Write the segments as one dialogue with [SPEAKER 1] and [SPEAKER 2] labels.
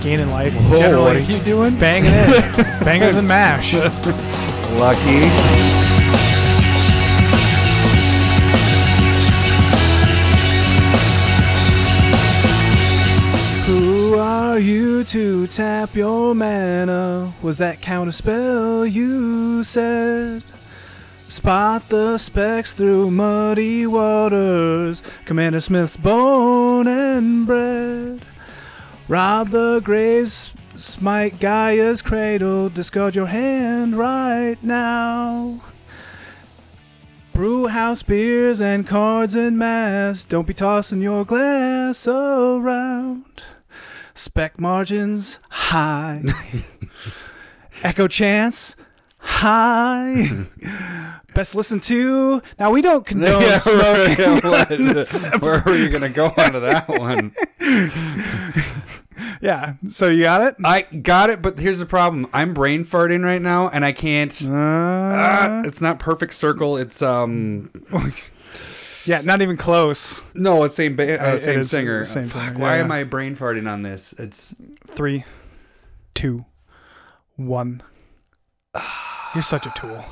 [SPEAKER 1] gain in life.
[SPEAKER 2] Whoa,
[SPEAKER 1] Generally,
[SPEAKER 2] what are you doing?
[SPEAKER 1] banging it, bangers and mash.
[SPEAKER 2] Lucky.
[SPEAKER 1] Who are you to tap your mana? Was that counter spell you said? Spot the specks through muddy waters. Commander Smith's bone and bread. Rob the graves, smite Gaia's cradle. Discard your hand right now. Brew house beers and cards in mass. Don't be tossing your glass around. Spec margins high. Echo chance high. Best listen to. Now we don't condone
[SPEAKER 2] yeah,
[SPEAKER 1] smoking.
[SPEAKER 2] right, yeah, what? Where were you going to go on to that one?
[SPEAKER 1] Yeah. So you got it.
[SPEAKER 2] I got it, but here's the problem. I'm brain farting right now, and I can't. Ah,
[SPEAKER 1] Uh,
[SPEAKER 2] it's not perfect circle. It's um
[SPEAKER 1] yeah. Not even close.
[SPEAKER 2] no, it's same ba-
[SPEAKER 1] Uh,
[SPEAKER 2] uh,
[SPEAKER 1] it
[SPEAKER 2] same
[SPEAKER 1] is
[SPEAKER 2] singer.
[SPEAKER 1] the same
[SPEAKER 2] Fuck,
[SPEAKER 1] singer,
[SPEAKER 2] why
[SPEAKER 1] yeah.
[SPEAKER 2] am I brain farting on this? It's
[SPEAKER 1] Three, two, one. You're such a tool.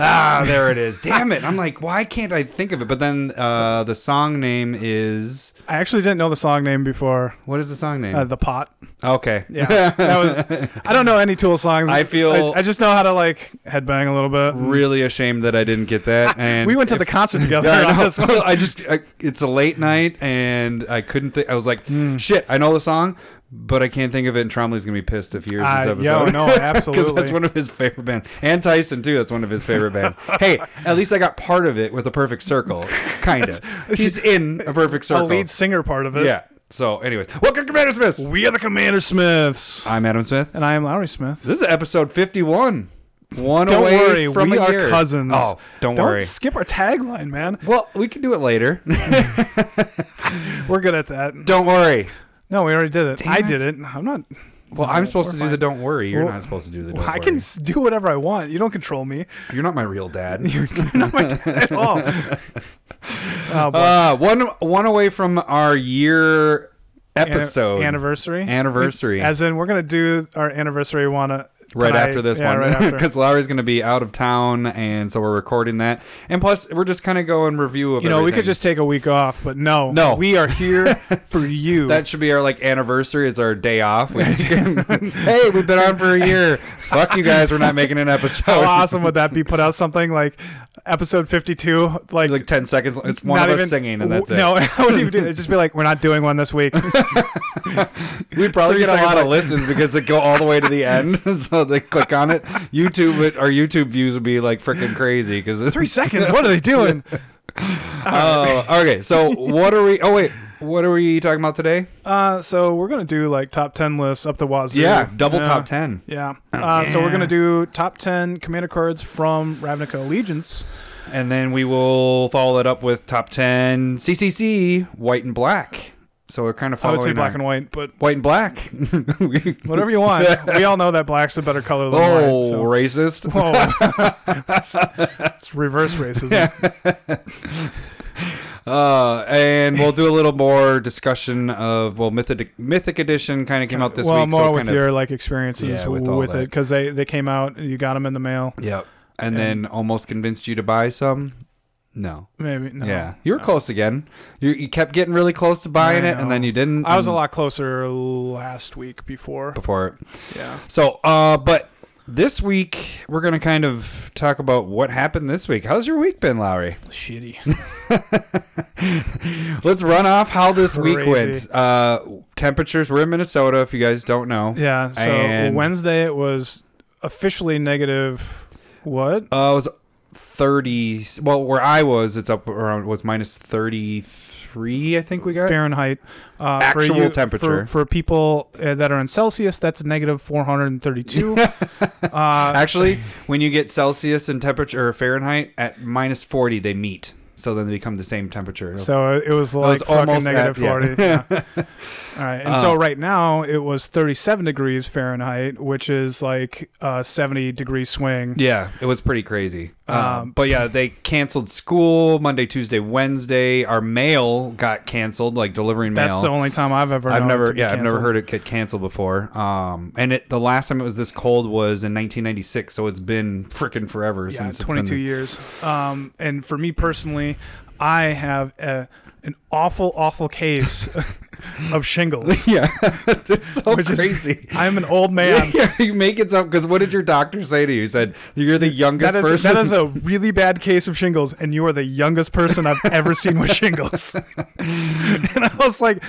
[SPEAKER 2] ah, there it is. Damn it! I'm like, why can't I think of it? But then uh, the song name is
[SPEAKER 1] I actually didn't know the song name before.
[SPEAKER 2] what is the song name?
[SPEAKER 1] Uh, the pot.
[SPEAKER 2] okay,
[SPEAKER 1] Yeah, that was. I don't know any Tool songs.
[SPEAKER 2] I feel-
[SPEAKER 1] I, I just know how to like headbang a little bit.
[SPEAKER 2] really ashamed that I didn't get that. And
[SPEAKER 1] we went to the
[SPEAKER 2] if-
[SPEAKER 1] concert together.
[SPEAKER 2] Yeah, I,
[SPEAKER 1] on
[SPEAKER 2] know.
[SPEAKER 1] this one.
[SPEAKER 2] I just I, it's a late night and I couldn't think. I was like,
[SPEAKER 1] Hmm.
[SPEAKER 2] shit, I know the song, but I can't think of it. And Trombley's gonna be pissed if he hears
[SPEAKER 1] Uh,
[SPEAKER 2] this
[SPEAKER 1] yo,
[SPEAKER 2] episode.
[SPEAKER 1] no,
[SPEAKER 2] Because
[SPEAKER 1] absolutely.
[SPEAKER 2] that's one of his favorite bands. And Tyson, too. That's one of his favorite bands. hey, at least I got part of it with a perfect circle. Kind of. He's in a perfect
[SPEAKER 1] a
[SPEAKER 2] circle.
[SPEAKER 1] lead singer part of it.
[SPEAKER 2] yeah. So, anyways, welcome, Commander Smiths.
[SPEAKER 1] We are the Commander Smiths,
[SPEAKER 2] I'm Adam Smith.
[SPEAKER 1] and I am Lowry Smith.
[SPEAKER 2] This is episode 51. One
[SPEAKER 1] Don't
[SPEAKER 2] away
[SPEAKER 1] worry,
[SPEAKER 2] from
[SPEAKER 1] we
[SPEAKER 2] a
[SPEAKER 1] are
[SPEAKER 2] year.
[SPEAKER 1] cousins.
[SPEAKER 2] Oh, don't,
[SPEAKER 1] Don't
[SPEAKER 2] worry.
[SPEAKER 1] skip our tagline, man.
[SPEAKER 2] well, we can do it later.
[SPEAKER 1] We're good at that.
[SPEAKER 2] don't worry.
[SPEAKER 1] No, we already did it.
[SPEAKER 2] Damn
[SPEAKER 1] I
[SPEAKER 2] it.
[SPEAKER 1] did it. I'm not.
[SPEAKER 2] Well, I'm supposed
[SPEAKER 1] we're
[SPEAKER 2] to do
[SPEAKER 1] fine.
[SPEAKER 2] the don't worry. You're
[SPEAKER 1] Well,
[SPEAKER 2] not supposed to do the don't
[SPEAKER 1] I
[SPEAKER 2] worry.
[SPEAKER 1] can s- do whatever I want. You don't control me
[SPEAKER 2] You're not my real dad.
[SPEAKER 1] at all. Oh, boy.
[SPEAKER 2] uh, one one away from our year
[SPEAKER 1] Anni-
[SPEAKER 2] episode
[SPEAKER 1] anniversary.
[SPEAKER 2] Anniversary.
[SPEAKER 1] As in, we're gonna do our anniversary one uh,
[SPEAKER 2] right
[SPEAKER 1] tonight.
[SPEAKER 2] after this
[SPEAKER 1] yeah,
[SPEAKER 2] one
[SPEAKER 1] Right after.
[SPEAKER 2] because Lowry's going to be out of town, and so we're recording that. And plus, we're just kind of going review of.
[SPEAKER 1] you know, we could
[SPEAKER 2] everything.
[SPEAKER 1] just take a week off, but no,
[SPEAKER 2] No.
[SPEAKER 1] we are here for you.
[SPEAKER 2] That should be our like anniversary. It's our day off. We hey, we've been on for a year. Fuck you guys. We're not making an episode.
[SPEAKER 1] How Oh, awesome would that be? Put out something like episode fifty-two, like.
[SPEAKER 2] like ten seconds. It's one
[SPEAKER 1] not
[SPEAKER 2] of
[SPEAKER 1] even
[SPEAKER 2] us singing, and that's it.
[SPEAKER 1] No, I wouldn't even do it. It'd Just be like, we're not doing one this week.
[SPEAKER 2] we probably
[SPEAKER 1] three
[SPEAKER 2] get a lot
[SPEAKER 1] seconds
[SPEAKER 2] of listens because it go all the way to the end. so they click on it. YouTube, it, our YouTube views would be like freaking crazy because
[SPEAKER 1] Three seconds. What are they doing?
[SPEAKER 2] Oh, okay. So what are we? Oh wait, what are we talking about today?
[SPEAKER 1] Uh, so we're gonna do like top ten lists up the wazoo.
[SPEAKER 2] yeah, double top
[SPEAKER 1] ten.
[SPEAKER 2] ten.
[SPEAKER 1] Yeah. Uh, so we're gonna do top ten commander cards from Ravnica Allegiance.
[SPEAKER 2] And then we will follow that up with top 10 CCC, white and black. So we're kind of
[SPEAKER 1] I
[SPEAKER 2] following
[SPEAKER 1] would say black
[SPEAKER 2] our-
[SPEAKER 1] and white, but
[SPEAKER 2] white and black. We-
[SPEAKER 1] whatever you want. we all know that black's a better color than
[SPEAKER 2] oh,
[SPEAKER 1] white. So.
[SPEAKER 2] racist.
[SPEAKER 1] Whoa. that's, that's reverse racism.
[SPEAKER 2] Uh, and we'll do a little more discussion of, well, Mythic, Mythic Edition kind of came out this
[SPEAKER 1] well,
[SPEAKER 2] week.
[SPEAKER 1] more
[SPEAKER 2] so
[SPEAKER 1] with
[SPEAKER 2] kind of,
[SPEAKER 1] your like experiences
[SPEAKER 2] Yeah, with
[SPEAKER 1] with,
[SPEAKER 2] all
[SPEAKER 1] it
[SPEAKER 2] that.
[SPEAKER 1] because they they came out. You got them in the mail.
[SPEAKER 2] Yep. And, then almost convinced you to buy some? No.
[SPEAKER 1] Maybe no.
[SPEAKER 2] yeah. You were close again. You, you kept getting really close to buying
[SPEAKER 1] I
[SPEAKER 2] it, and
[SPEAKER 1] know.
[SPEAKER 2] then you didn't.
[SPEAKER 1] I was a
[SPEAKER 2] and-
[SPEAKER 1] lot closer last week before.
[SPEAKER 2] Before it.
[SPEAKER 1] Yeah.
[SPEAKER 2] So, uh, but this week we're gonna kind of talk about what happened this week. How's your week been, Lowry?
[SPEAKER 1] Shitty.
[SPEAKER 2] Let's run off how this week
[SPEAKER 1] Crazy.
[SPEAKER 2] went. Uh, temperatures. We're in Minnesota. If you guys don't know,
[SPEAKER 1] Yeah. So
[SPEAKER 2] And-
[SPEAKER 1] Wednesday it was officially negative. What?
[SPEAKER 2] uh, it was thirty. Well, where I was, it's up around was minus thirty three. I think we got.
[SPEAKER 1] Fahrenheit. Uh,
[SPEAKER 2] Actual
[SPEAKER 1] for you,
[SPEAKER 2] temperature.
[SPEAKER 1] for, for people uh, that are in Celsius, that's negative 432. uh,
[SPEAKER 2] Actually, when you get Celsius and temperature or Fahrenheit at minus forty, they meet. so then they become the same temperature. It was-
[SPEAKER 1] So it was like
[SPEAKER 2] was
[SPEAKER 1] fucking
[SPEAKER 2] almost at-
[SPEAKER 1] negative
[SPEAKER 2] yeah.
[SPEAKER 1] forty. yeah. All right, and so
[SPEAKER 2] Uh,
[SPEAKER 1] right now it was thirty-seven degrees Fahrenheit, which is like a seventy-degree swing.
[SPEAKER 2] yeah, it was pretty crazy. Um,
[SPEAKER 1] Um,
[SPEAKER 2] but yeah, they canceled school Monday, Tuesday, Wednesday. Our mail got canceled, like delivering
[SPEAKER 1] That's
[SPEAKER 2] mail.
[SPEAKER 1] the only time I've ever.
[SPEAKER 2] I've
[SPEAKER 1] known it to
[SPEAKER 2] never,
[SPEAKER 1] be
[SPEAKER 2] yeah, I've never
[SPEAKER 1] canceled.
[SPEAKER 2] heard it get canceled before. Um, and it the last time it was this cold was in 1996, so it's been freaking forever
[SPEAKER 1] Yeah,
[SPEAKER 2] since it's been-
[SPEAKER 1] 22 years. Um, and for me personally, I have a, an awful, awful case of shingles.
[SPEAKER 2] Yeah, it's so
[SPEAKER 1] Which is-
[SPEAKER 2] crazy.
[SPEAKER 1] I'm an old man.
[SPEAKER 2] Yeah, you make it sound because what did your doctor say to you? He said you're the youngest
[SPEAKER 1] That is,
[SPEAKER 2] person.
[SPEAKER 1] that is a really bad case of shingles, and you are the youngest person I've ever seen with shingles. and I was like,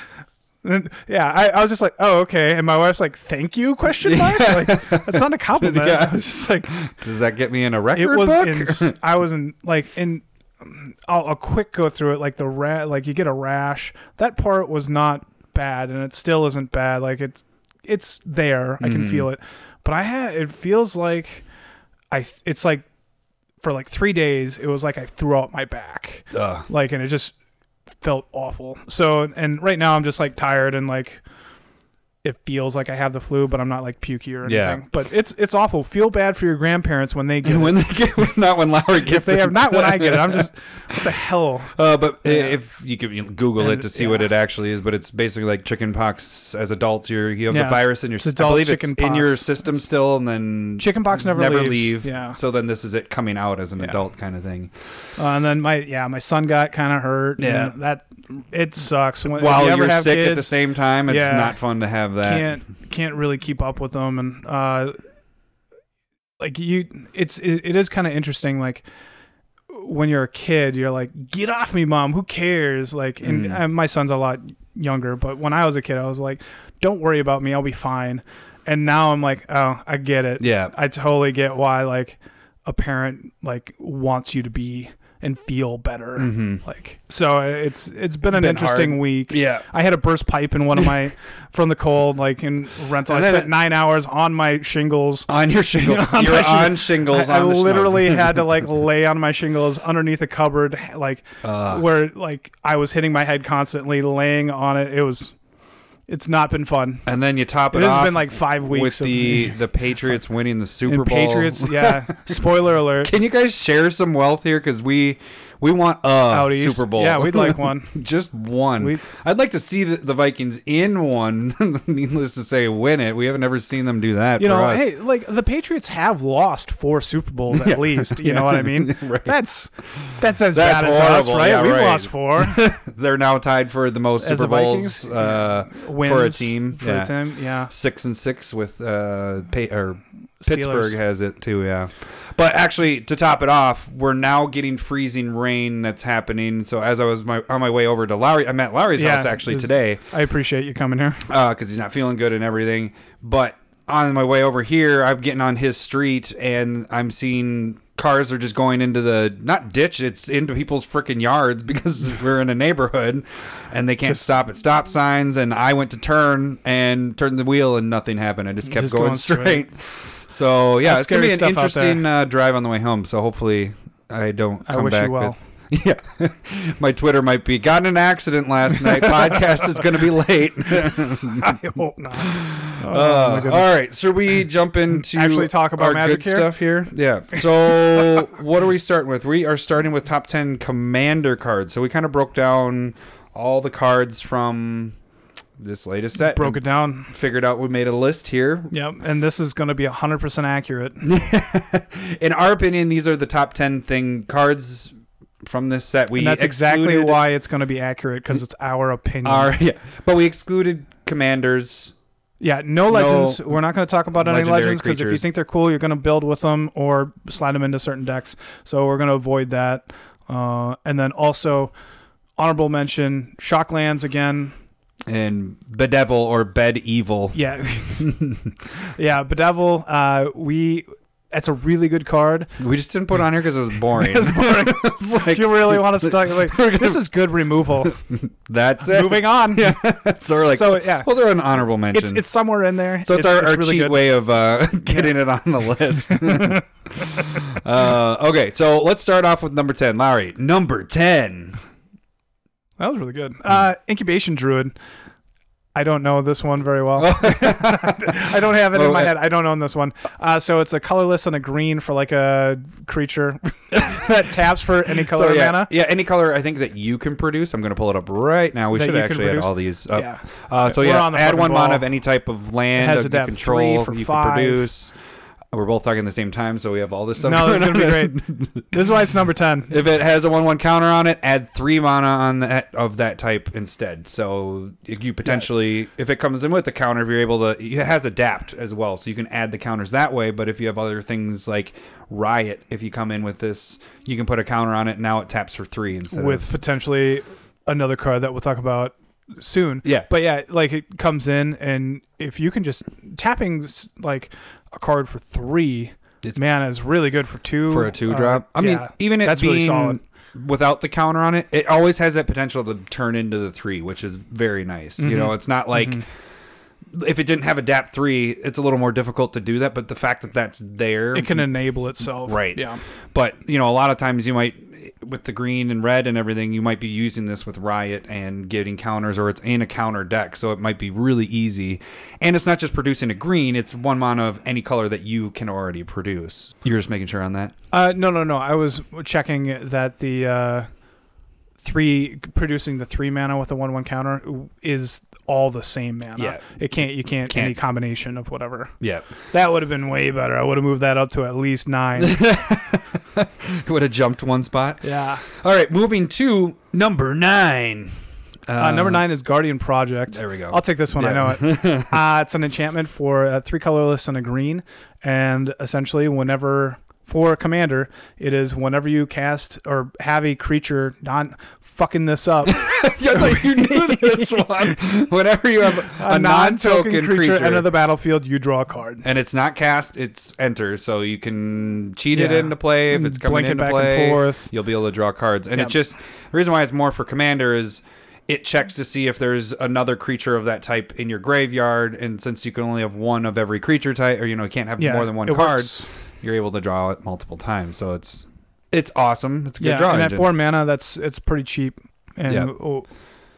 [SPEAKER 1] yeah, I, I was just like, oh, okay. And my wife's like, thank you, question mark? Like, that's not a compliment.
[SPEAKER 2] Yeah.
[SPEAKER 1] I was just like,
[SPEAKER 2] Does that get me in a record
[SPEAKER 1] it was
[SPEAKER 2] book?
[SPEAKER 1] in, i was in like in I'll, I'll quick go through it like the ra- like you get a rash that part was not bad and it still isn't bad like it's it's there i can
[SPEAKER 2] Mhm.
[SPEAKER 1] feel it but i had it feels like i th- it's like for like three days it was like i threw out my back
[SPEAKER 2] Ugh.
[SPEAKER 1] like and it just felt awful so and right now i'm just like tired and like it feels like i have the flu but i'm not like pukey or anything
[SPEAKER 2] Yeah.
[SPEAKER 1] but it's it's awful feel bad for your grandparents when they get
[SPEAKER 2] And
[SPEAKER 1] it
[SPEAKER 2] when they get, not when Lowry
[SPEAKER 1] if
[SPEAKER 2] gets
[SPEAKER 1] they
[SPEAKER 2] it.
[SPEAKER 1] have not when I get it, I'm just what the hell.
[SPEAKER 2] Uh, but i
[SPEAKER 1] Yeah.
[SPEAKER 2] if you could you know, Google
[SPEAKER 1] And-
[SPEAKER 2] it to see what
[SPEAKER 1] yeah.
[SPEAKER 2] it actually is, but it's basically like chickenpox as adults. You're, you have
[SPEAKER 1] Yeah.
[SPEAKER 2] the virus in your
[SPEAKER 1] It's
[SPEAKER 2] system. I
[SPEAKER 1] adult
[SPEAKER 2] believe it's in
[SPEAKER 1] chickenpox.
[SPEAKER 2] your system still, and then
[SPEAKER 1] Chickenpox never leaves.
[SPEAKER 2] leave.
[SPEAKER 1] Yeah.
[SPEAKER 2] So then this is it coming out as an
[SPEAKER 1] Yeah.
[SPEAKER 2] adult kind of thing.
[SPEAKER 1] Uh, and then my yeah, my son got kind of hurt.
[SPEAKER 2] Yeah.
[SPEAKER 1] and that it sucks. When, if you
[SPEAKER 2] While
[SPEAKER 1] ever
[SPEAKER 2] you're
[SPEAKER 1] have
[SPEAKER 2] sick at the
[SPEAKER 1] kids,
[SPEAKER 2] same time, it's
[SPEAKER 1] Yeah.
[SPEAKER 2] not fun to have that.
[SPEAKER 1] can't can't really keep up with them, and uh, like you, it's it, it is kind of interesting. Like when you're a kid, you're like, get off me, mom. Who cares? Like, and
[SPEAKER 2] Mm.
[SPEAKER 1] uh, my son's a lot younger, but when I was a kid, I was like, don't worry about me. I'll be fine. And now I'm like, oh, I get it.
[SPEAKER 2] Yeah.
[SPEAKER 1] I totally get why like a parent like wants you to be and feel better.
[SPEAKER 2] hmm
[SPEAKER 1] Like so uh, it's it's been an
[SPEAKER 2] Been
[SPEAKER 1] interesting
[SPEAKER 2] hard.
[SPEAKER 1] week.
[SPEAKER 2] Yeah.
[SPEAKER 1] I had a burst pipe in one of my from the cold like in rental.
[SPEAKER 2] And
[SPEAKER 1] I
[SPEAKER 2] then
[SPEAKER 1] spent
[SPEAKER 2] it-
[SPEAKER 1] 9 hours on my shingles.
[SPEAKER 2] On your shingles.
[SPEAKER 1] On my
[SPEAKER 2] you're
[SPEAKER 1] shingles.
[SPEAKER 2] on shingles.
[SPEAKER 1] I, I
[SPEAKER 2] on the schnoz.
[SPEAKER 1] literally had to like lay on my shingles underneath a cupboard like
[SPEAKER 2] Uh,
[SPEAKER 1] where like I was hitting my head constantly laying on it. It was it's not been fun.
[SPEAKER 2] and then you top
[SPEAKER 1] It
[SPEAKER 2] it,
[SPEAKER 1] has
[SPEAKER 2] off
[SPEAKER 1] been like 5 weeks
[SPEAKER 2] with
[SPEAKER 1] of
[SPEAKER 2] the, the Patriots winning the Super
[SPEAKER 1] and
[SPEAKER 2] Bowl.
[SPEAKER 1] Patriots, yeah. Spoiler alert.
[SPEAKER 2] Can you guys share some wealth here? Because we we want a
[SPEAKER 1] Out east.
[SPEAKER 2] Super Bowl.
[SPEAKER 1] Yeah, we'd like one.
[SPEAKER 2] Just one.
[SPEAKER 1] We-
[SPEAKER 2] I'd like to see the, the Vikings in one. Needless to say, win it. We haven't ever seen them do that.
[SPEAKER 1] you
[SPEAKER 2] for
[SPEAKER 1] know,
[SPEAKER 2] us.
[SPEAKER 1] hey, like the Patriots have lost four Super Bowls at least. You know what I mean? That's that's as
[SPEAKER 2] That's
[SPEAKER 1] bad as us,
[SPEAKER 2] horrible.
[SPEAKER 1] right?
[SPEAKER 2] Yeah,
[SPEAKER 1] We've
[SPEAKER 2] right.
[SPEAKER 1] lost four
[SPEAKER 2] they're now tied for the most
[SPEAKER 1] As
[SPEAKER 2] Super
[SPEAKER 1] the Vikings,
[SPEAKER 2] Bowls uh,
[SPEAKER 1] wins
[SPEAKER 2] for a team.
[SPEAKER 1] For
[SPEAKER 2] yeah.
[SPEAKER 1] a team, yeah.
[SPEAKER 2] Six and six with uh, pay, or
[SPEAKER 1] Uh-huh. Steelers.
[SPEAKER 2] Pittsburgh has it too, yeah. But actually, to top it off, we're now getting freezing rain that's happening. So as I was my, on my way over to Lowry, I'm at Lowry's
[SPEAKER 1] Yeah,
[SPEAKER 2] house actually
[SPEAKER 1] this-
[SPEAKER 2] today.
[SPEAKER 1] I appreciate you coming here.
[SPEAKER 2] because uh, he's not feeling good and everything. But on my way over here, I'm getting on his street and I'm seeing cars are just going into the not ditch, it's into people's freaking yards because we're in a neighborhood and they can't stop at stop signs. And I went to turn and turned the wheel and nothing happened. I just kept
[SPEAKER 1] Just
[SPEAKER 2] going,
[SPEAKER 1] going straight.
[SPEAKER 2] straight. So yeah,
[SPEAKER 1] That's
[SPEAKER 2] it's gonna be an
[SPEAKER 1] scary stuff out there.
[SPEAKER 2] interesting uh, drive on the way home. So hopefully. I don't.
[SPEAKER 1] I
[SPEAKER 2] Come
[SPEAKER 1] wish you
[SPEAKER 2] back
[SPEAKER 1] well.
[SPEAKER 2] With, yeah, my Twitter might be got in an accident last night. Podcast is going to be late.
[SPEAKER 1] I hope not. Oh,
[SPEAKER 2] Uh,
[SPEAKER 1] my goodness.
[SPEAKER 2] all right, so we jump into
[SPEAKER 1] Actually talk about
[SPEAKER 2] our
[SPEAKER 1] magic
[SPEAKER 2] good
[SPEAKER 1] here?
[SPEAKER 2] stuff here. Yeah. So what are we starting with? We are starting with top ten commander cards. So we kind of broke down all the cards from this latest set.
[SPEAKER 1] Broke
[SPEAKER 2] and
[SPEAKER 1] it down.
[SPEAKER 2] Figured out we made a list here.
[SPEAKER 1] Yep, and this is going to be hundred percent accurate.
[SPEAKER 2] In our opinion, these are the top ten thing cards from this set. We
[SPEAKER 1] and that's exactly
[SPEAKER 2] excluded
[SPEAKER 1] why it's going to be accurate because it's our opinion.
[SPEAKER 2] our yeah, but we excluded commanders.
[SPEAKER 1] Yeah, no
[SPEAKER 2] No
[SPEAKER 1] legends. We're not going to talk about any
[SPEAKER 2] legendary
[SPEAKER 1] legends because if you
[SPEAKER 2] creatures.
[SPEAKER 1] think they're cool, you're going to build with them or slide them into certain decks. So we're going to avoid that. Uh, and then also, honorable mention Shocklands again.
[SPEAKER 2] And bedevil or bed evil.
[SPEAKER 1] Yeah, yeah, Bedevil. Uh, we That's a really good card.
[SPEAKER 2] We just didn't put it on here because it was boring.
[SPEAKER 1] It's boring.
[SPEAKER 2] It's like,
[SPEAKER 1] Do you really want us to talk? Like, this is good removal.
[SPEAKER 2] that's it.
[SPEAKER 1] Moving on. Yeah.
[SPEAKER 2] so we're like,
[SPEAKER 1] So yeah,
[SPEAKER 2] well, they're an honorable mention.
[SPEAKER 1] it's it's somewhere in there.
[SPEAKER 2] so it's, our, our cheap
[SPEAKER 1] good.
[SPEAKER 2] way of uh, getting it on the list. uh, okay, so let's start off with number ten, Lowry. Number ten.
[SPEAKER 1] That was really good. Uh, Incubation Druid. I don't know this one very well. I don't have it in
[SPEAKER 2] Oh. Well,
[SPEAKER 1] my
[SPEAKER 2] uh,
[SPEAKER 1] head. I don't own this one. Uh, so it's a colorless and a green for like a creature that taps for any color
[SPEAKER 2] so, yeah,
[SPEAKER 1] mana.
[SPEAKER 2] yeah, any color I think that you can produce. I'm going to pull it up right now. We
[SPEAKER 1] That
[SPEAKER 2] should
[SPEAKER 1] you can
[SPEAKER 2] actually add
[SPEAKER 1] produce?
[SPEAKER 2] all these up.
[SPEAKER 1] Yeah.
[SPEAKER 2] Uh, so
[SPEAKER 1] We're
[SPEAKER 2] yeah,
[SPEAKER 1] on the
[SPEAKER 2] add
[SPEAKER 1] fucking
[SPEAKER 2] one mana
[SPEAKER 1] ball.
[SPEAKER 2] of any type of land
[SPEAKER 1] It has a
[SPEAKER 2] of you
[SPEAKER 1] depth
[SPEAKER 2] control
[SPEAKER 1] three for
[SPEAKER 2] you
[SPEAKER 1] five.
[SPEAKER 2] can produce. We're both talking at the same time, so we have all this stuff.
[SPEAKER 1] No,
[SPEAKER 2] going
[SPEAKER 1] it's gonna
[SPEAKER 2] on.
[SPEAKER 1] be great. This is why it's number ten.
[SPEAKER 2] If it has a one-one counter on it, add three mana on that of that type instead. So you potentially, if it comes in with the counter, if you're able to, it has adapt as well, so you can add the counters that way. But if you have other things like riot, if you come in with this, you can put a counter on it. Now it taps for three instead of-
[SPEAKER 1] With potentially another card that we'll talk about soon.
[SPEAKER 2] Yeah.
[SPEAKER 1] But yeah, like it comes in, and if you can just tapping s- like a card for three
[SPEAKER 2] It's-
[SPEAKER 1] mana is really good for two
[SPEAKER 2] for a two
[SPEAKER 1] uh,
[SPEAKER 2] drop. I mean,
[SPEAKER 1] yeah.
[SPEAKER 2] even it
[SPEAKER 1] That's
[SPEAKER 2] being
[SPEAKER 1] really solid.
[SPEAKER 2] without the counter on it, it always has that potential to turn into the three, which is very nice. You
[SPEAKER 1] Mm-hmm.
[SPEAKER 2] know, it's not like if it didn't have adapt three, it's a little more difficult to do that. But the fact that that's there,
[SPEAKER 1] it can enable itself.
[SPEAKER 2] Mm-hmm. Right.
[SPEAKER 1] Yeah.
[SPEAKER 2] but you know, a lot of times you might with the green and red and everything, you might be using this with riot and getting counters, or it's in a counter deck, so it might be really easy. And it's not just producing a green; it's one mana of any color that you can already produce. You're just making sure on that.
[SPEAKER 1] Uh, no, no, no. I was checking that the uh, three producing the three mana with the one one counter is all the same mana.
[SPEAKER 2] Yeah.
[SPEAKER 1] It can't. You can't,
[SPEAKER 2] Can't.
[SPEAKER 1] any combination of whatever.
[SPEAKER 2] Yeah.
[SPEAKER 1] That would have been way better. I would have moved that up to at least nine.
[SPEAKER 2] would have jumped one spot.
[SPEAKER 1] yeah.
[SPEAKER 2] All right, moving to number nine.
[SPEAKER 1] Uh, number nine is Guardian Project.
[SPEAKER 2] There we go.
[SPEAKER 1] I'll take this one. I know it. uh, it's an enchantment for uh, three colorless and a green, and essentially, whenever for a commander, it is whenever you cast or have a creature not fucking this up.
[SPEAKER 2] yeah, like you knew this one. Whenever you have a,
[SPEAKER 1] a
[SPEAKER 2] non-token, creature,
[SPEAKER 1] enter the battlefield, you draw a card.
[SPEAKER 2] and it's not cast, it's enter, so you can cheat it
[SPEAKER 1] Yeah.
[SPEAKER 2] into play if it's coming
[SPEAKER 1] Blink it
[SPEAKER 2] into
[SPEAKER 1] back and
[SPEAKER 2] play.
[SPEAKER 1] forth.
[SPEAKER 2] You'll be able to draw cards, and
[SPEAKER 1] Yeah.
[SPEAKER 2] it just the reason why it's more for commander is it checks to see if there's another creature of that type in your graveyard, and since you can only have one of every creature type, or you know, you can't have
[SPEAKER 1] Yeah,
[SPEAKER 2] more than one
[SPEAKER 1] it
[SPEAKER 2] card,
[SPEAKER 1] works.
[SPEAKER 2] you're able to draw it multiple times. So it's it's awesome. It's a good
[SPEAKER 1] Yeah,
[SPEAKER 2] draw
[SPEAKER 1] and at
[SPEAKER 2] engine.
[SPEAKER 1] four mana, that's it's pretty cheap and
[SPEAKER 2] Yeah.
[SPEAKER 1] oh,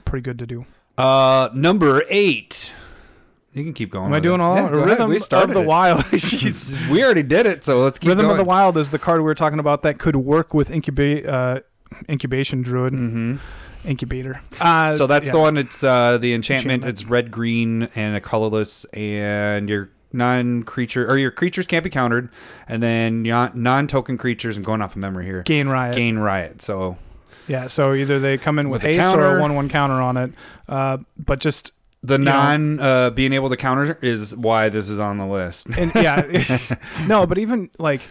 [SPEAKER 1] pretty good to do.
[SPEAKER 2] Uh, number eight. You can keep going.
[SPEAKER 1] Am I
[SPEAKER 2] with
[SPEAKER 1] doing
[SPEAKER 2] it.
[SPEAKER 1] all
[SPEAKER 2] Yeah, go ahead.
[SPEAKER 1] rhythm
[SPEAKER 2] We
[SPEAKER 1] of
[SPEAKER 2] started
[SPEAKER 1] the
[SPEAKER 2] it.
[SPEAKER 1] wild? Jeez.
[SPEAKER 2] We already did it, so let's keep
[SPEAKER 1] Rhythm
[SPEAKER 2] going.
[SPEAKER 1] of the Wild is the card we were talking about that could work with incuba- uh, incubation druid
[SPEAKER 2] Mhm.
[SPEAKER 1] incubator. Uh,
[SPEAKER 2] So that's
[SPEAKER 1] yeah.
[SPEAKER 2] the one. It's uh, the enchantment.
[SPEAKER 1] Enchantment.
[SPEAKER 2] It's red, green, and a colorless, and your non-creature or your creatures can't be countered, and then your non-token creatures. I'm going off of memory here.
[SPEAKER 1] gain riot.
[SPEAKER 2] Gain riot. So
[SPEAKER 1] Yeah, so either they come in with,
[SPEAKER 2] With a
[SPEAKER 1] haste or
[SPEAKER 2] counter.
[SPEAKER 1] a one-one counter on it, uh, but just
[SPEAKER 2] the
[SPEAKER 1] You know-
[SPEAKER 2] non uh, being able to counter is why this is on the list.
[SPEAKER 1] and yeah, no, but even like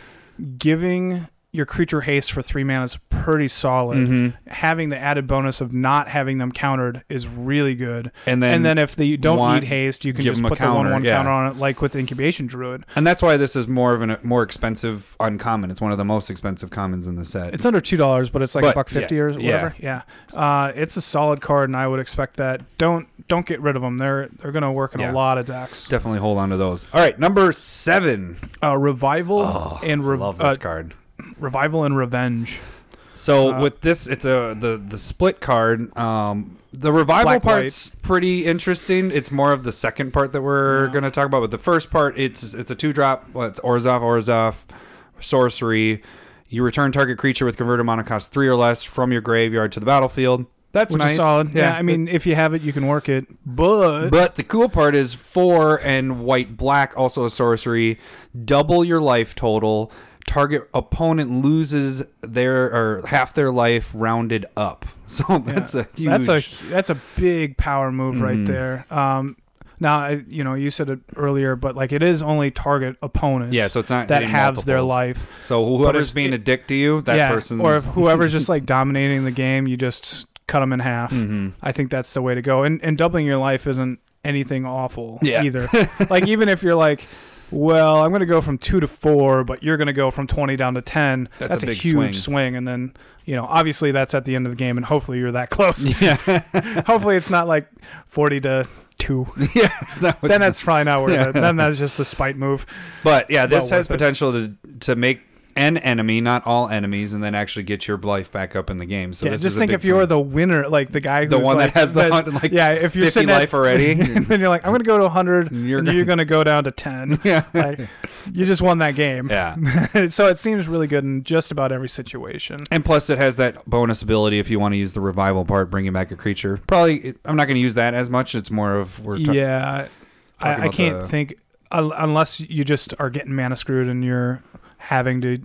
[SPEAKER 1] giving your creature haste for three mana is pretty solid.
[SPEAKER 2] Mhm.
[SPEAKER 1] Having the added bonus of not having them countered is really good.
[SPEAKER 2] And then
[SPEAKER 1] And, then if they don't
[SPEAKER 2] want-
[SPEAKER 1] need haste, you can
[SPEAKER 2] give
[SPEAKER 1] just
[SPEAKER 2] them a
[SPEAKER 1] put the one
[SPEAKER 2] counter,
[SPEAKER 1] one
[SPEAKER 2] yeah.
[SPEAKER 1] counter on it, like with incubation druid.
[SPEAKER 2] And that's why this is more of an more expensive uncommon. It's one of the most expensive commons in the set.
[SPEAKER 1] It's under two dollars, but it's like
[SPEAKER 2] But,
[SPEAKER 1] a buck fifty
[SPEAKER 2] yeah,
[SPEAKER 1] or whatever. Yeah, Uh, it's a solid card, and I would expect that. Don't don't get rid of them. They're they're gonna work in a
[SPEAKER 2] Yeah.
[SPEAKER 1] lot of decks.
[SPEAKER 2] definitely hold on to those. All right, number seven.
[SPEAKER 1] Uh, revival
[SPEAKER 2] Oh,
[SPEAKER 1] and re-
[SPEAKER 2] Love this
[SPEAKER 1] uh,
[SPEAKER 2] card.
[SPEAKER 1] revival and revenge.
[SPEAKER 2] So
[SPEAKER 1] uh,
[SPEAKER 2] with this, it's a the the split card. Um, the revival
[SPEAKER 1] Black,
[SPEAKER 2] part's pretty interesting. It's more of the second part that we're
[SPEAKER 1] Yeah.
[SPEAKER 2] going to talk about. But the first part, it's it's a two drop. Well, it's Orzov, Orzov, sorcery. You return target creature with converted mana cost three or less from your graveyard to the battlefield. That's
[SPEAKER 1] which
[SPEAKER 2] nice.
[SPEAKER 1] is solid. Yeah, I mean, if you have it, you can work it. But
[SPEAKER 2] But the cool part is four and white black, also a sorcery, double your life total. Target opponent loses their or half their life rounded up. So
[SPEAKER 1] yeah,
[SPEAKER 2] that's a huge.
[SPEAKER 1] that's a that's a big power move right
[SPEAKER 2] Mhm.
[SPEAKER 1] there. Um, now I- you know you said it earlier, but like it is only target opponents.
[SPEAKER 2] yeah. So it's not
[SPEAKER 1] that
[SPEAKER 2] in
[SPEAKER 1] halves their
[SPEAKER 2] multiples.
[SPEAKER 1] life.
[SPEAKER 2] So
[SPEAKER 1] But
[SPEAKER 2] whoever's
[SPEAKER 1] it's-
[SPEAKER 2] being a dick to you, that
[SPEAKER 1] yeah,
[SPEAKER 2] person's
[SPEAKER 1] or if whoever's just like dominating the game, you just cut them in half.
[SPEAKER 2] Mhm.
[SPEAKER 1] I think that's the way to go. And and doubling your life isn't anything awful
[SPEAKER 2] Yeah.
[SPEAKER 1] either. like even if you're like well, I'm going to go from two to four, but you're going to go from 20 down to 10.
[SPEAKER 2] That's a big
[SPEAKER 1] huge
[SPEAKER 2] swing.
[SPEAKER 1] And then, you know, obviously that's at the end of the game, and hopefully you're that close.
[SPEAKER 2] Yeah,
[SPEAKER 1] hopefully it's not like 40 to two.
[SPEAKER 2] yeah. That was,
[SPEAKER 1] then that's probably not worth
[SPEAKER 2] Yeah.
[SPEAKER 1] it. Then that's just a spite move.
[SPEAKER 2] but yeah, this
[SPEAKER 1] well
[SPEAKER 2] has
[SPEAKER 1] worth it.
[SPEAKER 2] potential to to make an enemy, not all enemies, and then actually get your life back up in the game. So
[SPEAKER 1] yeah,
[SPEAKER 2] this
[SPEAKER 1] just
[SPEAKER 2] is a
[SPEAKER 1] think
[SPEAKER 2] big
[SPEAKER 1] if you're
[SPEAKER 2] swing.
[SPEAKER 1] the winner, like the guy who's
[SPEAKER 2] The one that
[SPEAKER 1] like-
[SPEAKER 2] has the hundred- like
[SPEAKER 1] yeah, if you're
[SPEAKER 2] 50
[SPEAKER 1] sitting at-
[SPEAKER 2] life already.
[SPEAKER 1] and then you're like, I'm going to go to 100, and you're,
[SPEAKER 2] You're gonna-
[SPEAKER 1] going to go down to 10.
[SPEAKER 2] yeah,
[SPEAKER 1] Like, you just won that game.
[SPEAKER 2] yeah.
[SPEAKER 1] so it seems really good in just about every situation.
[SPEAKER 2] And plus, it has that bonus ability if you want to use the revival part, bringing back a creature. Probably, I'm not going to use that as much. It's more of we're ta-
[SPEAKER 1] yeah,
[SPEAKER 2] talking
[SPEAKER 1] I, I
[SPEAKER 2] about
[SPEAKER 1] can't
[SPEAKER 2] the-
[SPEAKER 1] think un- unless you just are getting mana screwed and you're having to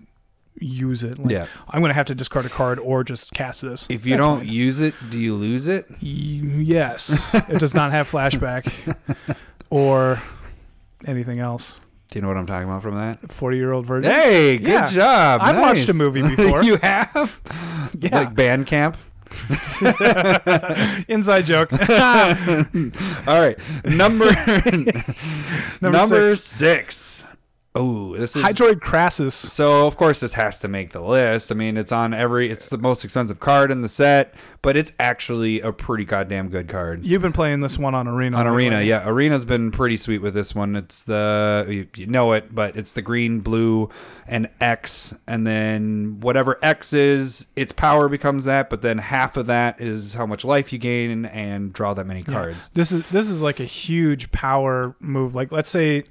[SPEAKER 1] use it. Like,
[SPEAKER 2] yeah.
[SPEAKER 1] I'm gonna have to discard a card or just cast this.
[SPEAKER 2] If you
[SPEAKER 1] That's
[SPEAKER 2] don't
[SPEAKER 1] fine.
[SPEAKER 2] use it, do you lose it?
[SPEAKER 1] Y- yes, it does not have flashback or anything else.
[SPEAKER 2] Do you know what I'm talking about from that?
[SPEAKER 1] Forty year old virgin.
[SPEAKER 2] Hey, good
[SPEAKER 1] Yeah.
[SPEAKER 2] job.
[SPEAKER 1] I've watched a
[SPEAKER 2] Nice.
[SPEAKER 1] movie before.
[SPEAKER 2] you have?
[SPEAKER 1] Yeah.
[SPEAKER 2] Like Bandcamp?
[SPEAKER 1] Inside joke.
[SPEAKER 2] All right. Number
[SPEAKER 1] Number
[SPEAKER 2] number,
[SPEAKER 1] six.
[SPEAKER 2] six. Oh, this is
[SPEAKER 1] Hydroid Crassus.
[SPEAKER 2] so of course this has to make the list. I mean, it's on every it's the most expensive card in the set, but it's actually a pretty goddamn good card.
[SPEAKER 1] You've been playing this one on Arena.
[SPEAKER 2] On
[SPEAKER 1] lately.
[SPEAKER 2] Arena, yeah. Arena's been pretty sweet with this one. It's the, you, you know it, but it's the green, blue, and X. And then whatever X is, its power becomes that, but then half of that is how much life you gain and draw that many
[SPEAKER 1] Yeah.
[SPEAKER 2] cards.
[SPEAKER 1] This is this is like a huge power move. Like let's say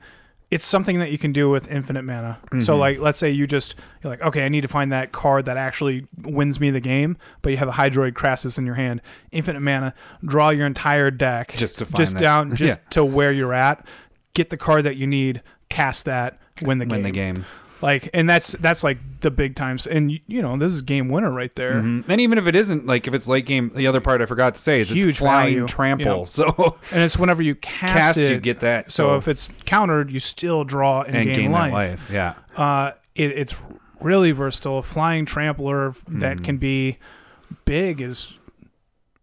[SPEAKER 1] it's something that you can do with infinite mana. So
[SPEAKER 2] Mm-hmm.
[SPEAKER 1] like let's say you just you're like, okay, I need to find that card that actually wins me the game, but you have a Hydroid Crassus in your hand, infinite mana, draw your entire deck
[SPEAKER 2] Just to find
[SPEAKER 1] just
[SPEAKER 2] that.
[SPEAKER 1] down just
[SPEAKER 2] Yeah.
[SPEAKER 1] to where you're at, get the card that you need, cast that, win the game.
[SPEAKER 2] Win the game.
[SPEAKER 1] Like and that's that's like the big times and y- you know, this is game winner right there.
[SPEAKER 2] Mhm. And even if it isn't, like if it's late game, the other part I forgot to say is
[SPEAKER 1] Huge
[SPEAKER 2] it's flying
[SPEAKER 1] value.
[SPEAKER 2] trample.
[SPEAKER 1] Yeah.
[SPEAKER 2] So
[SPEAKER 1] And it's whenever you cast,
[SPEAKER 2] cast,
[SPEAKER 1] it
[SPEAKER 2] you get that.
[SPEAKER 1] so if it's countered, you still draw and,
[SPEAKER 2] and
[SPEAKER 1] gain,
[SPEAKER 2] gain
[SPEAKER 1] life.
[SPEAKER 2] that life, yeah.
[SPEAKER 1] Uh, it, it's really versatile. Flying trampler f- that can be big is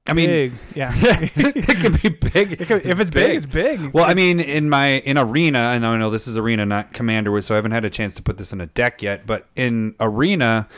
[SPEAKER 2] Mm-hmm. I mean,
[SPEAKER 1] big. Yeah,
[SPEAKER 2] it can be big.
[SPEAKER 1] It could- if it's big, it's big.
[SPEAKER 2] Well, I mean, in my in arena, and I know this is arena, not commander, so I haven't had a chance to put this in a deck yet. But in arena,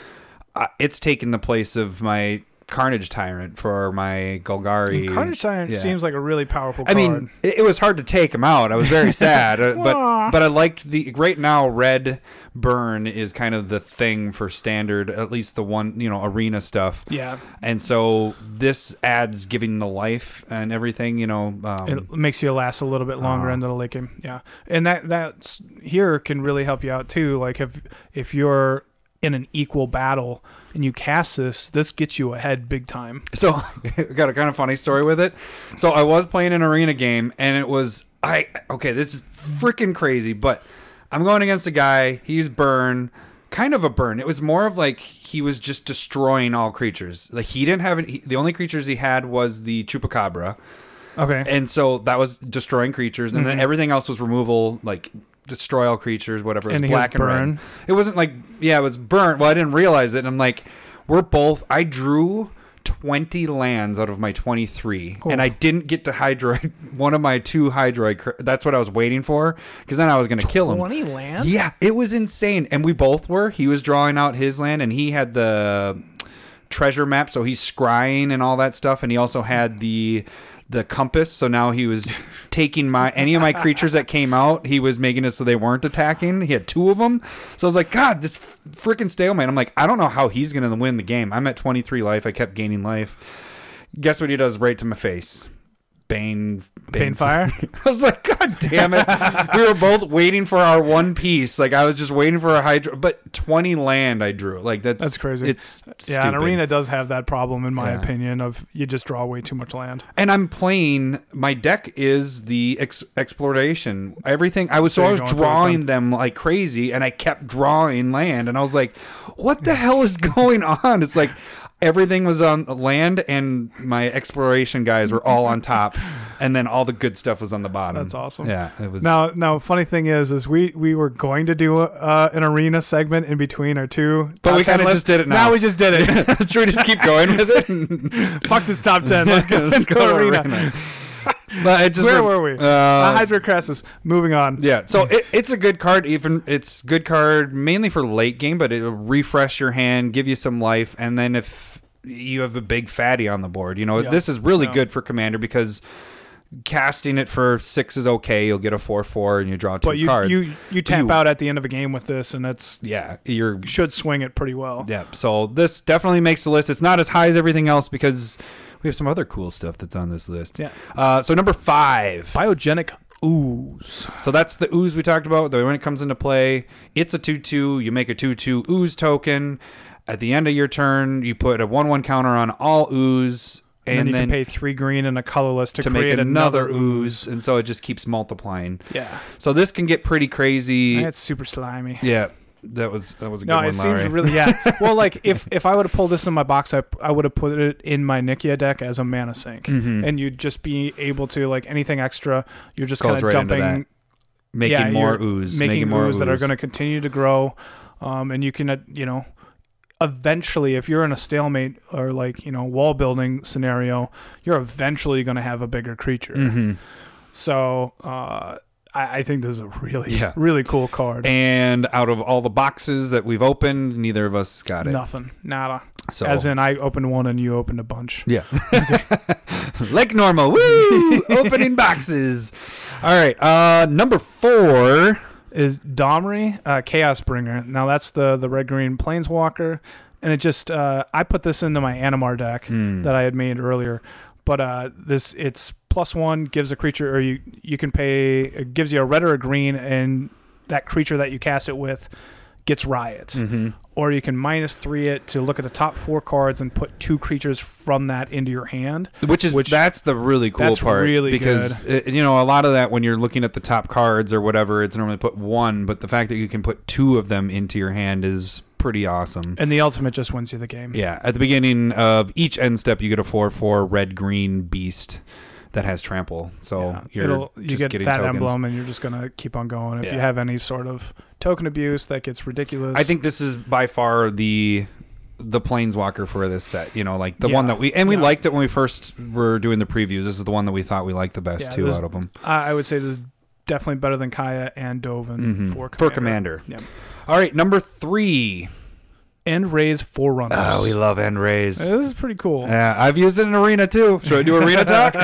[SPEAKER 2] uh, it's taken the place of my Carnage Tyrant for my Golgari.
[SPEAKER 1] And Carnage Tyrant
[SPEAKER 2] yeah.
[SPEAKER 1] seems like a really powerful
[SPEAKER 2] I
[SPEAKER 1] card.
[SPEAKER 2] mean, it, it was hard to take him out. I was very sad, uh,
[SPEAKER 1] Aw.
[SPEAKER 2] but but I liked the right now. Red burn is kind of the thing for standard, at least the one you know arena stuff.
[SPEAKER 1] yeah,
[SPEAKER 2] And so this adds giving the life and everything, you know. Um,
[SPEAKER 1] it makes you last a little bit longer
[SPEAKER 2] Uh-huh.
[SPEAKER 1] into the late game. Yeah, and that that's here can really help you out too. Like if if you're in an equal battle and you cast this, this gets you ahead big time.
[SPEAKER 2] so I got a kind of funny story with it. So I was playing an arena game and it was I okay, this is freaking crazy, but I'm going against a guy, he's burn, kind of a burn. It was more of like he was just destroying all creatures. Like he didn't have any, he- the only creatures he had was the chupacabra.
[SPEAKER 1] Okay, Mm-hmm.
[SPEAKER 2] And so that was destroying creatures and then everything else was removal like destroy all creatures whatever it was
[SPEAKER 1] And he was
[SPEAKER 2] black and red.
[SPEAKER 1] burn.
[SPEAKER 2] It wasn't like yeah, it was burnt. Well, I didn't realize it. And I'm like, we're both. I drew. 20 lands out of my 23 and
[SPEAKER 1] Oh.
[SPEAKER 2] I didn't get to hydroid one of my two hydroid cr- that's what I was waiting for because then I was going to kill him
[SPEAKER 1] twenty lands.
[SPEAKER 2] um, yeah it was insane and we both were he was drawing out his land and he had the treasure map so he's scrying and all that stuff and he also had the the compass so now he was taking my any of my creatures that came out he was making it so they weren't attacking he had two of them so i was like god this freaking stalemate i'm like i don't know how he's gonna win the game i'm at 23 life i kept gaining life guess what he does right to my face bane
[SPEAKER 1] Bane fire.
[SPEAKER 2] I was like, God damn it. we were both waiting for our one piece. Like I was just waiting for a hydro but twenty land I drew. Like that's
[SPEAKER 1] That's crazy.
[SPEAKER 2] It's
[SPEAKER 1] Yeah, and
[SPEAKER 2] stupid.
[SPEAKER 1] arena does have that problem, in my
[SPEAKER 2] Yeah.
[SPEAKER 1] opinion, of you just draw way too much land.
[SPEAKER 2] And I'm playing my deck is the ex- exploration. Everything I was so,
[SPEAKER 1] So
[SPEAKER 2] I
[SPEAKER 1] you're
[SPEAKER 2] was
[SPEAKER 1] going through what's
[SPEAKER 2] drawing them like crazy and I kept drawing land and I was like, What the hell is going on? It's like Everything was on land, and my exploration guys were all on top, and then all the good stuff was on the bottom.
[SPEAKER 1] That's awesome.
[SPEAKER 2] Yeah, it was.
[SPEAKER 1] Now, now, funny thing is, is we we were going to do uh, an arena segment in between our two,
[SPEAKER 2] But
[SPEAKER 1] top
[SPEAKER 2] we
[SPEAKER 1] 10
[SPEAKER 2] kinda just
[SPEAKER 1] lists.
[SPEAKER 2] did it now.
[SPEAKER 1] we just did it.
[SPEAKER 2] Should we just keep going with it?
[SPEAKER 1] Fuck this top ten. Let's go,
[SPEAKER 2] Let's
[SPEAKER 1] let's go,
[SPEAKER 2] go to
[SPEAKER 1] arena.
[SPEAKER 2] arena. But it just
[SPEAKER 1] Where
[SPEAKER 2] rem-
[SPEAKER 1] were we?
[SPEAKER 2] Uh,
[SPEAKER 1] a Hydrocrassus. Moving on.
[SPEAKER 2] yeah, so it, it's a good card. Even it's good card mainly for late game, but it'll refresh your hand, give you some life, and then if you have a big fatty on the board, you know
[SPEAKER 1] Yeah.
[SPEAKER 2] this is really
[SPEAKER 1] Yeah.
[SPEAKER 2] good for commander because casting it for six is okay. You'll get a four four and you draw two
[SPEAKER 1] But you
[SPEAKER 2] cards.
[SPEAKER 1] you you tap
[SPEAKER 2] You-
[SPEAKER 1] out at the end of a game with this, and that's
[SPEAKER 2] yeah, you're
[SPEAKER 1] should swing it pretty well.
[SPEAKER 2] yeah. So this definitely makes the list. It's not as high as everything else because we have some other cool stuff that's on this list.
[SPEAKER 1] Yeah.
[SPEAKER 2] Uh, so number five.
[SPEAKER 1] Biogenic ooze.
[SPEAKER 2] So that's the ooze we talked about. That when it comes into play, it's a 2 2. You make a 2 2 ooze token. At the end of your turn, you put a 1 1 counter on all ooze.
[SPEAKER 1] And,
[SPEAKER 2] And,
[SPEAKER 1] then you can pay three green and a colorless to,
[SPEAKER 2] to
[SPEAKER 1] create
[SPEAKER 2] make
[SPEAKER 1] another,
[SPEAKER 2] another, ooze. And so it just keeps multiplying.
[SPEAKER 1] Yeah,
[SPEAKER 2] So this can get pretty crazy.
[SPEAKER 1] that's super slimy.
[SPEAKER 2] yeah. That was that was a good
[SPEAKER 1] No,
[SPEAKER 2] one,
[SPEAKER 1] it seems
[SPEAKER 2] Larry.
[SPEAKER 1] really yeah. well, like if if I would have pulled this in my box, I I would have put it in my Nikia deck as a mana sink,
[SPEAKER 2] Mhm.
[SPEAKER 1] and you'd just be able to like anything extra. You're just
[SPEAKER 2] Goes
[SPEAKER 1] kind of
[SPEAKER 2] right into
[SPEAKER 1] dumping,
[SPEAKER 2] making
[SPEAKER 1] yeah,
[SPEAKER 2] more
[SPEAKER 1] you're
[SPEAKER 2] ooze,
[SPEAKER 1] making,
[SPEAKER 2] more
[SPEAKER 1] moves that are going to continue to grow, um, and you can uh, you know eventually if you're in a stalemate or like you know wall building scenario, you're eventually going to have a bigger creature.
[SPEAKER 2] Mhm.
[SPEAKER 1] So uh, I, I think this is a really,
[SPEAKER 2] Yeah.
[SPEAKER 1] really cool card.
[SPEAKER 2] And out of all the boxes that we've opened, neither of us got it.
[SPEAKER 1] Nothing, nada.
[SPEAKER 2] So
[SPEAKER 1] As in, I opened one and you opened a bunch.
[SPEAKER 2] Yeah. like normal. Woo! Opening boxes. All right. Uh number 4.
[SPEAKER 1] Is Domri uh, Chaos Bringer? Now that's the the red green planeswalker, and it just uh, I put this into my Animar deck that I had made earlier. But uh, this it's plus one gives a creature or you you can pay it gives you a red or a green and that creature that you cast it with gets riot.
[SPEAKER 2] Mm-hmm.
[SPEAKER 1] or you can minus three it to look at the top four cards and put two creatures from that into your hand.
[SPEAKER 2] Which is
[SPEAKER 1] Which-
[SPEAKER 2] that's the really cool
[SPEAKER 1] that's
[SPEAKER 2] part
[SPEAKER 1] really
[SPEAKER 2] because uh, you know a lot of that when you're looking at the top cards or whatever it's normally put one but the fact that you can put two of them into your hand is pretty awesome.
[SPEAKER 1] And the ultimate just wins you the game.
[SPEAKER 2] Yeah, at the beginning of each end step you get a 4/4 red green beast that has trample. So
[SPEAKER 1] Yeah.
[SPEAKER 2] you're
[SPEAKER 1] It'll- you
[SPEAKER 2] just
[SPEAKER 1] get
[SPEAKER 2] getting
[SPEAKER 1] that
[SPEAKER 2] tokens.
[SPEAKER 1] emblem, and you're just gonna keep on going. If you
[SPEAKER 2] Yeah.
[SPEAKER 1] have any sort of token abuse, that gets ridiculous.
[SPEAKER 2] I think this is by far the the planeswalker for this set. You know, like the
[SPEAKER 1] Yeah.
[SPEAKER 2] one that we and we
[SPEAKER 1] Yeah.
[SPEAKER 2] liked it when we first were doing the previews. This is the one that we thought we liked the best
[SPEAKER 1] Yeah,
[SPEAKER 2] too
[SPEAKER 1] this-
[SPEAKER 2] out of them
[SPEAKER 1] I, I would say this is definitely better than Kaya and Dovin
[SPEAKER 2] Mhm.
[SPEAKER 1] for commander.
[SPEAKER 2] for commander.
[SPEAKER 1] Yeah.
[SPEAKER 2] All right, number three.
[SPEAKER 1] and Ray's Forerunners.
[SPEAKER 2] Oh, we love end rays.
[SPEAKER 1] this is pretty cool.
[SPEAKER 2] Oh. Yeah, I've used it in arena too. Should I do arena talk?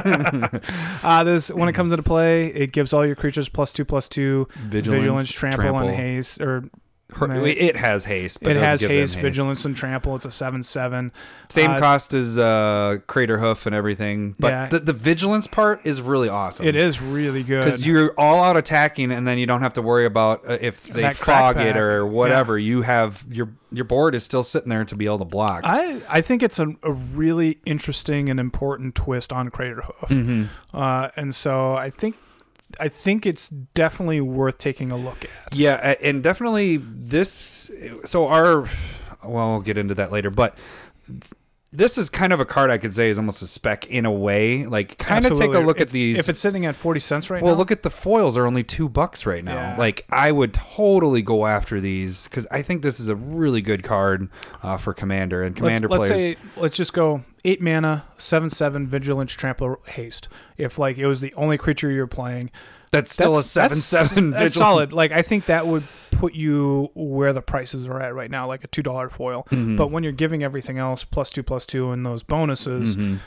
[SPEAKER 1] Uh, this when it comes into play, it gives all your creatures plus two plus two vigilance, trample, and haste or
[SPEAKER 2] Her-
[SPEAKER 1] No.
[SPEAKER 2] It has haste. But
[SPEAKER 1] it
[SPEAKER 2] doesn't
[SPEAKER 1] has
[SPEAKER 2] give them
[SPEAKER 1] haste, vigilance, and trample. It's a seven seven.
[SPEAKER 2] Same
[SPEAKER 1] Uh,
[SPEAKER 2] cost as uh, crater hoof and everything. But
[SPEAKER 1] Yeah.
[SPEAKER 2] the, the vigilance part is really awesome.
[SPEAKER 1] It is really good.
[SPEAKER 2] because you're all out attacking, and then you don't have to worry about uh, if they
[SPEAKER 1] That
[SPEAKER 2] fog
[SPEAKER 1] crack
[SPEAKER 2] it
[SPEAKER 1] pack.
[SPEAKER 2] or whatever. You have your your board is still sitting there to be able to block.
[SPEAKER 1] I, I think it's a, a really interesting and important twist on Craterhoof,
[SPEAKER 2] Mhm.
[SPEAKER 1] uh, and so I think I think it's definitely worth taking a look at.
[SPEAKER 2] Yeah, a- and definitely this. So our, well, we'll get into that later, but. This is kind of a card I could say is almost a spec in a way. Like, kind of take a
[SPEAKER 1] Absolutely.
[SPEAKER 2] look at
[SPEAKER 1] It's-
[SPEAKER 2] these.
[SPEAKER 1] If it's sitting at forty cents right
[SPEAKER 2] well,
[SPEAKER 1] now,
[SPEAKER 2] look at the foils are only two bucks right now.
[SPEAKER 1] Yeah.
[SPEAKER 2] Like, I would totally go after these because I think this is a really good card uh, for commander and
[SPEAKER 1] let's,
[SPEAKER 2] commander
[SPEAKER 1] let's
[SPEAKER 2] players.
[SPEAKER 1] say let's just go eight mana, seven seven, vigilance, trample, haste. If like it was the only creature you're playing,
[SPEAKER 2] that's still a seven seven.
[SPEAKER 1] That's
[SPEAKER 2] vigil-
[SPEAKER 1] solid. Like I think that would put you where the prices are at right now, like a two dollar foil.
[SPEAKER 2] Mhm.
[SPEAKER 1] But when you're giving everything else plus two plus two and those bonuses,
[SPEAKER 2] Mhm.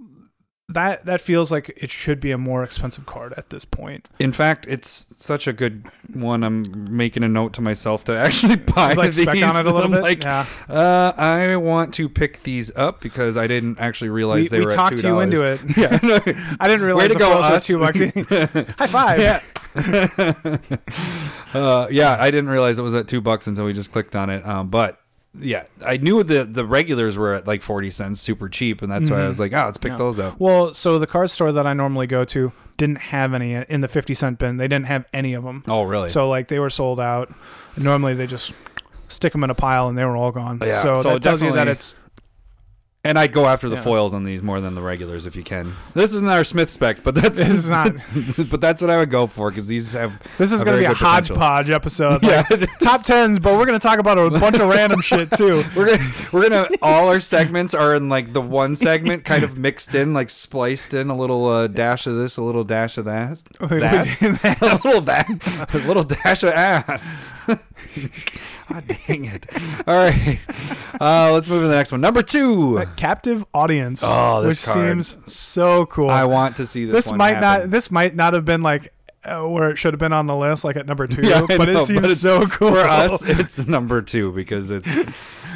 [SPEAKER 2] Mm-hmm.
[SPEAKER 1] that that feels like it should be a more expensive card at this point.
[SPEAKER 2] in fact, it's such a good one. I'm making a note to myself to actually buy
[SPEAKER 1] like
[SPEAKER 2] these.
[SPEAKER 1] spec on it a little
[SPEAKER 2] I'm
[SPEAKER 1] bit.
[SPEAKER 2] Like,
[SPEAKER 1] yeah,
[SPEAKER 2] uh, I want to pick these up because I didn't actually realize
[SPEAKER 1] we,
[SPEAKER 2] they
[SPEAKER 1] we
[SPEAKER 2] were. at
[SPEAKER 1] talked you
[SPEAKER 2] $2.
[SPEAKER 1] into it.
[SPEAKER 2] Yeah,
[SPEAKER 1] I didn't realize
[SPEAKER 2] Way to
[SPEAKER 1] the
[SPEAKER 2] go,
[SPEAKER 1] foils were
[SPEAKER 2] us.
[SPEAKER 1] two bucks. High five.
[SPEAKER 2] Yeah. uh, yeah, I didn't realize it was at two bucks until we just clicked on it. Um, but yeah, I knew the the regulars were at like forty cents, super cheap, and that's why I
[SPEAKER 1] Mhm.
[SPEAKER 2] was like, oh, let's pick
[SPEAKER 1] Yeah.
[SPEAKER 2] those up.
[SPEAKER 1] Well, so the card store that I normally go to didn't have any in the fifty cent bin. They didn't have any of them.
[SPEAKER 2] Oh, really?
[SPEAKER 1] So like they were sold out. Normally they just stick them in a pile and they were all gone.
[SPEAKER 2] Yeah,
[SPEAKER 1] So,
[SPEAKER 2] so
[SPEAKER 1] that tells you that
[SPEAKER 2] definitely-
[SPEAKER 1] it's
[SPEAKER 2] And I go after the
[SPEAKER 1] Yeah.
[SPEAKER 2] foils on these more than the regulars if you can. This isn't our Smith specs, but that's
[SPEAKER 1] This is not.
[SPEAKER 2] but that's what I would go for because these have.
[SPEAKER 1] This is
[SPEAKER 2] A
[SPEAKER 1] going to
[SPEAKER 2] very
[SPEAKER 1] be a
[SPEAKER 2] good potential.
[SPEAKER 1] hodgepodge episode. Like,
[SPEAKER 2] Yeah, it is.
[SPEAKER 1] top tens, but we're going to talk about a bunch of random shit too.
[SPEAKER 2] We're gonna we're gonna all our segments are in like the one segment kind of mixed in, like spliced in a little uh, dash of this, a little dash of that,
[SPEAKER 1] Wait,
[SPEAKER 2] That's-
[SPEAKER 1] wait,
[SPEAKER 2] a
[SPEAKER 1] that's-
[SPEAKER 2] little that, a little dash of ass. God dang it! All right, uh, let's move to the next one. Number two.
[SPEAKER 1] a captive audience,
[SPEAKER 2] Oh, this
[SPEAKER 1] which
[SPEAKER 2] card.
[SPEAKER 1] seems so cool.
[SPEAKER 2] I want to see this.
[SPEAKER 1] this
[SPEAKER 2] one
[SPEAKER 1] might
[SPEAKER 2] happen.
[SPEAKER 1] not. This might not have been like uh, where it should have been on the list, like at number two.
[SPEAKER 2] Yeah, I
[SPEAKER 1] but
[SPEAKER 2] know,
[SPEAKER 1] it seems
[SPEAKER 2] it's-
[SPEAKER 1] so cool
[SPEAKER 2] for us. It's number two because it's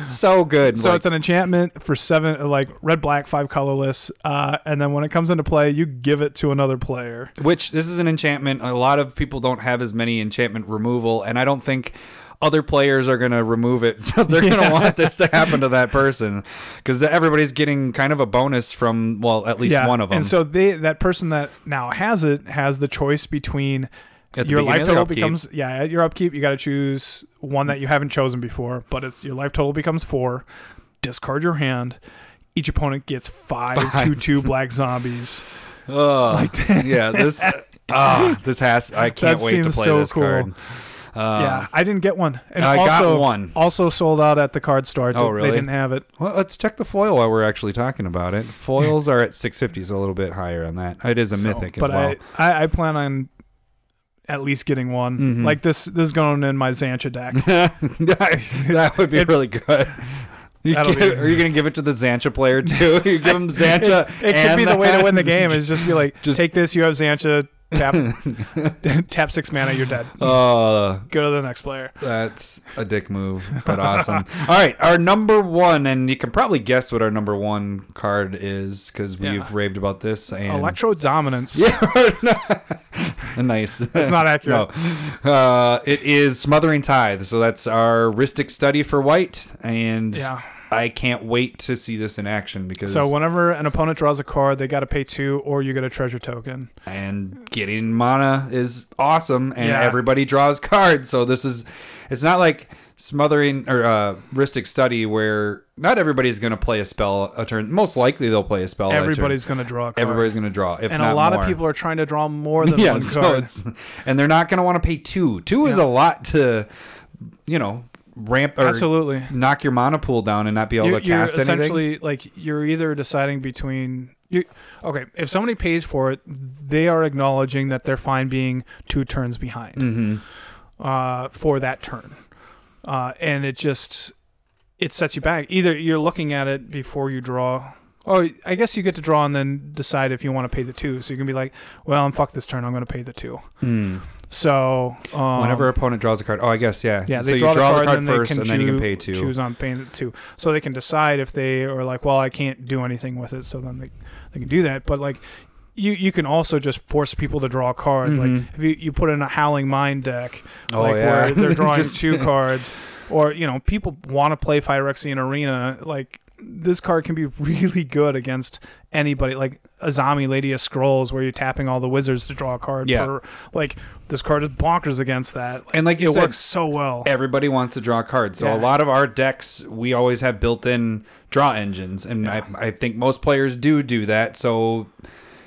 [SPEAKER 2] so good.
[SPEAKER 1] So
[SPEAKER 2] Like,
[SPEAKER 1] it's an enchantment for seven, like red, black, five colorless, uh, and then when it comes into play, you give it to another player.
[SPEAKER 2] which this is an enchantment. A lot of people don't have as many enchantment removal, and I don't think other players are going to remove it. So they're going to want this to happen to that person because everybody's getting kind of a bonus from well, at least one of them.
[SPEAKER 1] And so they that person that now has it has the choice between
[SPEAKER 2] At the
[SPEAKER 1] your
[SPEAKER 2] beginning
[SPEAKER 1] life
[SPEAKER 2] of their
[SPEAKER 1] total
[SPEAKER 2] upkeep.
[SPEAKER 1] becomes yeah at your upkeep you got to choose one that you haven't chosen before, but it's your life total becomes four. Discard your hand. Each opponent gets five two two black zombies.
[SPEAKER 2] Ugh. yeah, this. Ah, this has. I can't
[SPEAKER 1] That
[SPEAKER 2] wait to
[SPEAKER 1] seems
[SPEAKER 2] play
[SPEAKER 1] so
[SPEAKER 2] this
[SPEAKER 1] cool.
[SPEAKER 2] card. Uh,
[SPEAKER 1] yeah, I didn't get one. And
[SPEAKER 2] I got
[SPEAKER 1] also,
[SPEAKER 2] one.
[SPEAKER 1] Also sold out at the card store.
[SPEAKER 2] Oh,
[SPEAKER 1] They-
[SPEAKER 2] really?
[SPEAKER 1] They didn't have it.
[SPEAKER 2] Well, let's check the foil while we're actually talking about it. Foils are at 650, so a little bit higher on that. It is a
[SPEAKER 1] So,
[SPEAKER 2] mythic
[SPEAKER 1] but
[SPEAKER 2] as well.
[SPEAKER 1] I, I I plan on at least getting one.
[SPEAKER 2] Mhm.
[SPEAKER 1] Like this this is going in my Xancha deck.
[SPEAKER 2] that would be
[SPEAKER 1] It-
[SPEAKER 2] really good. You
[SPEAKER 1] That'll
[SPEAKER 2] give-
[SPEAKER 1] be-
[SPEAKER 2] are you going to give it to the Xancha player too? You give him Xancha.
[SPEAKER 1] It, could
[SPEAKER 2] and
[SPEAKER 1] be the way to
[SPEAKER 2] that?
[SPEAKER 1] win the game is just be like,
[SPEAKER 2] Just-
[SPEAKER 1] take this, you have Xancha, tap tap six mana, you're dead.
[SPEAKER 2] Uh,
[SPEAKER 1] Go to the next player.
[SPEAKER 2] that's a dick move, but awesome. All right, our number one, and you can probably guess what our number one card is because we've
[SPEAKER 1] Yeah.
[SPEAKER 2] raved about this. And
[SPEAKER 1] Electro dominance.
[SPEAKER 2] nice.
[SPEAKER 1] That's not accurate.
[SPEAKER 2] No. Uh, it is Smothering Tithe. So that's our Ristic study for white. And
[SPEAKER 1] Yeah.
[SPEAKER 2] I can't wait to see this in action because
[SPEAKER 1] So whenever an opponent draws a card, they got to pay two, or you get a treasure token.
[SPEAKER 2] and getting mana is awesome and
[SPEAKER 1] Yeah.
[SPEAKER 2] everybody draws cards. So this is it's not like smothering or uh Ristic study where not everybody's going to play a spell a turn. Most likely they'll play a spell a turn.
[SPEAKER 1] Everybody's going to draw a card.
[SPEAKER 2] everybody's going to draw if
[SPEAKER 1] and
[SPEAKER 2] not
[SPEAKER 1] a lot
[SPEAKER 2] more.
[SPEAKER 1] of people are trying to draw more than
[SPEAKER 2] yeah,
[SPEAKER 1] one
[SPEAKER 2] so
[SPEAKER 1] card.
[SPEAKER 2] it's and they're not going to want to pay two. Two is
[SPEAKER 1] Yeah.
[SPEAKER 2] a lot to, you know, ramp or
[SPEAKER 1] Absolutely.
[SPEAKER 2] knock your mana pool down and not be able
[SPEAKER 1] You're,
[SPEAKER 2] to
[SPEAKER 1] you're
[SPEAKER 2] cast anything.
[SPEAKER 1] essentially like you're either deciding between you. Okay, if somebody pays for it, they are acknowledging that they're fine being two turns behind.
[SPEAKER 2] hmm
[SPEAKER 1] uh, for that turn, uh, and it just it sets you back. Either you're looking at it before you draw. Oh, I guess you get to draw and then decide if you want to pay the two. So you can be like, "Well, I'm fuck this turn. I'm going to pay the two. So um,
[SPEAKER 2] Mm. Whenever opponent draws a card, oh, I guess yeah.
[SPEAKER 1] yeah,
[SPEAKER 2] so
[SPEAKER 1] they
[SPEAKER 2] you
[SPEAKER 1] draw,
[SPEAKER 2] draw,
[SPEAKER 1] the card,
[SPEAKER 2] the card
[SPEAKER 1] then
[SPEAKER 2] first,
[SPEAKER 1] they can
[SPEAKER 2] and then you can
[SPEAKER 1] choo-
[SPEAKER 2] pay two.
[SPEAKER 1] Choose on paying the two, so they can decide if they are like, "Well, I can't do anything with it." So then they they can do that. But like. You, you can also just force people to draw cards.
[SPEAKER 2] Mhm.
[SPEAKER 1] Like if you, you put in a Howling Mind deck,
[SPEAKER 2] Oh
[SPEAKER 1] like
[SPEAKER 2] yeah,
[SPEAKER 1] where they're drawing
[SPEAKER 2] Just-
[SPEAKER 1] two cards or you know people want to play Phyrexian Arena like this card can be really good against anybody like a zombie lady of scrolls where you're tapping all the wizards to draw a card
[SPEAKER 2] Yeah.
[SPEAKER 1] per, like this card is bonkers against that
[SPEAKER 2] And like you
[SPEAKER 1] it
[SPEAKER 2] said,
[SPEAKER 1] works so well
[SPEAKER 2] Everybody wants to draw cards. So a
[SPEAKER 1] Yeah.
[SPEAKER 2] lot of our decks, we always have built-in draw engines, and I, I think most players do do that. So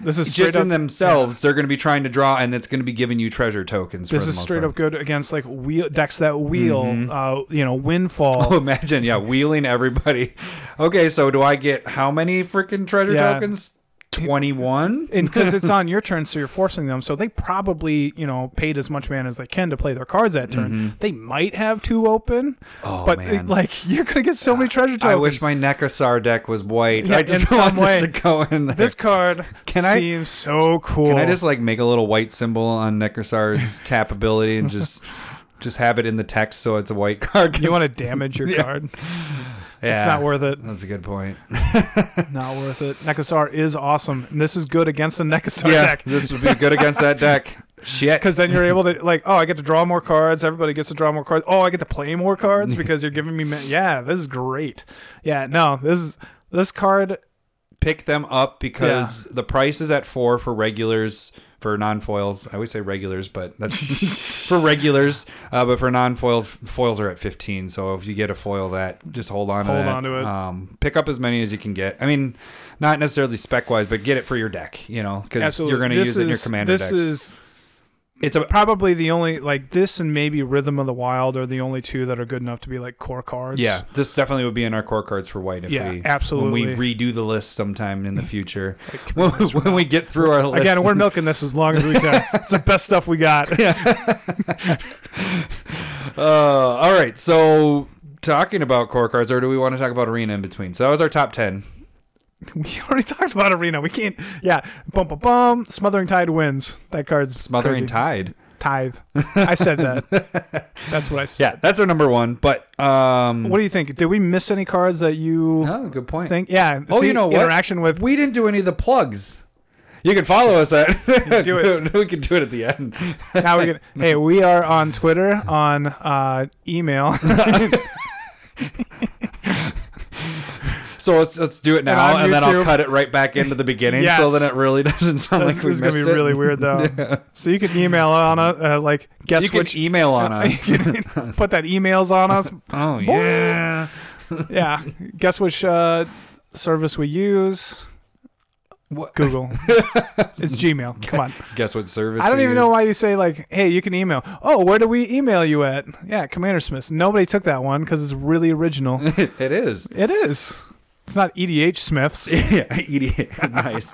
[SPEAKER 1] this is straight
[SPEAKER 2] just
[SPEAKER 1] up
[SPEAKER 2] in themselves, they're going to be trying to draw, and it's going to be giving you treasure tokens.
[SPEAKER 1] this
[SPEAKER 2] for the
[SPEAKER 1] is
[SPEAKER 2] most
[SPEAKER 1] straight
[SPEAKER 2] part. Mm-hmm.
[SPEAKER 1] up good against like wheel decks that wheel uh you know windfall
[SPEAKER 2] Oh, imagine, yeah, wheeling everybody. Okay, so do I get how many freaking treasure
[SPEAKER 1] Yeah.
[SPEAKER 2] tokens? Twenty-one.
[SPEAKER 1] and because it's on your turn, so you're forcing them. So they probably, you know, paid as much mana as they can to play their cards that turn. They might have two open,
[SPEAKER 2] Mm-hmm. Oh
[SPEAKER 1] but
[SPEAKER 2] man.
[SPEAKER 1] it- like you're gonna get so many treasure tokens.
[SPEAKER 2] I wish my Necrosar deck was white.
[SPEAKER 1] Yeah,
[SPEAKER 2] I just
[SPEAKER 1] in
[SPEAKER 2] want
[SPEAKER 1] some
[SPEAKER 2] this
[SPEAKER 1] way.
[SPEAKER 2] to go in there.
[SPEAKER 1] this card
[SPEAKER 2] Can I-
[SPEAKER 1] seems so cool.
[SPEAKER 2] Can I just like make a little white symbol on Necrosar's tap ability and just just have it in the text so it's a white card? 'Cause-
[SPEAKER 1] you want to damage your card?
[SPEAKER 2] yeah,
[SPEAKER 1] It's not worth it.
[SPEAKER 2] That's a good point.
[SPEAKER 1] Not worth it. Nekasar is awesome, and this is good against the Nekasar
[SPEAKER 2] yeah,
[SPEAKER 1] deck
[SPEAKER 2] this would be good against that deck. Shit.
[SPEAKER 1] because then you're able to like, oh, I get to draw more cards. Everybody gets to draw more cards. Oh, I get to play more cards because you're giving me. Ma- yeah, this is great. Yeah, no, this is this card
[SPEAKER 2] pick them up because the price is at four for regulars, for non-foils. I always say regulars, but that's for regulars. Uh, but for non-foils, foils are at 15. So if you get a foil, that just hold on.
[SPEAKER 1] Hold
[SPEAKER 2] to that.
[SPEAKER 1] on to it.
[SPEAKER 2] Um, pick up as many as you can get. I mean, not necessarily spec wise, but get it for your deck. You know, because
[SPEAKER 1] Absolutely.
[SPEAKER 2] you're going to
[SPEAKER 1] This
[SPEAKER 2] use it in your
[SPEAKER 1] is-
[SPEAKER 2] commander
[SPEAKER 1] This
[SPEAKER 2] decks.
[SPEAKER 1] is
[SPEAKER 2] it's a
[SPEAKER 1] probably the only like this and maybe Rhythm of the Wild are the only two that are good enough to be like core cards.
[SPEAKER 2] yeah. This definitely would be in our core cards for white. If
[SPEAKER 1] Yeah,
[SPEAKER 2] we,
[SPEAKER 1] absolutely.
[SPEAKER 2] When we redo the list sometime in the future,
[SPEAKER 1] Like three
[SPEAKER 2] when,
[SPEAKER 1] minutes from
[SPEAKER 2] when we get through our list,
[SPEAKER 1] Again, we're milking this as long as we can. it's the best stuff we got.
[SPEAKER 2] Uh, all right. So talking about core cards, or do we want to talk about arena in between? So that was our top ten.
[SPEAKER 1] we already talked about arena. We can't. Yeah, bum bum bum. Smothering Tide wins. That card's crazy.
[SPEAKER 2] Smothering Tide.
[SPEAKER 1] Tithe. I said that. That's what I said.
[SPEAKER 2] Yeah, that's our number one. But um,
[SPEAKER 1] What do you think? Did we miss any cards that you
[SPEAKER 2] Oh, good point.
[SPEAKER 1] think? Yeah.
[SPEAKER 2] Oh,
[SPEAKER 1] see,
[SPEAKER 2] you know what?
[SPEAKER 1] Interaction with.
[SPEAKER 2] we didn't do any of the plugs. You can follow us at.
[SPEAKER 1] Do it.
[SPEAKER 2] we can do it at the end.
[SPEAKER 1] Now we can. hey, we are on Twitter, on uh, email,
[SPEAKER 2] So let's let's do it now,
[SPEAKER 1] And on
[SPEAKER 2] and, then I'll
[SPEAKER 1] YouTube.
[SPEAKER 2] cut it right back into the beginning, so
[SPEAKER 1] Yes.
[SPEAKER 2] then it really doesn't sound
[SPEAKER 1] This,
[SPEAKER 2] like we
[SPEAKER 1] this is
[SPEAKER 2] missed
[SPEAKER 1] gonna be
[SPEAKER 2] it.
[SPEAKER 1] really weird though. So you can email on us, uh, like guess
[SPEAKER 2] you can
[SPEAKER 1] which.
[SPEAKER 2] email on us.
[SPEAKER 1] put that emails on us.
[SPEAKER 2] oh yeah.
[SPEAKER 1] yeah, guess which uh, service we use.
[SPEAKER 2] What-
[SPEAKER 1] Google. it's Gmail. Come on.
[SPEAKER 2] Guess what service?
[SPEAKER 1] I don't
[SPEAKER 2] we
[SPEAKER 1] even
[SPEAKER 2] use?
[SPEAKER 1] know why you say like, "Hey, you can email." Oh, where do we email you at? Yeah, Commander Smith. Nobody took that one because it's really original.
[SPEAKER 2] it is.
[SPEAKER 1] it is. It's not EDH Smiths.
[SPEAKER 2] yeah, EDA. nice.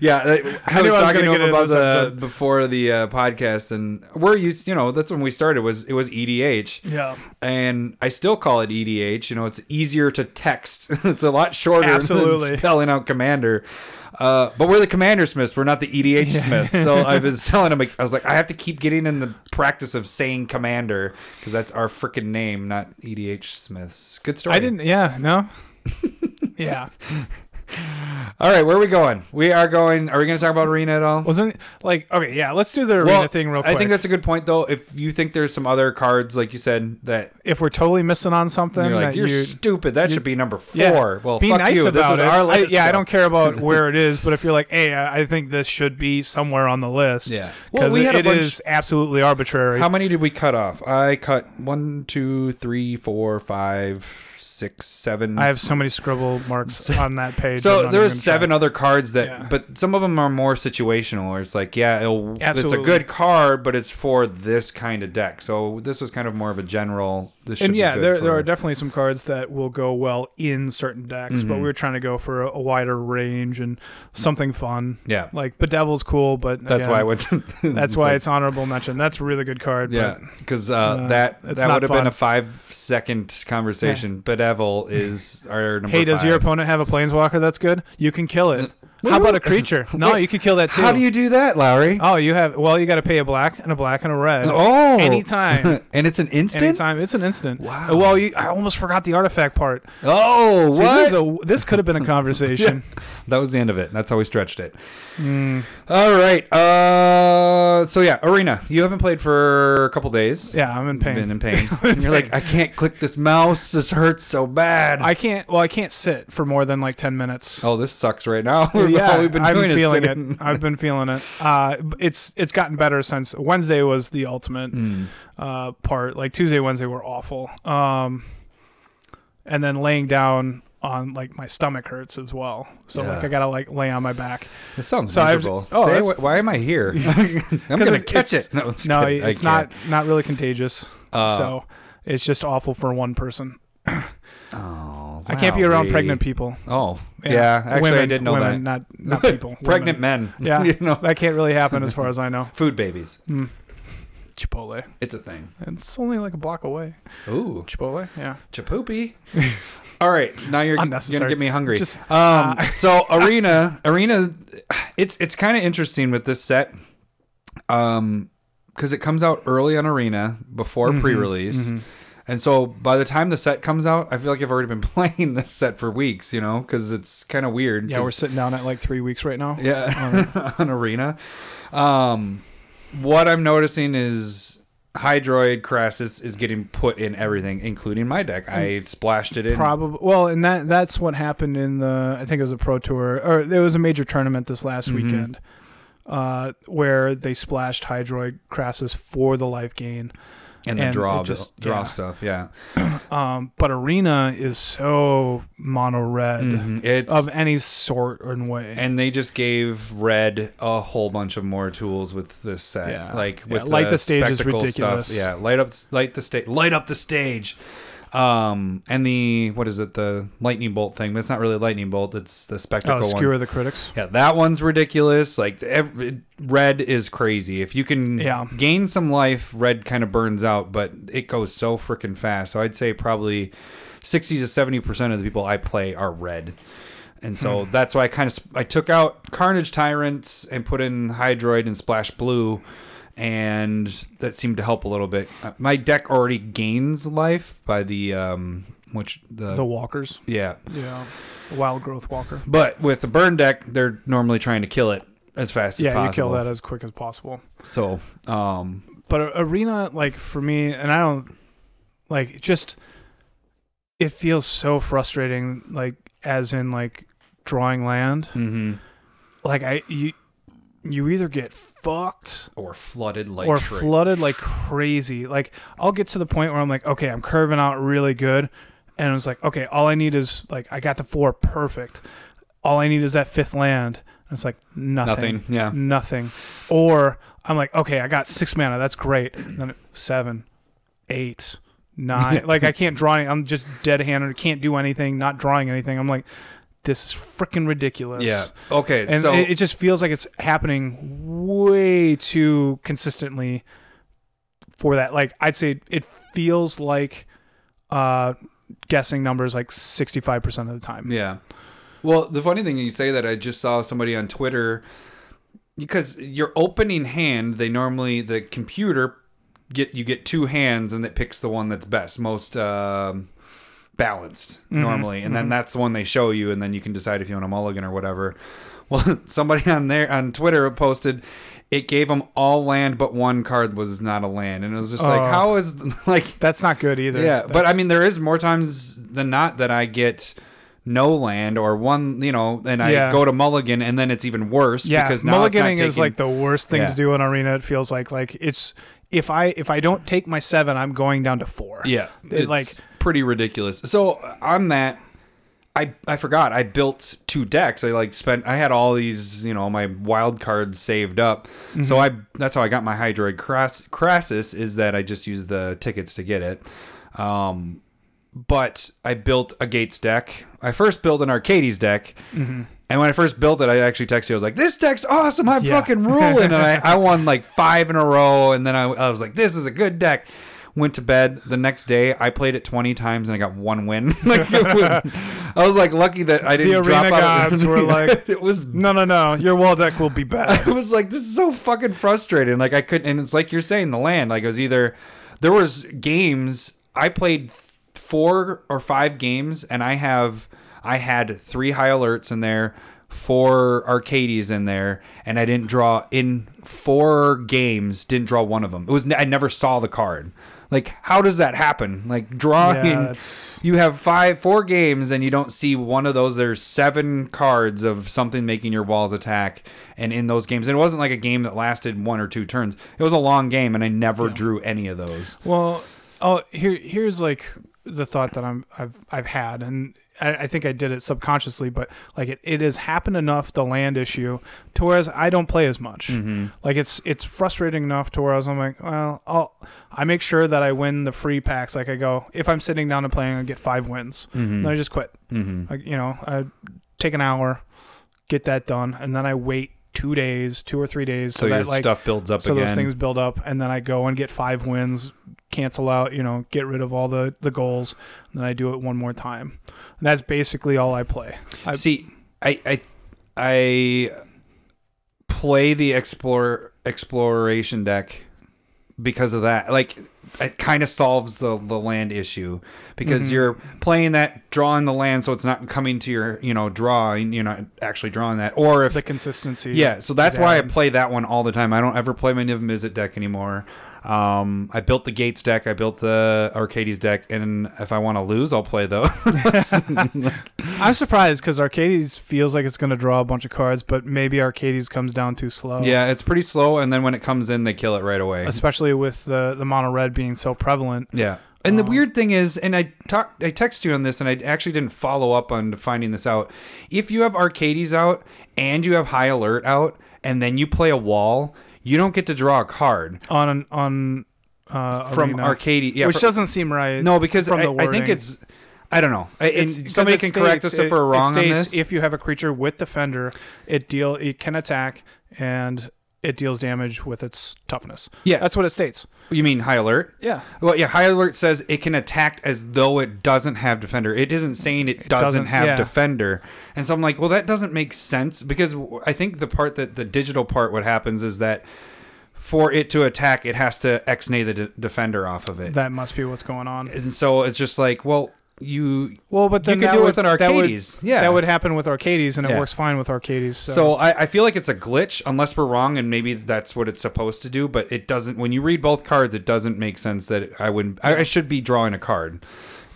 [SPEAKER 2] Yeah, I, I
[SPEAKER 1] I knew
[SPEAKER 2] was
[SPEAKER 1] I was
[SPEAKER 2] talking
[SPEAKER 1] gonna
[SPEAKER 2] to
[SPEAKER 1] get
[SPEAKER 2] him
[SPEAKER 1] into
[SPEAKER 2] about
[SPEAKER 1] this
[SPEAKER 2] the
[SPEAKER 1] episode.
[SPEAKER 2] before the uh, podcast, and we're used. You know, that's when we started. Was it was EDH,
[SPEAKER 1] Yeah,
[SPEAKER 2] and I still call it EDH. You know, it's easier to text. it's a lot shorter
[SPEAKER 1] Absolutely.
[SPEAKER 2] than spelling out commander. Uh, but we're the commander smiths. We're not the EDH smiths. So I was telling him, like, I was like, I have to keep getting in the practice of saying commander because that's our freaking name, not EDH smiths. Good story.
[SPEAKER 1] I didn't. Yeah, no. yeah,
[SPEAKER 2] All right, where are we going? We are going. Are we going to talk about arena at all?
[SPEAKER 1] wasn't like okay. Yeah, let's do the arena thing real quick.
[SPEAKER 2] I think that's a good point, though. If you think there's some other cards, like you said, that
[SPEAKER 1] if we're totally missing on something,
[SPEAKER 2] you're like,
[SPEAKER 1] that
[SPEAKER 2] you're
[SPEAKER 1] you-
[SPEAKER 2] stupid. That should be number four.
[SPEAKER 1] Yeah.
[SPEAKER 2] Well,
[SPEAKER 1] be
[SPEAKER 2] fuck
[SPEAKER 1] nice
[SPEAKER 2] you.
[SPEAKER 1] about
[SPEAKER 2] this
[SPEAKER 1] it.
[SPEAKER 2] is our
[SPEAKER 1] I-
[SPEAKER 2] list.
[SPEAKER 1] yeah, I
[SPEAKER 2] though.
[SPEAKER 1] don't care about where it is, but if you're like, hey, I, I think this should be somewhere on the list,
[SPEAKER 2] Yeah. Well,
[SPEAKER 1] because
[SPEAKER 2] we had a
[SPEAKER 1] it
[SPEAKER 2] bunch-
[SPEAKER 1] is absolutely arbitrary.
[SPEAKER 2] How many did we cut off? I cut one, two, three, four, five, six, seven.
[SPEAKER 1] I have so many scribble marks on that page. I'm
[SPEAKER 2] So
[SPEAKER 1] not
[SPEAKER 2] there were
[SPEAKER 1] even gonna try.
[SPEAKER 2] seven other cards that,
[SPEAKER 1] Yeah.
[SPEAKER 2] but some of them are more situational, where it's like, yeah, it'll, it's a
[SPEAKER 1] Absolutely.
[SPEAKER 2] good card, but it's for this kind of deck. So this was kind of more of a general. This should
[SPEAKER 1] And
[SPEAKER 2] be
[SPEAKER 1] yeah,
[SPEAKER 2] good
[SPEAKER 1] there,
[SPEAKER 2] for-
[SPEAKER 1] there are definitely some cards that will go well in certain decks,
[SPEAKER 2] Mm-hmm.
[SPEAKER 1] but we were trying to go for a, a wider range and something fun.
[SPEAKER 2] yeah.
[SPEAKER 1] Like Bedevil's cool, but
[SPEAKER 2] That's
[SPEAKER 1] again,
[SPEAKER 2] why I went. To,
[SPEAKER 1] that's
[SPEAKER 2] it's
[SPEAKER 1] why
[SPEAKER 2] like-
[SPEAKER 1] it's honorable mention. That's a really good card.
[SPEAKER 2] Yeah, because uh,
[SPEAKER 1] uh,
[SPEAKER 2] that
[SPEAKER 1] it's
[SPEAKER 2] that
[SPEAKER 1] not
[SPEAKER 2] would have been
[SPEAKER 1] fun.
[SPEAKER 2] a five second conversation. But Evil is our number.
[SPEAKER 1] But, hey, does
[SPEAKER 2] five.
[SPEAKER 1] your opponent have a planeswalker? That's good. You can kill it. How about a creature? No,
[SPEAKER 2] Wait,
[SPEAKER 1] you could kill that too.
[SPEAKER 2] how do you do that, Lowry?
[SPEAKER 1] Oh, you have. Well, you got to pay a black and a black and a red.
[SPEAKER 2] Oh,
[SPEAKER 1] Anytime.
[SPEAKER 2] and it's an instant.
[SPEAKER 1] Anytime. It's an instant.
[SPEAKER 2] Wow.
[SPEAKER 1] Well, you, I almost forgot the artifact part.
[SPEAKER 2] Oh,
[SPEAKER 1] See,
[SPEAKER 2] what?
[SPEAKER 1] this, is a, this could have been a conversation.
[SPEAKER 2] that was the end of it. That's how we stretched it.
[SPEAKER 1] Mm.
[SPEAKER 2] All right. Uh, so yeah, Arena. You haven't played for a couple days.
[SPEAKER 1] yeah. I'm in pain.
[SPEAKER 2] Been in pain. and you're like, I can't click this mouse. This hurts so bad.
[SPEAKER 1] I can't. Well, I can't sit for more than like ten minutes.
[SPEAKER 2] oh, this sucks right now.
[SPEAKER 1] yeah,
[SPEAKER 2] All we've been
[SPEAKER 1] I've
[SPEAKER 2] doing
[SPEAKER 1] been
[SPEAKER 2] is
[SPEAKER 1] feeling
[SPEAKER 2] sitting.
[SPEAKER 1] it. I've been feeling it. Uh, it's it's gotten better since Wednesday was the ultimate
[SPEAKER 2] Mm. Hmm.
[SPEAKER 1] uh, part. Like Tuesday, Wednesday were awful. Um, and then laying down on like my stomach hurts as well. So
[SPEAKER 2] Yeah.
[SPEAKER 1] like I gotta like lay on my back.
[SPEAKER 2] This sounds
[SPEAKER 1] So I've-
[SPEAKER 2] miserable.
[SPEAKER 1] oh,
[SPEAKER 2] Stay
[SPEAKER 1] that's-
[SPEAKER 2] away- why am I here? I'm gonna
[SPEAKER 1] it's-
[SPEAKER 2] catch
[SPEAKER 1] it's-
[SPEAKER 2] it. No, I'm just
[SPEAKER 1] No,
[SPEAKER 2] kidding. I
[SPEAKER 1] it's
[SPEAKER 2] can't.
[SPEAKER 1] not not really contagious.
[SPEAKER 2] Uh,
[SPEAKER 1] so it's just awful for one person.
[SPEAKER 2] Oh,
[SPEAKER 1] I can't be around
[SPEAKER 2] Lowry.
[SPEAKER 1] pregnant people.
[SPEAKER 2] Oh,
[SPEAKER 1] Yeah.
[SPEAKER 2] yeah. Actually, I
[SPEAKER 1] Women-
[SPEAKER 2] did know
[SPEAKER 1] women,
[SPEAKER 2] that.
[SPEAKER 1] Not not people.
[SPEAKER 2] pregnant
[SPEAKER 1] Women.
[SPEAKER 2] men.
[SPEAKER 1] Yeah.
[SPEAKER 2] you know,
[SPEAKER 1] That can't really happen as far as I know.
[SPEAKER 2] food babies.
[SPEAKER 1] Chipotle.
[SPEAKER 2] It's a thing.
[SPEAKER 1] It's only like a block away.
[SPEAKER 2] Ooh,
[SPEAKER 1] Chipotle. Yeah.
[SPEAKER 2] chapoopy. All right, now you're gonna
[SPEAKER 1] Unnecessary.
[SPEAKER 2] get me hungry.
[SPEAKER 1] Just- uh,
[SPEAKER 2] um, so arena, arena, it's it's kind of interesting with this set, um, because it comes out early on arena before
[SPEAKER 1] Mm-hmm,
[SPEAKER 2] pre-release, and so by the time the set comes out, I feel like I've already been playing this set for weeks, you know, because it's kind of weird.
[SPEAKER 1] Yeah,
[SPEAKER 2] 'cause-
[SPEAKER 1] we're sitting down at like three weeks right now.
[SPEAKER 2] yeah on arena um what i'm noticing is hydroid crassus is getting put in everything including my deck
[SPEAKER 1] Hmm.
[SPEAKER 2] i splashed it in
[SPEAKER 1] Probably. Well, and that
[SPEAKER 2] Mm-hmm.
[SPEAKER 1] that's what happened in the I think it was a pro tour or it was a major tournament this last weekend. uh, where they splashed Hydroid Crassus for the life gain.
[SPEAKER 2] and the
[SPEAKER 1] And
[SPEAKER 2] draw
[SPEAKER 1] it just-
[SPEAKER 2] draw
[SPEAKER 1] yeah.
[SPEAKER 2] stuff. Yeah,
[SPEAKER 1] Um, but Arena is so mono red
[SPEAKER 2] Mhm. it's
[SPEAKER 1] of any sort and way.
[SPEAKER 2] and they just gave Red a whole bunch of more tools with this set.
[SPEAKER 1] Yeah.
[SPEAKER 2] Like
[SPEAKER 1] Yeah,
[SPEAKER 2] with
[SPEAKER 1] light the stage is
[SPEAKER 2] spectacle
[SPEAKER 1] ridiculous.
[SPEAKER 2] Stuff. Yeah, light up light the stage light up the stage. Um and the what is it the lightning bolt thing? But it's not really lightning bolt. It's the
[SPEAKER 1] oh,
[SPEAKER 2] spectacle
[SPEAKER 1] skewer
[SPEAKER 2] one.
[SPEAKER 1] the critics.
[SPEAKER 2] Yeah, that one's ridiculous. Like ev red is crazy. If you can
[SPEAKER 1] Yeah.
[SPEAKER 2] gain some life, red kind of burns out, but it goes so freaking fast. So I'd say probably sixty to seventy percent of the people I play are red, and so that's why I kind of sp- I took out Carnage Tyrants and put in Hydroid and Splash Blue. And that seemed to help a little bit. Uh, My deck already gains life by the um, which the,
[SPEAKER 1] the walkers.
[SPEAKER 2] yeah
[SPEAKER 1] Yeah. The wild growth walker.
[SPEAKER 2] but with the burn deck, they're normally trying to kill it as fast as
[SPEAKER 1] Yeah, you
[SPEAKER 2] possible.
[SPEAKER 1] kill that as quick as possible.
[SPEAKER 2] So, um,
[SPEAKER 1] But a- Arena, like for me, and I don't like it just it feels so frustrating, like as in like drawing land.
[SPEAKER 2] mhm.
[SPEAKER 1] Like I you you either get fucked
[SPEAKER 2] or flooded like
[SPEAKER 1] or
[SPEAKER 2] tree.
[SPEAKER 1] flooded like crazy. Like I'll get to the point where I'm like, okay, I'm curving out really good, and it's like, okay, all I need is like I got to four perfect. All I need is that fifth land, and it's like
[SPEAKER 2] nothing.
[SPEAKER 1] nothing,
[SPEAKER 2] Yeah,
[SPEAKER 1] nothing. Or I'm like, okay, I got six mana, that's great. And then seven, eight, nine. like I can't draw. Any, I'm just dead handed. Can't do anything. Not drawing anything. I'm like, this is freaking ridiculous.
[SPEAKER 2] yeah. Okay,
[SPEAKER 1] And
[SPEAKER 2] so
[SPEAKER 1] it, it just feels like it's happening way too consistently for that. Like I'd say it feels like uh guessing numbers like 65% of the time.
[SPEAKER 2] yeah. Well, the funny thing you say that I just saw somebody on Twitter because your opening hand they normally the computer get you get two hands and it picks the one that's best most um, balanced
[SPEAKER 1] Mm-hmm.
[SPEAKER 2] normally and then that's the one they show you and then you can decide if you want a mulligan or whatever well somebody on there on twitter posted it gave them all land but one card was not a land and it was just
[SPEAKER 1] Oh.
[SPEAKER 2] like how is like
[SPEAKER 1] That's not good either.
[SPEAKER 2] yeah but i
[SPEAKER 1] That's-
[SPEAKER 2] mean there is more times than not that i get no land or one you know and i
[SPEAKER 1] Yeah.
[SPEAKER 2] go to mulligan and then it's even worse
[SPEAKER 1] yeah,
[SPEAKER 2] because now it's not
[SPEAKER 1] mulliganing is
[SPEAKER 2] taking-
[SPEAKER 1] like the worst thing
[SPEAKER 2] Yeah.
[SPEAKER 1] to do in arena it feels like like it's if I if I don't take my 7, I'm going down to 4.
[SPEAKER 2] Yeah, it's
[SPEAKER 1] like-
[SPEAKER 2] pretty ridiculous. So on that, I I forgot I built two decks. I like spent I had all these you know my wild cards saved up. So
[SPEAKER 1] Mm-hmm.
[SPEAKER 2] I that's how I got my Hydroid Crass, Crassus is that I just used the tickets to get it. Um, but I built a Gates deck. I first built an Arcades deck.
[SPEAKER 1] Mm-hmm.
[SPEAKER 2] And when I first built it, I actually texted you. I was like, "This deck's awesome! I'm
[SPEAKER 1] Yeah.
[SPEAKER 2] fucking ruling!" And I, I won like five in a row. And then I, I was like, "This is a good deck." Went to bed the next day. I played it 20 times and I got one win. like it was, I was like lucky that I didn't. drop
[SPEAKER 1] arena
[SPEAKER 2] out of-
[SPEAKER 1] gods were like-
[SPEAKER 2] "It was
[SPEAKER 1] No, no, no. Your wall deck will be bad.
[SPEAKER 2] it was like this is so fucking frustrating. Like I couldn't, and it's like you're saying the land. Like it was either there was games I played th- four or five games, and I have I had three high alerts in there, four Arcades in there, and I didn't draw in four games. Didn't draw one of them. It was I never saw the card. Like how does that happen? Like drawing
[SPEAKER 1] Yeah, that's-
[SPEAKER 2] you have five four games and you don't see one of those there's seven cards of something making your walls attack and in those games and it wasn't like a game that lasted one or two turns it was a long game and i never drew any of those
[SPEAKER 1] Well, oh, here here's like the thought that I'm I've I've had, and I, I think I did it subconsciously, but like it, it has happened enough the land issue to whereas I don't play as much.
[SPEAKER 2] Mm-hmm.
[SPEAKER 1] Like it's it's frustrating enough to whereas I'm like, well, I'll I make sure that I win the free packs. Like I go if I'm sitting down and playing, I get five wins, and I just quit.
[SPEAKER 2] mm-hmm.
[SPEAKER 1] Like you know, I take an hour, get that done, and then I wait two days, two or three days,
[SPEAKER 2] so,
[SPEAKER 1] so,
[SPEAKER 2] your
[SPEAKER 1] that like
[SPEAKER 2] stuff builds up
[SPEAKER 1] so
[SPEAKER 2] again
[SPEAKER 1] those things build up and then i go and get five wins cancel out you know get rid of all the the goals and then i do it one more time and that's basically all i play I-
[SPEAKER 2] see i i i play the explore exploration deck because of that like it kind of solves the the land issue because
[SPEAKER 1] Mm-hmm.
[SPEAKER 2] you're playing that drawing the land so it's not coming to your you know draw and you're not actually drawing that or if
[SPEAKER 1] the consistency
[SPEAKER 2] yeah so that's why i
[SPEAKER 1] added.
[SPEAKER 2] play that one all the time i don't ever play my niv mizzet deck anymore Um, I built the Gates deck. I built the Arcades deck, and if I want to lose, I'll play those.
[SPEAKER 1] I'm surprised because Arcades feels like it's going to draw a bunch of cards, but maybe Arcades comes down too slow.
[SPEAKER 2] yeah, it's pretty slow, and then when it comes in, they kill it right away.
[SPEAKER 1] Especially with the, the mono red being so prevalent.
[SPEAKER 2] Yeah. And the
[SPEAKER 1] Um,
[SPEAKER 2] weird thing is, and I talked, I text you on this, and I actually didn't follow up on finding this out. If you have Arcades out and you have High Alert out, and then you play a wall, you don't get to draw a card
[SPEAKER 1] on on uh,
[SPEAKER 2] from
[SPEAKER 1] Arena,
[SPEAKER 2] Arcade. Yeah,
[SPEAKER 1] which
[SPEAKER 2] fr-
[SPEAKER 1] doesn't seem right.
[SPEAKER 2] no, because
[SPEAKER 1] from
[SPEAKER 2] I,
[SPEAKER 1] the
[SPEAKER 2] I think
[SPEAKER 1] wording.
[SPEAKER 2] it's, I don't know. I,
[SPEAKER 1] It's-
[SPEAKER 2] and
[SPEAKER 1] because
[SPEAKER 2] somebody
[SPEAKER 1] it
[SPEAKER 2] can correct
[SPEAKER 1] states-
[SPEAKER 2] us if
[SPEAKER 1] it-
[SPEAKER 2] we're wrong
[SPEAKER 1] it
[SPEAKER 2] on
[SPEAKER 1] states
[SPEAKER 2] this.
[SPEAKER 1] If you have a creature with defender, it deal it can attack and it deals damage with its toughness.
[SPEAKER 2] Yeah.
[SPEAKER 1] that's what it states.
[SPEAKER 2] you mean High Alert?
[SPEAKER 1] Yeah,
[SPEAKER 2] Well, yeah. High Alert says it can attack as though it doesn't have defender. It isn't saying it doesn't,
[SPEAKER 1] doesn't-
[SPEAKER 2] have
[SPEAKER 1] yeah.
[SPEAKER 2] defender, and so I'm like, well, that doesn't make sense because w- I think the part that the digital part what happens is that for it to attack, it has to ex-nay the de- defender off of it,
[SPEAKER 1] that must be what's going on.
[SPEAKER 2] and so it's just like, well, you
[SPEAKER 1] Well, but
[SPEAKER 2] you
[SPEAKER 1] then
[SPEAKER 2] could
[SPEAKER 1] that
[SPEAKER 2] do it
[SPEAKER 1] would,
[SPEAKER 2] with an
[SPEAKER 1] that would-
[SPEAKER 2] Arcades, yeah.
[SPEAKER 1] that would happen with Arcades, and it
[SPEAKER 2] Yeah.
[SPEAKER 1] works fine with Arcades. So,
[SPEAKER 2] So, I, I feel like it's a glitch, unless we're wrong, and maybe that's what it's supposed to do. But it doesn't. When you read both cards, it doesn't make sense that I would. I, I should be drawing a card,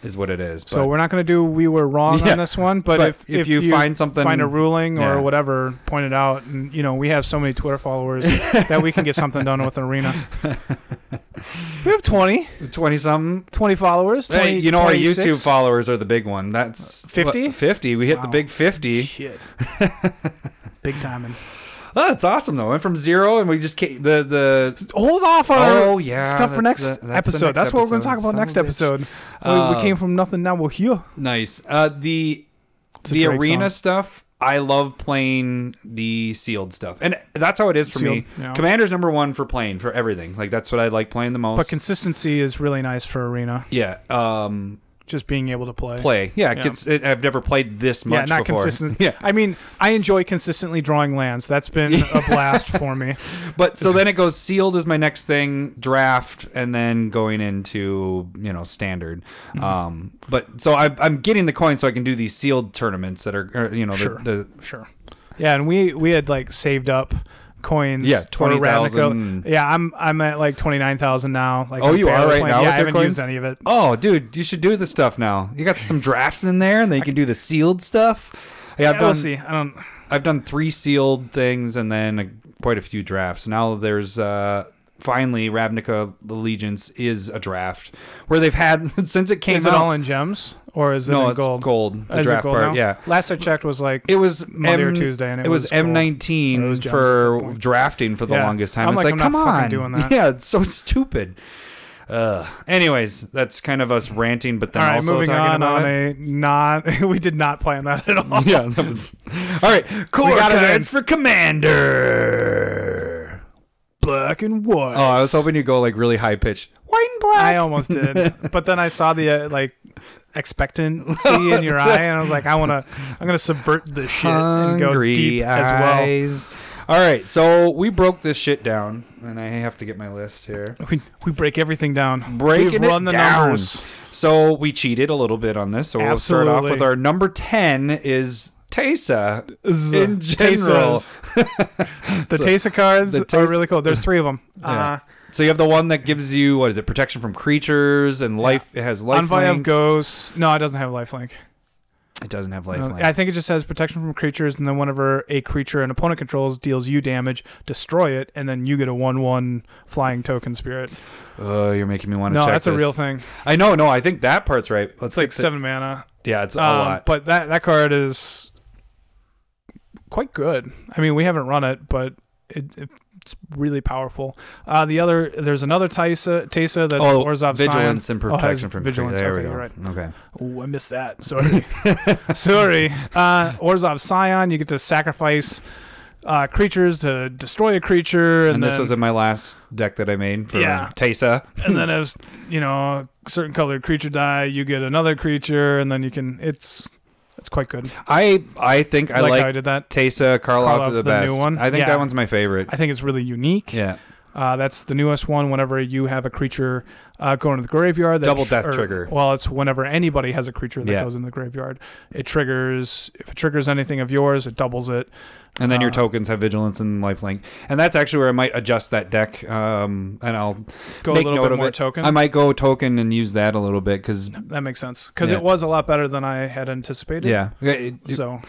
[SPEAKER 2] is what it is. But,
[SPEAKER 1] so we're not going to do we were wrong
[SPEAKER 2] Yeah.
[SPEAKER 1] on this one, but,
[SPEAKER 2] but
[SPEAKER 1] if, if you,
[SPEAKER 2] find something,
[SPEAKER 1] find a ruling
[SPEAKER 2] Yeah.
[SPEAKER 1] or whatever, point it out, and you know we have so many Twitter followers that we can get something done with Arena. We have 20,
[SPEAKER 2] twenty something.
[SPEAKER 1] 20 followers. 20,
[SPEAKER 2] Hey, you know our
[SPEAKER 1] 26.
[SPEAKER 2] YouTube followers are the big one. That's
[SPEAKER 1] 50?
[SPEAKER 2] what, Fifty. We hit the
[SPEAKER 1] Uh, Wow.
[SPEAKER 2] big fifty.
[SPEAKER 1] Shit. Big timing.
[SPEAKER 2] Oh, that's awesome though. Went from zero, and we just came, the the.
[SPEAKER 1] Hold off on
[SPEAKER 2] Oh
[SPEAKER 1] our
[SPEAKER 2] yeah,
[SPEAKER 1] stuff for
[SPEAKER 2] that's
[SPEAKER 1] next
[SPEAKER 2] the- that's the
[SPEAKER 1] episode.
[SPEAKER 2] next
[SPEAKER 1] that's what we're going to
[SPEAKER 2] episode.
[SPEAKER 1] talk about
[SPEAKER 2] Son
[SPEAKER 1] next
[SPEAKER 2] of a bitch.
[SPEAKER 1] episode. We- we,
[SPEAKER 2] Uh,
[SPEAKER 1] came from nothing, now we're here.
[SPEAKER 2] Nice. Uh, the
[SPEAKER 1] It's a
[SPEAKER 2] the
[SPEAKER 1] great
[SPEAKER 2] arena
[SPEAKER 1] song.
[SPEAKER 2] stuff. I love playing the sealed stuff, and that's how it is for me.
[SPEAKER 1] Sealed, yeah.
[SPEAKER 2] Commander's number one for playing for everything. Like that's what I like playing the most.
[SPEAKER 1] But consistency is really nice for Arena.
[SPEAKER 2] yeah. Um.
[SPEAKER 1] Just being able to play.
[SPEAKER 2] Play. Yeah.
[SPEAKER 1] Yeah.
[SPEAKER 2] It's, it, I've never played this much.
[SPEAKER 1] Yeah, not
[SPEAKER 2] before.
[SPEAKER 1] consistent.
[SPEAKER 2] Yeah.
[SPEAKER 1] I mean, I enjoy consistently drawing lands. That's been a blast for me.
[SPEAKER 2] But so then it goes sealed is my next thing, draft, and then going into you know standard.
[SPEAKER 1] Mm-hmm.
[SPEAKER 2] Um, but so I, I'm getting the coin so I can do these sealed tournaments that are or, you know
[SPEAKER 1] Sure.
[SPEAKER 2] the,
[SPEAKER 1] Sure. Yeah, and we we had like saved up coins.
[SPEAKER 2] the yeah
[SPEAKER 1] for
[SPEAKER 2] twenty
[SPEAKER 1] Ravnica.
[SPEAKER 2] thousand.
[SPEAKER 1] Yeah, I'm I'm at like twenty nine thousand now. Like
[SPEAKER 2] Oh,
[SPEAKER 1] I'm
[SPEAKER 2] you are
[SPEAKER 1] barely
[SPEAKER 2] right
[SPEAKER 1] playing- Yeah,
[SPEAKER 2] now with
[SPEAKER 1] I
[SPEAKER 2] your
[SPEAKER 1] haven't
[SPEAKER 2] coins?
[SPEAKER 1] used any of it.
[SPEAKER 2] Oh, dude, you should do this stuff now. You got some drafts in there, and then you can do the sealed stuff. Yeah, I've
[SPEAKER 1] Yeah,
[SPEAKER 2] done
[SPEAKER 1] we'll see. I don't.
[SPEAKER 2] I've done three sealed things, and then a, quite a few drafts. Now there's uh, finally Ravnica Allegiance is a draft where they've had since it came
[SPEAKER 1] Is
[SPEAKER 2] out.
[SPEAKER 1] it all in gems or is it
[SPEAKER 2] no,
[SPEAKER 1] in
[SPEAKER 2] it's
[SPEAKER 1] gold?
[SPEAKER 2] gold. The
[SPEAKER 1] Is it
[SPEAKER 2] draft
[SPEAKER 1] gold
[SPEAKER 2] part,
[SPEAKER 1] now?
[SPEAKER 2] yeah.
[SPEAKER 1] Last I checked was like
[SPEAKER 2] It was
[SPEAKER 1] Monday or
[SPEAKER 2] M-
[SPEAKER 1] Tuesday, and it,
[SPEAKER 2] It was M
[SPEAKER 1] gold. Or it
[SPEAKER 2] nineteen
[SPEAKER 1] was gems at that
[SPEAKER 2] for
[SPEAKER 1] point.
[SPEAKER 2] drafting for the
[SPEAKER 1] Yeah.
[SPEAKER 2] longest time.
[SPEAKER 1] I'm
[SPEAKER 2] it's
[SPEAKER 1] like,
[SPEAKER 2] like,
[SPEAKER 1] I'm not
[SPEAKER 2] come
[SPEAKER 1] fucking
[SPEAKER 2] on,
[SPEAKER 1] doing that.
[SPEAKER 2] yeah, it's so stupid. Uh, anyways, that's kind of us ranting, but then
[SPEAKER 1] All right,
[SPEAKER 2] also
[SPEAKER 1] moving
[SPEAKER 2] talking
[SPEAKER 1] on
[SPEAKER 2] about
[SPEAKER 1] on
[SPEAKER 2] it.
[SPEAKER 1] a not. we did not plan that at all.
[SPEAKER 2] yeah, that was. All right, core
[SPEAKER 1] We got it
[SPEAKER 2] cards
[SPEAKER 1] in.
[SPEAKER 2] for commander.
[SPEAKER 1] Black and white.
[SPEAKER 2] Oh, I was hoping you'd go like really high pitched. White and black.
[SPEAKER 1] I almost did, but then I saw the uh, like expectancy in your eye, and I was like, I want to. I'm gonna subvert this shit and go
[SPEAKER 2] Hungry
[SPEAKER 1] deep as well.
[SPEAKER 2] eyes. All right, so we broke this shit down, and I have to get my list here.
[SPEAKER 1] We, we break everything down. We've
[SPEAKER 2] Breaking
[SPEAKER 1] run the
[SPEAKER 2] it down.
[SPEAKER 1] numbers.
[SPEAKER 2] So we cheated a little bit on this. So we'll start off
[SPEAKER 1] Absolutely.
[SPEAKER 2] with our number ten is Tesa.
[SPEAKER 1] Z-
[SPEAKER 2] In general.
[SPEAKER 1] Tesas. the
[SPEAKER 2] So,
[SPEAKER 1] Tesa cards
[SPEAKER 2] the
[SPEAKER 1] are
[SPEAKER 2] Tesa-
[SPEAKER 1] really cool. There's three of them.
[SPEAKER 2] Yeah.
[SPEAKER 1] Uh,
[SPEAKER 2] So you have the one that gives you what is it? Protection from creatures and life. It has life.
[SPEAKER 1] Envoy of
[SPEAKER 2] link.
[SPEAKER 1] Ghosts. No, it doesn't have lifelink.
[SPEAKER 2] It doesn't have life.
[SPEAKER 1] No,
[SPEAKER 2] link.
[SPEAKER 1] I think it just has protection from creatures, and then whenever a creature an opponent controls deals you damage, destroy it, and then you get a one-one flying token spirit.
[SPEAKER 2] Oh, you're making me want to
[SPEAKER 1] No,
[SPEAKER 2] check.
[SPEAKER 1] that's a
[SPEAKER 2] this.
[SPEAKER 1] real thing.
[SPEAKER 2] I know, no, I think that part's right. Let's
[SPEAKER 1] It's like
[SPEAKER 2] fix it.
[SPEAKER 1] seven mana.
[SPEAKER 2] Yeah, it's a
[SPEAKER 1] Um,
[SPEAKER 2] lot.
[SPEAKER 1] But that that card is quite good. I mean, we haven't run it, but it, it's really powerful. Uh, the other there's another Tesa Tesa that's
[SPEAKER 2] oh,
[SPEAKER 1] Orzhov
[SPEAKER 2] vigilance and
[SPEAKER 1] Oh, it has
[SPEAKER 2] protection from
[SPEAKER 1] vigilance.
[SPEAKER 2] There we
[SPEAKER 1] Okay,
[SPEAKER 2] go.
[SPEAKER 1] you're right.
[SPEAKER 2] Okay.
[SPEAKER 1] Oh, I missed that. Sorry. Sorry. Uh, Orzov Scion, you get to sacrifice uh, creatures to destroy a creature.
[SPEAKER 2] And,
[SPEAKER 1] And,
[SPEAKER 2] this
[SPEAKER 1] then,
[SPEAKER 2] was in my last deck that I made for
[SPEAKER 1] Yeah.
[SPEAKER 2] Tesa.
[SPEAKER 1] and then as, you know, a certain colored creature die, you get another creature, and then you can. It's it's quite good.
[SPEAKER 2] I I think I
[SPEAKER 1] like
[SPEAKER 2] like
[SPEAKER 1] how I did that.
[SPEAKER 2] Tesa Karloff,
[SPEAKER 1] Karloff,
[SPEAKER 2] are the,
[SPEAKER 1] the
[SPEAKER 2] best.
[SPEAKER 1] new one?
[SPEAKER 2] I think
[SPEAKER 1] Yeah.
[SPEAKER 2] that one's my favorite.
[SPEAKER 1] I think it's really unique.
[SPEAKER 2] Yeah.
[SPEAKER 1] Uh, that's the newest one. Whenever you have a creature uh, go into the graveyard, that
[SPEAKER 2] Double death
[SPEAKER 1] or-
[SPEAKER 2] trigger.
[SPEAKER 1] Well, it's whenever anybody has a creature that
[SPEAKER 2] Yeah.
[SPEAKER 1] goes in the graveyard, it triggers. If it triggers anything of yours, it doubles it.
[SPEAKER 2] And then your
[SPEAKER 1] Uh,
[SPEAKER 2] tokens have vigilance and lifelink. And that's actually where I might adjust that deck. Um, and I'll
[SPEAKER 1] Go
[SPEAKER 2] make
[SPEAKER 1] a little
[SPEAKER 2] note
[SPEAKER 1] bit
[SPEAKER 2] of
[SPEAKER 1] more
[SPEAKER 2] it.
[SPEAKER 1] token.
[SPEAKER 2] I might go token and use that a little bit because
[SPEAKER 1] that makes sense because
[SPEAKER 2] Yeah.
[SPEAKER 1] it was a lot better than I had anticipated.
[SPEAKER 2] yeah, it, it-
[SPEAKER 1] So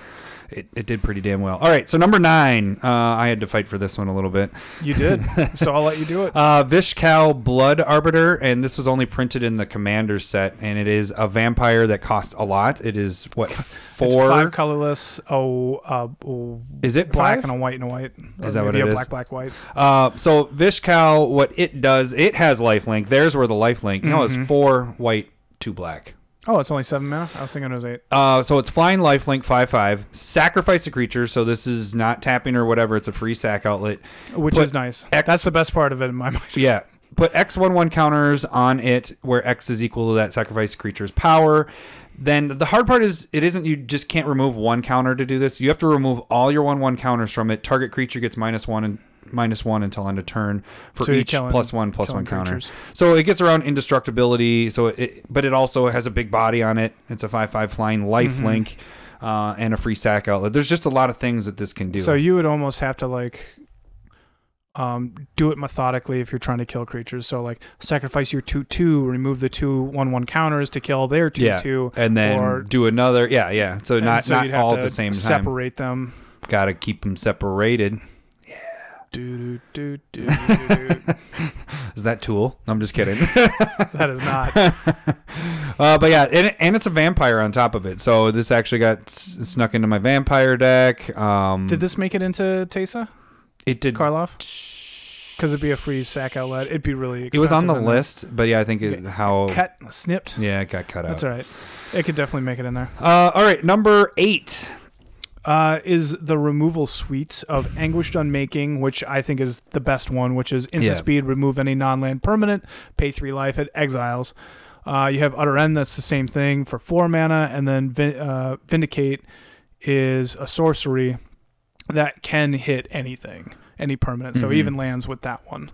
[SPEAKER 2] it, it did pretty damn well. All right, so number nine, uh, I had to fight for this one a little bit.
[SPEAKER 1] you did. so I'll let you do it.
[SPEAKER 2] Uh, Vishkal Blood Arbiter, and this was only printed in the Commander set, and it is a vampire that costs a lot. It is what
[SPEAKER 1] It's
[SPEAKER 2] four?
[SPEAKER 1] five colorless. Oh, uh, oh,
[SPEAKER 2] Is it
[SPEAKER 1] black
[SPEAKER 2] five?
[SPEAKER 1] and a white and a white. Or
[SPEAKER 2] Is that what
[SPEAKER 1] maybe a
[SPEAKER 2] it is?
[SPEAKER 1] Black, black, white.
[SPEAKER 2] Uh, so Vishkal, what it does, it has lifelink. Theirs were the lifelink. No, it's
[SPEAKER 1] Mhm.
[SPEAKER 2] four white, two black.
[SPEAKER 1] Oh, it's only seven mana. I was thinking it was eight.
[SPEAKER 2] Uh, so it's flying lifelink 5 5. Sacrifice a creature. So this is not tapping or whatever. It's a free sack outlet.
[SPEAKER 1] which
[SPEAKER 2] Put
[SPEAKER 1] is nice.
[SPEAKER 2] X-
[SPEAKER 1] That's the best part of it in my mind.
[SPEAKER 2] Yeah. Put X11 counters on it where X is equal to that sacrifice creature's power. Then the hard part is it isn't you just can't remove one counter to do this. You have to remove all your 1 1 counters from it. Target creature gets minus 1 and minus 1 until end of turn for
[SPEAKER 1] So you're
[SPEAKER 2] each
[SPEAKER 1] killing-
[SPEAKER 2] plus 1 plus
[SPEAKER 1] killing
[SPEAKER 2] 1 counter.
[SPEAKER 1] creatures.
[SPEAKER 2] So it gets around indestructibility. So it, but it also has a big body on it. It's a five-five flying life
[SPEAKER 1] Mm-hmm.
[SPEAKER 2] link, uh, and a free sack outlet. There's just a lot of things that this can do.
[SPEAKER 1] So you would almost have to like um do it methodically if you're trying to kill creatures. So like sacrifice your two two, remove the two one one counters to kill their two
[SPEAKER 2] Yeah.
[SPEAKER 1] two.
[SPEAKER 2] and then
[SPEAKER 1] or-
[SPEAKER 2] do another. Yeah, yeah. So
[SPEAKER 1] and
[SPEAKER 2] not
[SPEAKER 1] so
[SPEAKER 2] not
[SPEAKER 1] you'd have
[SPEAKER 2] all
[SPEAKER 1] to
[SPEAKER 2] at the same time.
[SPEAKER 1] Separate them.
[SPEAKER 2] Got to keep them separated.
[SPEAKER 1] Do do do do. do, do.
[SPEAKER 2] Is that Tool? I'm just kidding.
[SPEAKER 1] that is
[SPEAKER 2] Hmm.
[SPEAKER 1] not.
[SPEAKER 2] uh, but yeah, and, and it's a vampire on top of it. So this actually got s- snuck into my vampire deck. Um,
[SPEAKER 1] Did this make it into Tesa
[SPEAKER 2] It did.
[SPEAKER 1] Karloff? Because it'd be a free sack outlet. It'd be really.
[SPEAKER 2] It was on
[SPEAKER 1] expensive
[SPEAKER 2] the
[SPEAKER 1] and then
[SPEAKER 2] list, but yeah, I think it, how.
[SPEAKER 1] Cut snipped.
[SPEAKER 2] yeah, it got cut out.
[SPEAKER 1] That's all right. It could definitely make it in there.
[SPEAKER 2] Uh, all right, number eight.
[SPEAKER 1] uh, is the removal suite of Anguished Unmaking, which I think is the best one, which is instant
[SPEAKER 2] Yeah.
[SPEAKER 1] speed, remove any non land permanent, pay three life, it exiles. Uh, you have Utter End, that's the same thing for four mana, and then Vin- uh, Vindicate is a sorcery that can hit anything, any permanent. So
[SPEAKER 2] Mhm.
[SPEAKER 1] even lands with that one.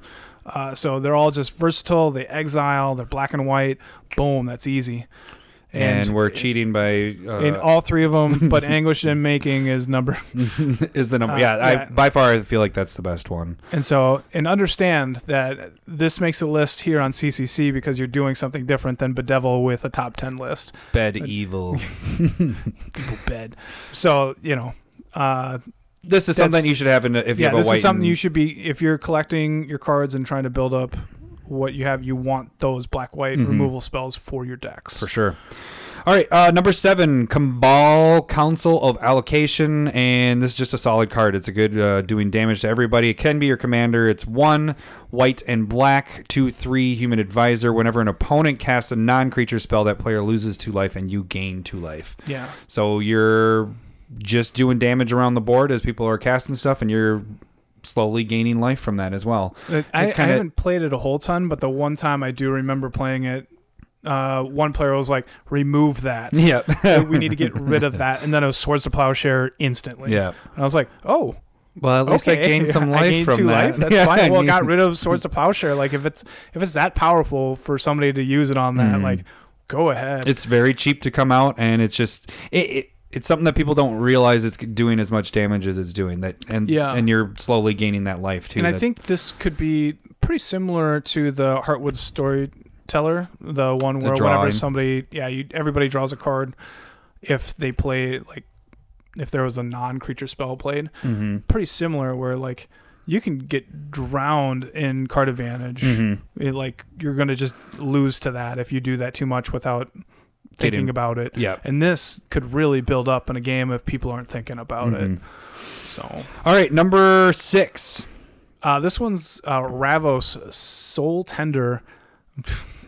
[SPEAKER 1] Uh, so they're all just versatile. They exile. They're black and white. Boom, that's easy.
[SPEAKER 2] And, we're
[SPEAKER 1] it-
[SPEAKER 2] cheating by uh,
[SPEAKER 1] in all three of them, but anguish and making is number.
[SPEAKER 2] is the number.
[SPEAKER 1] uh,
[SPEAKER 2] yeah,
[SPEAKER 1] yeah.
[SPEAKER 2] I by far I feel like that's the best one.
[SPEAKER 1] And so, and understand that this makes a list here on CCC because you're doing something different than Bedevil with a top 10 list.
[SPEAKER 2] Bed evil.
[SPEAKER 1] Evil bed. So, you know, uh,
[SPEAKER 2] This is something
[SPEAKER 1] That's-
[SPEAKER 2] you should have in a, if you
[SPEAKER 1] yeah,
[SPEAKER 2] have a
[SPEAKER 1] this
[SPEAKER 2] white.
[SPEAKER 1] is something
[SPEAKER 2] and-
[SPEAKER 1] you should be, if you're collecting your cards and trying to build up what you have, you want those black white
[SPEAKER 2] Mhm.
[SPEAKER 1] removal spells for your decks.
[SPEAKER 2] for sure. All right, uh, number seven, Kambal Council of Allocation, and this is just a solid card. It's a good uh, doing damage to everybody. It can be your commander. It's one white and black, two three human advisor. Whenever an opponent casts a non-creature spell, that player loses two life and you gain two life.
[SPEAKER 1] Yeah.
[SPEAKER 2] So you're just doing damage around the board as people are casting stuff, and you're slowly gaining life from that as well.
[SPEAKER 1] I, I
[SPEAKER 2] kinda-
[SPEAKER 1] haven't played it a whole ton, but the one time I do remember playing it, uh, one player was like, remove that.
[SPEAKER 2] Yeah,
[SPEAKER 1] we need to get rid of that. And then it was Swords to Plowshare instantly.
[SPEAKER 2] yeah.
[SPEAKER 1] And I was like, oh,
[SPEAKER 2] Well, at least
[SPEAKER 1] okay.
[SPEAKER 2] I gained some life
[SPEAKER 1] I gained
[SPEAKER 2] from
[SPEAKER 1] two
[SPEAKER 2] that.
[SPEAKER 1] Life? That's
[SPEAKER 2] Yeah,
[SPEAKER 1] fine.
[SPEAKER 2] I
[SPEAKER 1] Well, it
[SPEAKER 2] mean-
[SPEAKER 1] got rid of Swords to Plowshare. Like if it's if it's that powerful for somebody to use it on that,
[SPEAKER 2] Mhm.
[SPEAKER 1] like go ahead.
[SPEAKER 2] It's very cheap to come out, and it's just it. it it's something that people don't realize it's doing as much damage as it's doing that and
[SPEAKER 1] Yeah.
[SPEAKER 2] and you're slowly gaining that life too
[SPEAKER 1] and I
[SPEAKER 2] That-
[SPEAKER 1] think this could be pretty similar to the Heartwood storyteller, the one
[SPEAKER 2] The
[SPEAKER 1] where
[SPEAKER 2] drawing.
[SPEAKER 1] whenever somebody, yeah, you, everybody draws a card if they play like if there was a non-creature spell played.
[SPEAKER 2] Mhm.
[SPEAKER 1] Pretty similar, where like you can get drowned in card advantage.
[SPEAKER 2] Mhm.
[SPEAKER 1] It, like you're going to just lose to that if you do that too much without thinking
[SPEAKER 2] Taking-
[SPEAKER 1] about it.
[SPEAKER 2] yeah
[SPEAKER 1] And this could really build up in a game if people aren't thinking about
[SPEAKER 2] Mhm.
[SPEAKER 1] it. So
[SPEAKER 2] all right number six
[SPEAKER 1] uh, this one's uh, Ravos Soul Tender.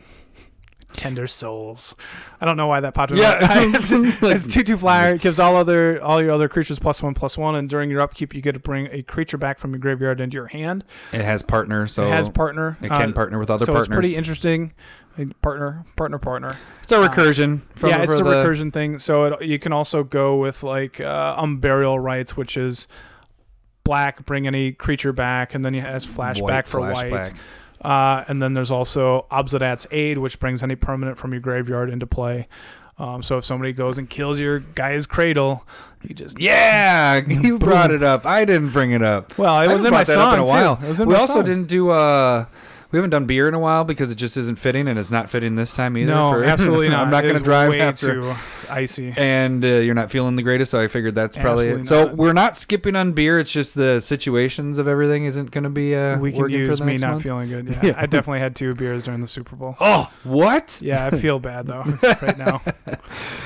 [SPEAKER 1] Tender souls. I don't know why that popped in.
[SPEAKER 2] Yeah,
[SPEAKER 1] my
[SPEAKER 2] it's-
[SPEAKER 1] eyes. it's two two flyer. It gives all other all your other creatures plus one plus one, and during your upkeep, you get to bring a creature back from your graveyard into your hand.
[SPEAKER 2] it has partner so
[SPEAKER 1] it has partner.
[SPEAKER 2] it
[SPEAKER 1] uh,
[SPEAKER 2] can partner with other
[SPEAKER 1] so
[SPEAKER 2] partners
[SPEAKER 1] it's pretty interesting. Uh, Partner, partner, partner.
[SPEAKER 2] It's a recursion from
[SPEAKER 1] yeah, it's
[SPEAKER 2] for
[SPEAKER 1] the,
[SPEAKER 2] the,
[SPEAKER 1] um, recursion thing. So it, you can also go with like uh, Umburial Rites, which is black bring any creature back, and then it has flashback
[SPEAKER 2] White
[SPEAKER 1] for
[SPEAKER 2] flashback.
[SPEAKER 1] white. Uh, and then there's also Obsidat's Aid, which brings any permanent from your graveyard into play. Um, so if somebody goes and kills your guy's cradle, you just
[SPEAKER 2] Yeah, you brought it up. I didn't bring it up.
[SPEAKER 1] Well, it
[SPEAKER 2] I
[SPEAKER 1] was
[SPEAKER 2] haven't
[SPEAKER 1] in my
[SPEAKER 2] brought that up
[SPEAKER 1] song
[SPEAKER 2] in a while.
[SPEAKER 1] too. It was in
[SPEAKER 2] we
[SPEAKER 1] my
[SPEAKER 2] also
[SPEAKER 1] song.
[SPEAKER 2] didn't do. uh We haven't done beer in a while because it just isn't fitting, and it's not fitting this time either.
[SPEAKER 1] No,
[SPEAKER 2] for-
[SPEAKER 1] absolutely not.
[SPEAKER 2] I'm not
[SPEAKER 1] It
[SPEAKER 2] going to
[SPEAKER 1] is
[SPEAKER 2] drive
[SPEAKER 1] way
[SPEAKER 2] after.
[SPEAKER 1] too icy.
[SPEAKER 2] And uh, you're not feeling the greatest, so I figured that's probably
[SPEAKER 1] Absolutely
[SPEAKER 2] it. So
[SPEAKER 1] not.
[SPEAKER 2] we're not skipping on beer. It's just the situations of everything isn't going to be. Uh,
[SPEAKER 1] we can
[SPEAKER 2] working for
[SPEAKER 1] use
[SPEAKER 2] the
[SPEAKER 1] me
[SPEAKER 2] next
[SPEAKER 1] not
[SPEAKER 2] month.
[SPEAKER 1] feeling good. Yeah,
[SPEAKER 2] Yeah.
[SPEAKER 1] I definitely had two beers during the Super Bowl.
[SPEAKER 2] Oh, what?
[SPEAKER 1] Yeah, I feel bad though right now.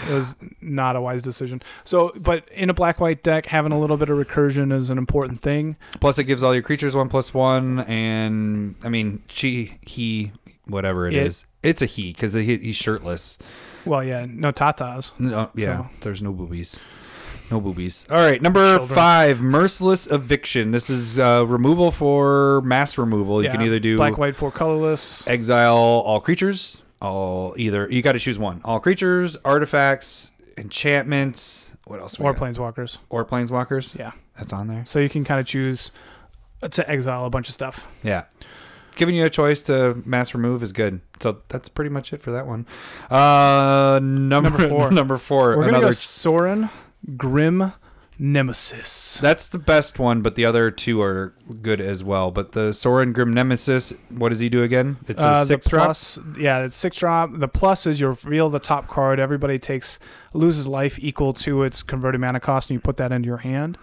[SPEAKER 1] It was not a wise decision. So, but in a black white deck, having a little bit of recursion is an important thing.
[SPEAKER 2] Plus, it gives all your creatures one plus one, and I mean, she, he, whatever
[SPEAKER 1] It.
[SPEAKER 2] it is, it's a he because he, he's shirtless.
[SPEAKER 1] Well, yeah, no tatas.
[SPEAKER 2] No, yeah,
[SPEAKER 1] So-
[SPEAKER 2] there's no boobies. No boobies. All right, number
[SPEAKER 1] Children.
[SPEAKER 2] five, merciless eviction. This is uh, removal for mass removal. You
[SPEAKER 1] yeah,
[SPEAKER 2] can either do
[SPEAKER 1] black white four colorless.
[SPEAKER 2] exile all creatures, all either you got to choose one. All creatures, artifacts, enchantments. What else? we
[SPEAKER 1] Or
[SPEAKER 2] got?
[SPEAKER 1] planeswalkers,
[SPEAKER 2] or planeswalkers.
[SPEAKER 1] yeah.
[SPEAKER 2] That's on there.
[SPEAKER 1] So you can kind of choose to exile a bunch of stuff.
[SPEAKER 2] Yeah. Giving you a choice to mass remove is good. So that's pretty much it for that one. Uh, number,
[SPEAKER 1] Number four.
[SPEAKER 2] number four.
[SPEAKER 1] We're gonna
[SPEAKER 2] another
[SPEAKER 1] go Soren, Grim, Nemesis.
[SPEAKER 2] That's the best one, but the other two are good as well. But the Soren Grim Nemesis, what does he do again? It's a
[SPEAKER 1] Uh, the
[SPEAKER 2] six drop.
[SPEAKER 1] plus- yeah, it's six drop. The plus is you reveal the top card. Everybody takes loses life equal to its converted mana cost, and you put that into your hand.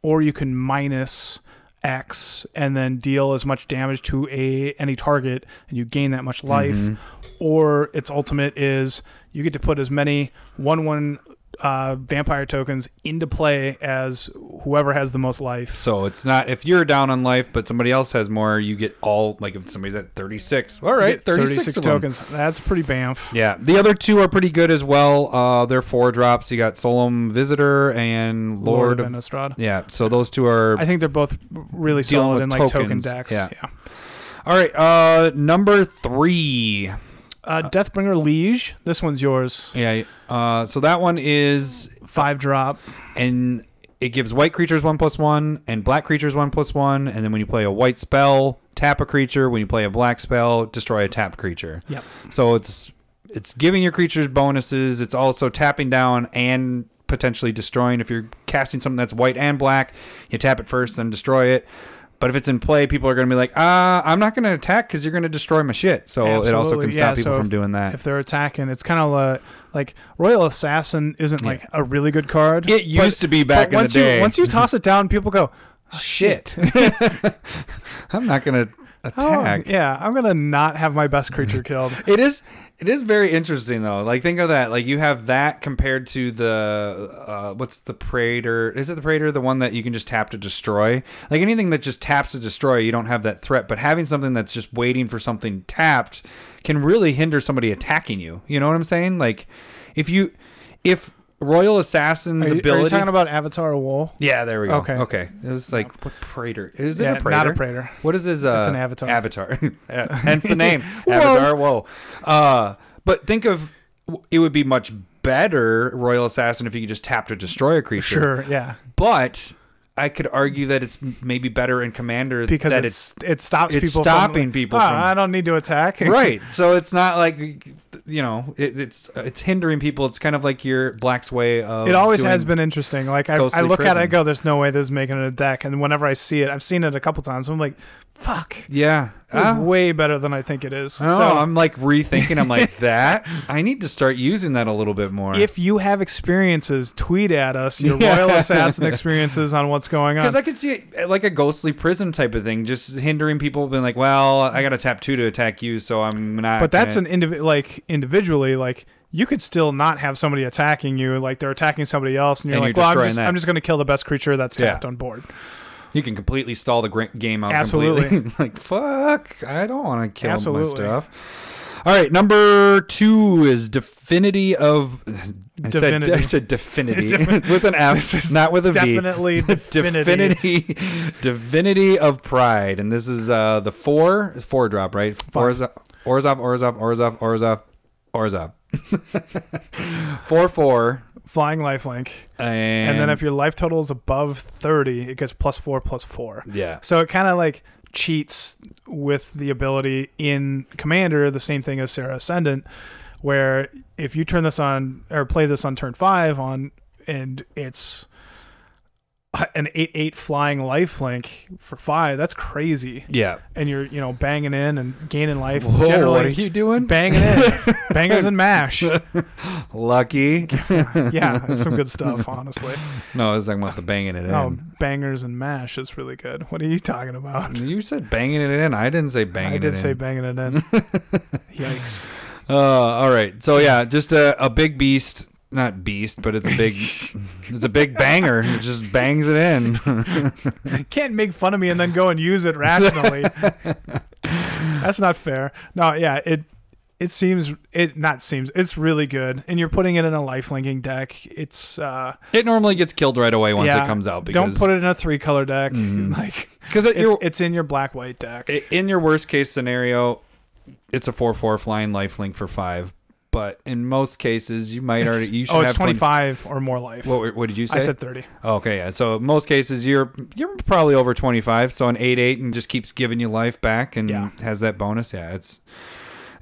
[SPEAKER 1] Or you can minus X and then deal as much damage to a any target, and you gain that much life.
[SPEAKER 2] Mhm.
[SPEAKER 1] Or its ultimate is you get to put as many one one uh, vampire tokens into play as whoever has the most life.
[SPEAKER 2] So it's not if you're down on life, but somebody else has more, you get all like if somebody's at 36. All right, 36, of them.
[SPEAKER 1] tokens. That's pretty bamf.
[SPEAKER 2] Yeah, the other two are pretty good as well. Uh, they're four drops. You got Solemn Visitor and Lord.
[SPEAKER 1] of
[SPEAKER 2] of,
[SPEAKER 1] Innistrad.
[SPEAKER 2] yeah, so those two are
[SPEAKER 1] I think they're both really
[SPEAKER 2] Dealing
[SPEAKER 1] solid
[SPEAKER 2] with
[SPEAKER 1] in like token
[SPEAKER 2] tokens,
[SPEAKER 1] decks.
[SPEAKER 2] yeah. all right. Uh, number three.
[SPEAKER 1] Uh, Deathbringer Liege. This one's yours.
[SPEAKER 2] Yeah. Uh, so that one is
[SPEAKER 1] Five drop.
[SPEAKER 2] and it gives white creatures one plus one and black creatures one plus one. And then when you play a white spell, tap a creature. When you play a black spell, destroy a tapped creature.
[SPEAKER 1] Yep.
[SPEAKER 2] So it's it's giving your creatures bonuses. It's also tapping down and potentially destroying. If you're casting something that's white and black, you tap it first, then destroy it. But if it's in play, people are going to be like, "Ah, I'm not going to attack because you're going to destroy my shit." So it also
[SPEAKER 1] Absolutely.
[SPEAKER 2] can
[SPEAKER 1] Yeah,
[SPEAKER 2] stop people
[SPEAKER 1] so
[SPEAKER 2] from doing that.
[SPEAKER 1] If they're attacking, it's kind of uh, like Royal Assassin isn't
[SPEAKER 2] Yeah.
[SPEAKER 1] like a really good card.
[SPEAKER 2] it used to be
[SPEAKER 1] but
[SPEAKER 2] back in the
[SPEAKER 1] once you-
[SPEAKER 2] day.
[SPEAKER 1] once you toss it down, people go, "Oh, shit.
[SPEAKER 2] I'm not going to
[SPEAKER 1] Oh,
[SPEAKER 2] attack.
[SPEAKER 1] yeah, I'm gonna not have my best creature killed.
[SPEAKER 2] It is it is very interesting though. Like think of that. Like you have that compared to the uh, what's the praetor? Is it the praetor? The one that you can just tap to destroy. Like anything that just taps to destroy, you don't have that threat. But having something that's just waiting for something tapped can really hinder somebody attacking you. You know what I'm saying? Like if you if Royal Assassin's
[SPEAKER 1] Are you, are
[SPEAKER 2] ability.
[SPEAKER 1] you talking about Avatar Wool?
[SPEAKER 2] yeah, there we go.
[SPEAKER 1] Okay.
[SPEAKER 2] okay. It was like what praetor? Is it
[SPEAKER 1] yeah,
[SPEAKER 2] a praetor?
[SPEAKER 1] not a praeter.
[SPEAKER 2] What is his? Uh,
[SPEAKER 1] an avatar.
[SPEAKER 2] Avatar. Hence the name. avatar. Whoa. Uh, but think of it would be much better Royal Assassin if you could just tap to destroy a creature.
[SPEAKER 1] Sure, yeah,
[SPEAKER 2] But I could argue that it's maybe better in Commander
[SPEAKER 1] because
[SPEAKER 2] that
[SPEAKER 1] it's, it stops
[SPEAKER 2] it's
[SPEAKER 1] people.
[SPEAKER 2] stopping
[SPEAKER 1] from,
[SPEAKER 2] people
[SPEAKER 1] "Ah,
[SPEAKER 2] from-
[SPEAKER 1] I don't need to attack.
[SPEAKER 2] right. So it's not like you know it, it's it's hindering people. It's kind of like your Black's way of
[SPEAKER 1] It always
[SPEAKER 2] doing-
[SPEAKER 1] has been interesting. Like I, I
[SPEAKER 2] Ghostly
[SPEAKER 1] look at it, I
[SPEAKER 2] Prison.
[SPEAKER 1] go, "There's no way this is making it a deck." And whenever I see it, I've seen it a couple times. I'm like, "Fuck, it's
[SPEAKER 2] Yeah. Ah.
[SPEAKER 1] way better than I think it is."
[SPEAKER 2] I don't
[SPEAKER 1] so
[SPEAKER 2] know. Oh, I'm like rethinking. I'm like that. I need to start using that a little bit more.
[SPEAKER 1] if you have experiences, tweet at us your
[SPEAKER 2] Yeah.
[SPEAKER 1] Royal Assassin experiences on what's going on.
[SPEAKER 2] Because I could see it like a ghostly prison type of thing, just hindering people being like, "Well, I got to tap two to attack you, so I'm not."
[SPEAKER 1] but that's
[SPEAKER 2] gonna-
[SPEAKER 1] an indivi- like individually like. You could still not have somebody attacking you, like they're attacking somebody else, and you're
[SPEAKER 2] And
[SPEAKER 1] like,
[SPEAKER 2] you're
[SPEAKER 1] "Well, I'm
[SPEAKER 2] destroying
[SPEAKER 1] just,
[SPEAKER 2] that.
[SPEAKER 1] I'm just going to kill the best creature that's
[SPEAKER 2] Yeah.
[SPEAKER 1] tapped on board."
[SPEAKER 2] you can completely stall the gr- game out.
[SPEAKER 1] Absolutely.
[SPEAKER 2] completely. like fuck, I don't want to kill
[SPEAKER 1] Absolutely.
[SPEAKER 2] my stuff. All right, number two is Definity of. I said,
[SPEAKER 1] Divinity.
[SPEAKER 2] I said Definity with an F, not with a V.
[SPEAKER 1] Definitely, definitely.
[SPEAKER 2] Divinity, Divinity of Pride, and this is uh the four four drop right. Orzov, Orzov, Orzov, Orzov, Orzov, Orzov. four four
[SPEAKER 1] flying lifelink.
[SPEAKER 2] And,
[SPEAKER 1] And, then if your life total is above 30, it gets plus four, plus four.
[SPEAKER 2] yeah,
[SPEAKER 1] So it kind of like cheats with the ability in Commander, the same thing as Sarah Ascendant, where if you turn this on or play this on turn five on and it's an eight eight flying life link for five, that's crazy.
[SPEAKER 2] yeah.
[SPEAKER 1] And you're you know banging in and gaining life.
[SPEAKER 2] Whoa,
[SPEAKER 1] generally,
[SPEAKER 2] what are you doing?
[SPEAKER 1] banging in bangers and mash.
[SPEAKER 2] Lucky.
[SPEAKER 1] Yeah, that's some good stuff. Honestly,
[SPEAKER 2] No, I was talking about the banging it in.
[SPEAKER 1] no Oh, bangers and mash is really good. What are you talking about?
[SPEAKER 2] You said banging it in. I didn't say banging.
[SPEAKER 1] I did
[SPEAKER 2] it
[SPEAKER 1] say
[SPEAKER 2] In.
[SPEAKER 1] banging it in. Yikes.
[SPEAKER 2] Uh, all right. So yeah, just a, a big beast. Not beast, but it's a big, it's a big banger. It just bangs it in.
[SPEAKER 1] Can't make fun of me and then go and use it rationally. That's not fair. No, yeah, it it seems it not seems it's really good. And you're putting it in a life linking deck. It's uh
[SPEAKER 2] It normally gets killed right away once
[SPEAKER 1] yeah,
[SPEAKER 2] it comes out
[SPEAKER 1] Don't
[SPEAKER 2] because
[SPEAKER 1] put it in a three color deck.
[SPEAKER 2] Mhm.
[SPEAKER 1] Like
[SPEAKER 2] because it,
[SPEAKER 1] it's,
[SPEAKER 2] you're-
[SPEAKER 1] it's in your black white deck.
[SPEAKER 2] i- in your worst case scenario, it's a four four flying lifelink for five. But in most cases, you might already you should
[SPEAKER 1] oh,
[SPEAKER 2] have
[SPEAKER 1] it's twenty five or more life.
[SPEAKER 2] 20 what, were- what did you say? Oh,
[SPEAKER 1] I said thirty.
[SPEAKER 2] Okay, yeah. So most cases you're you're probably over twenty five, so an eight eight and just keeps giving you life back and
[SPEAKER 1] Yeah.
[SPEAKER 2] has that bonus. Yeah, it's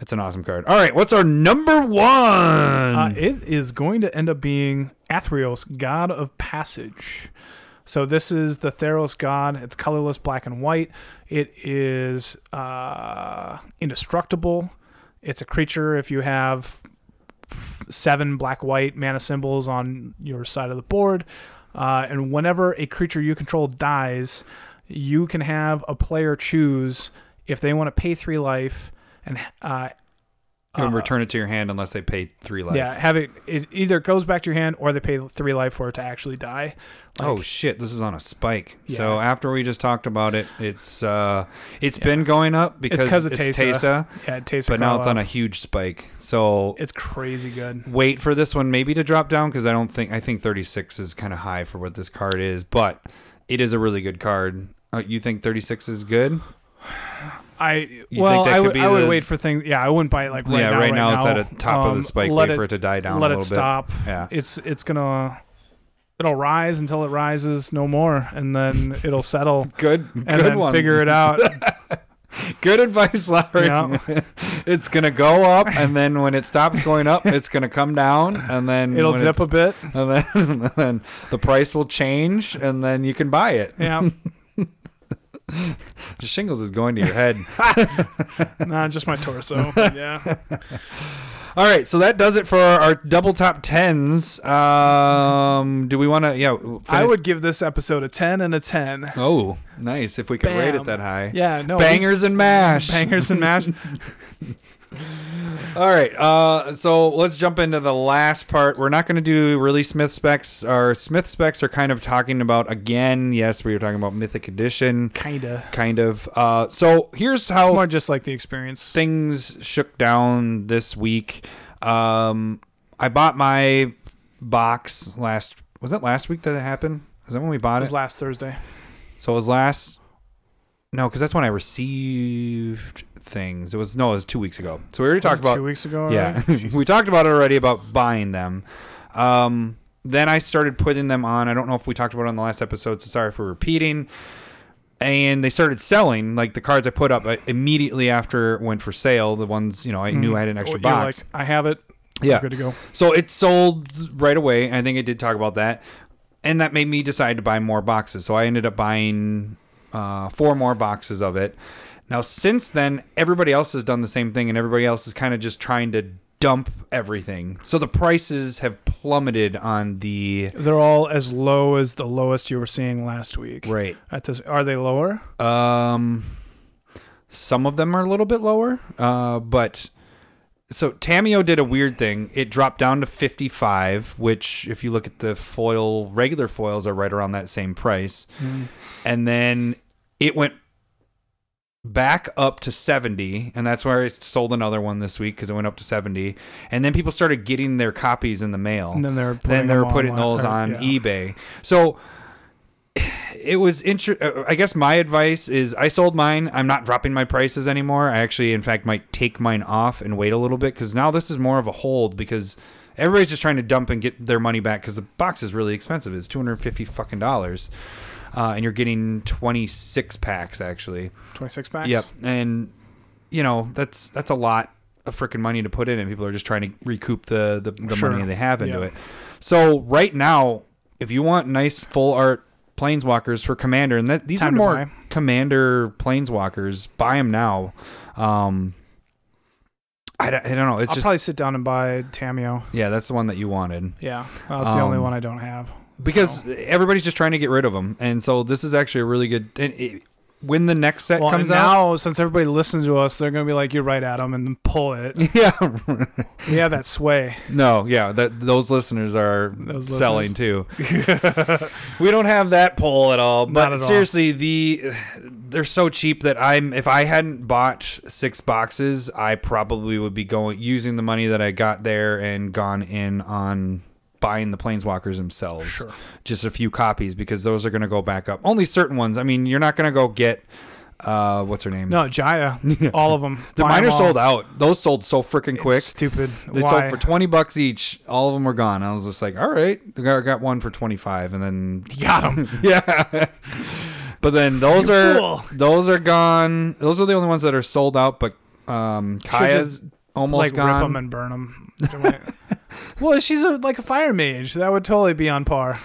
[SPEAKER 2] it's an awesome card. All right, what's our number one?
[SPEAKER 1] Uh, it is going to end up being Athreos, God of Passage. So this is the Theros God. It's colorless, black and white. It is uh, indestructible. It's a creature. If you have seven black white mana symbols on your side of the board, uh, and whenever a creature you control dies, you can have a player choose if they want to pay three life and uh,
[SPEAKER 2] and
[SPEAKER 1] uh,
[SPEAKER 2] return it to your hand unless they pay three life.
[SPEAKER 1] yeah, have it. It either goes back to your hand or they pay three life for it to actually die. Like,
[SPEAKER 2] oh shit, this is on a spike. So
[SPEAKER 1] Yeah.
[SPEAKER 2] after we just talked about it, it's uh it's been going up because
[SPEAKER 1] 'cause of
[SPEAKER 2] it's
[SPEAKER 1] Tesa,
[SPEAKER 2] Tesa,
[SPEAKER 1] yeah, it tastes.
[SPEAKER 2] but
[SPEAKER 1] like
[SPEAKER 2] now it's on a
[SPEAKER 1] Karloff.
[SPEAKER 2] huge spike. So
[SPEAKER 1] It's crazy good.
[SPEAKER 2] wait for this one maybe to drop down because I don't think I think 36 is kind of high for what this card is, but it is a really good card. Uh, you think 36 is good?
[SPEAKER 1] I
[SPEAKER 2] You
[SPEAKER 1] well,
[SPEAKER 2] think that
[SPEAKER 1] I
[SPEAKER 2] could
[SPEAKER 1] would
[SPEAKER 2] be
[SPEAKER 1] I would
[SPEAKER 2] the-
[SPEAKER 1] wait for things. Yeah, I wouldn't buy it like right
[SPEAKER 2] yeah,
[SPEAKER 1] now.
[SPEAKER 2] right now,
[SPEAKER 1] now
[SPEAKER 2] it's at a top of
[SPEAKER 1] Um,
[SPEAKER 2] the spike.
[SPEAKER 1] Let
[SPEAKER 2] Wait
[SPEAKER 1] it
[SPEAKER 2] for it to die down.
[SPEAKER 1] let
[SPEAKER 2] a
[SPEAKER 1] it
[SPEAKER 2] little
[SPEAKER 1] stop.
[SPEAKER 2] Bit. Yeah.
[SPEAKER 1] It's it's gonna it'll rise until it rises no more, and then it'll settle
[SPEAKER 2] Good,
[SPEAKER 1] and
[SPEAKER 2] good
[SPEAKER 1] then
[SPEAKER 2] one.
[SPEAKER 1] figure it out.
[SPEAKER 2] Good advice, Larry.
[SPEAKER 1] you know?
[SPEAKER 2] It's gonna go up, and then when it stops going up, it's gonna come down, and then
[SPEAKER 1] It'll
[SPEAKER 2] when
[SPEAKER 1] dip a
[SPEAKER 2] it's-
[SPEAKER 1] bit.
[SPEAKER 2] and then, and then the price will change, and then you can buy it.
[SPEAKER 1] Yeah,
[SPEAKER 2] Shingles is going to your head.
[SPEAKER 1] nah, just my torso. Yeah,
[SPEAKER 2] All right, so that does it for our double top tens. Um, do we want to? Yeah,
[SPEAKER 1] I
[SPEAKER 2] finish-
[SPEAKER 1] would give this episode a ten and a ten.
[SPEAKER 2] Oh, nice! If we could rate it
[SPEAKER 1] Bam.
[SPEAKER 2] that high.
[SPEAKER 1] Yeah, no Oh, we-
[SPEAKER 2] Bangers and mash.
[SPEAKER 1] bangers and mash.
[SPEAKER 2] All right. Uh, so let's jump into the last part. We're not going to do really Smith specs. Our Smith specs are kind of talking about again. Yes, we were talking about Mythic Edition,
[SPEAKER 1] Kinda.
[SPEAKER 2] kind of. Uh, so here's how
[SPEAKER 1] It's more just like the experience.
[SPEAKER 2] things shook down this week. Um, I bought my box last. Was that last week that it happened? Is that when we
[SPEAKER 1] It
[SPEAKER 2] bought
[SPEAKER 1] was
[SPEAKER 2] it?
[SPEAKER 1] last Thursday.
[SPEAKER 2] so it was last. No, because that's when I received things. It was no, it was two weeks ago. So we already talked
[SPEAKER 1] Was it
[SPEAKER 2] about
[SPEAKER 1] two weeks ago.
[SPEAKER 2] yeah,
[SPEAKER 1] already? Jesus.
[SPEAKER 2] we talked about it already about buying them. Um, then I started putting them on. I don't know if we talked about it on the last episode, so sorry if we're repeating. And they started selling like the cards I put up uh, immediately after it went for sale. The ones you know I knew I had an extra
[SPEAKER 1] Mm-hmm. You're
[SPEAKER 2] box.
[SPEAKER 1] like, I have it.
[SPEAKER 2] Yeah.
[SPEAKER 1] We're good to go.
[SPEAKER 2] So it sold right away. I think I did talk about that. And that made me decide to buy more boxes. So I ended up buying uh, four more boxes of it. Now, since then, everybody else has done the same thing, and everybody else is kind of just trying to dump everything. So the prices have plummeted on the.
[SPEAKER 1] They're all as low as the lowest you were seeing last week.
[SPEAKER 2] Right.
[SPEAKER 1] At this, are they lower?
[SPEAKER 2] Um, some of them are a little bit lower, uh, but so Tamio did a weird thing. It dropped down to 55, which if you look at the foil, regular foils are right around that same price. And then it went back up to 70, and that's where I sold another one this week because it went up to 70. And then people started getting their copies in the mail
[SPEAKER 1] And then they're putting
[SPEAKER 2] Oh. then they were
[SPEAKER 1] them
[SPEAKER 2] putting
[SPEAKER 1] online-
[SPEAKER 2] those
[SPEAKER 1] or-
[SPEAKER 2] on
[SPEAKER 1] yeah.
[SPEAKER 2] eBay. So it was inter- uh, I guess my advice is I sold mine. I'm not dropping my prices anymore. I actually in fact might take mine off and wait a little bit cuz now this is more of a hold because Everybody's just trying to dump and get their money back because the box is really expensive. It's two hundred fifty fucking dollars, uh, and you're getting twenty six packs actually.
[SPEAKER 1] 26 packs?
[SPEAKER 2] Yep, and you know that's that's a lot of freaking money to put in, and people are just trying to recoup the the, the
[SPEAKER 1] Sure.
[SPEAKER 2] money they have into
[SPEAKER 1] Yeah.
[SPEAKER 2] it. So right now, if you want nice full art planeswalkers for commander, and that, these
[SPEAKER 1] Time
[SPEAKER 2] are
[SPEAKER 1] to
[SPEAKER 2] more
[SPEAKER 1] buy.
[SPEAKER 2] commander planeswalkers, buy them now. Um, I don't, I don't know. It's
[SPEAKER 1] I'll
[SPEAKER 2] just
[SPEAKER 1] probably sit down and buy Tameo.
[SPEAKER 2] yeah, that's the one that you wanted
[SPEAKER 1] Yeah. Well, that's the
[SPEAKER 2] Um,
[SPEAKER 1] only one I don't have.
[SPEAKER 2] because
[SPEAKER 1] So-
[SPEAKER 2] everybody's just trying to get rid of them, and so this is actually a really good. And it, when the next set
[SPEAKER 1] Well,
[SPEAKER 2] comes
[SPEAKER 1] and
[SPEAKER 2] out,
[SPEAKER 1] now since everybody listens to us, they're going to be like, "You're right, Adam," and then pull it.
[SPEAKER 2] yeah,
[SPEAKER 1] We have that sway.
[SPEAKER 2] No, yeah, that those listeners are
[SPEAKER 1] Those
[SPEAKER 2] selling too. we don't have that poll at all. But
[SPEAKER 1] Not at all.
[SPEAKER 2] seriously, the they're so cheap that I'm if I hadn't bought six boxes, I probably would be going using the money that I got there and gone in on buying the planeswalkers themselves.
[SPEAKER 1] Sure.
[SPEAKER 2] Just a few copies because those are going to go back up. Only certain ones. I mean, you're not going to go get uh what's her name?
[SPEAKER 1] No, Jaya, all of them.
[SPEAKER 2] The mine are sold out. Those sold so freaking quick.
[SPEAKER 1] stupid.
[SPEAKER 2] They
[SPEAKER 1] Why?
[SPEAKER 2] sold for twenty bucks each. All of them were gone. I was just like, all right, I got- got one for twenty five, and then
[SPEAKER 1] Got 'em.
[SPEAKER 2] yeah. but then those
[SPEAKER 1] You
[SPEAKER 2] are
[SPEAKER 1] fool.
[SPEAKER 2] those are gone. Those are the only ones that are sold out. But um, Kaya's
[SPEAKER 1] just,
[SPEAKER 2] almost
[SPEAKER 1] like rip
[SPEAKER 2] gone.
[SPEAKER 1] them and burn them. well, she's a, like a fire mage. That would totally be on par.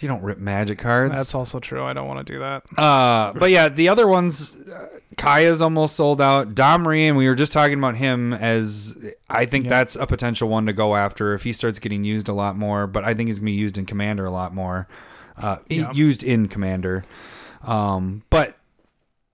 [SPEAKER 2] you don't rip magic cards.
[SPEAKER 1] That's also true. I don't want to do that.
[SPEAKER 2] Uh, but yeah, the other ones, uh, Kaya's almost sold out. Domri, and we were just talking about him as I think
[SPEAKER 1] Yeah.
[SPEAKER 2] that's a potential one to go after if he starts getting used a lot more. But I think he's gonna be used in Commander a lot more. Uh, i-
[SPEAKER 1] Yeah.
[SPEAKER 2] used in Commander. Um, but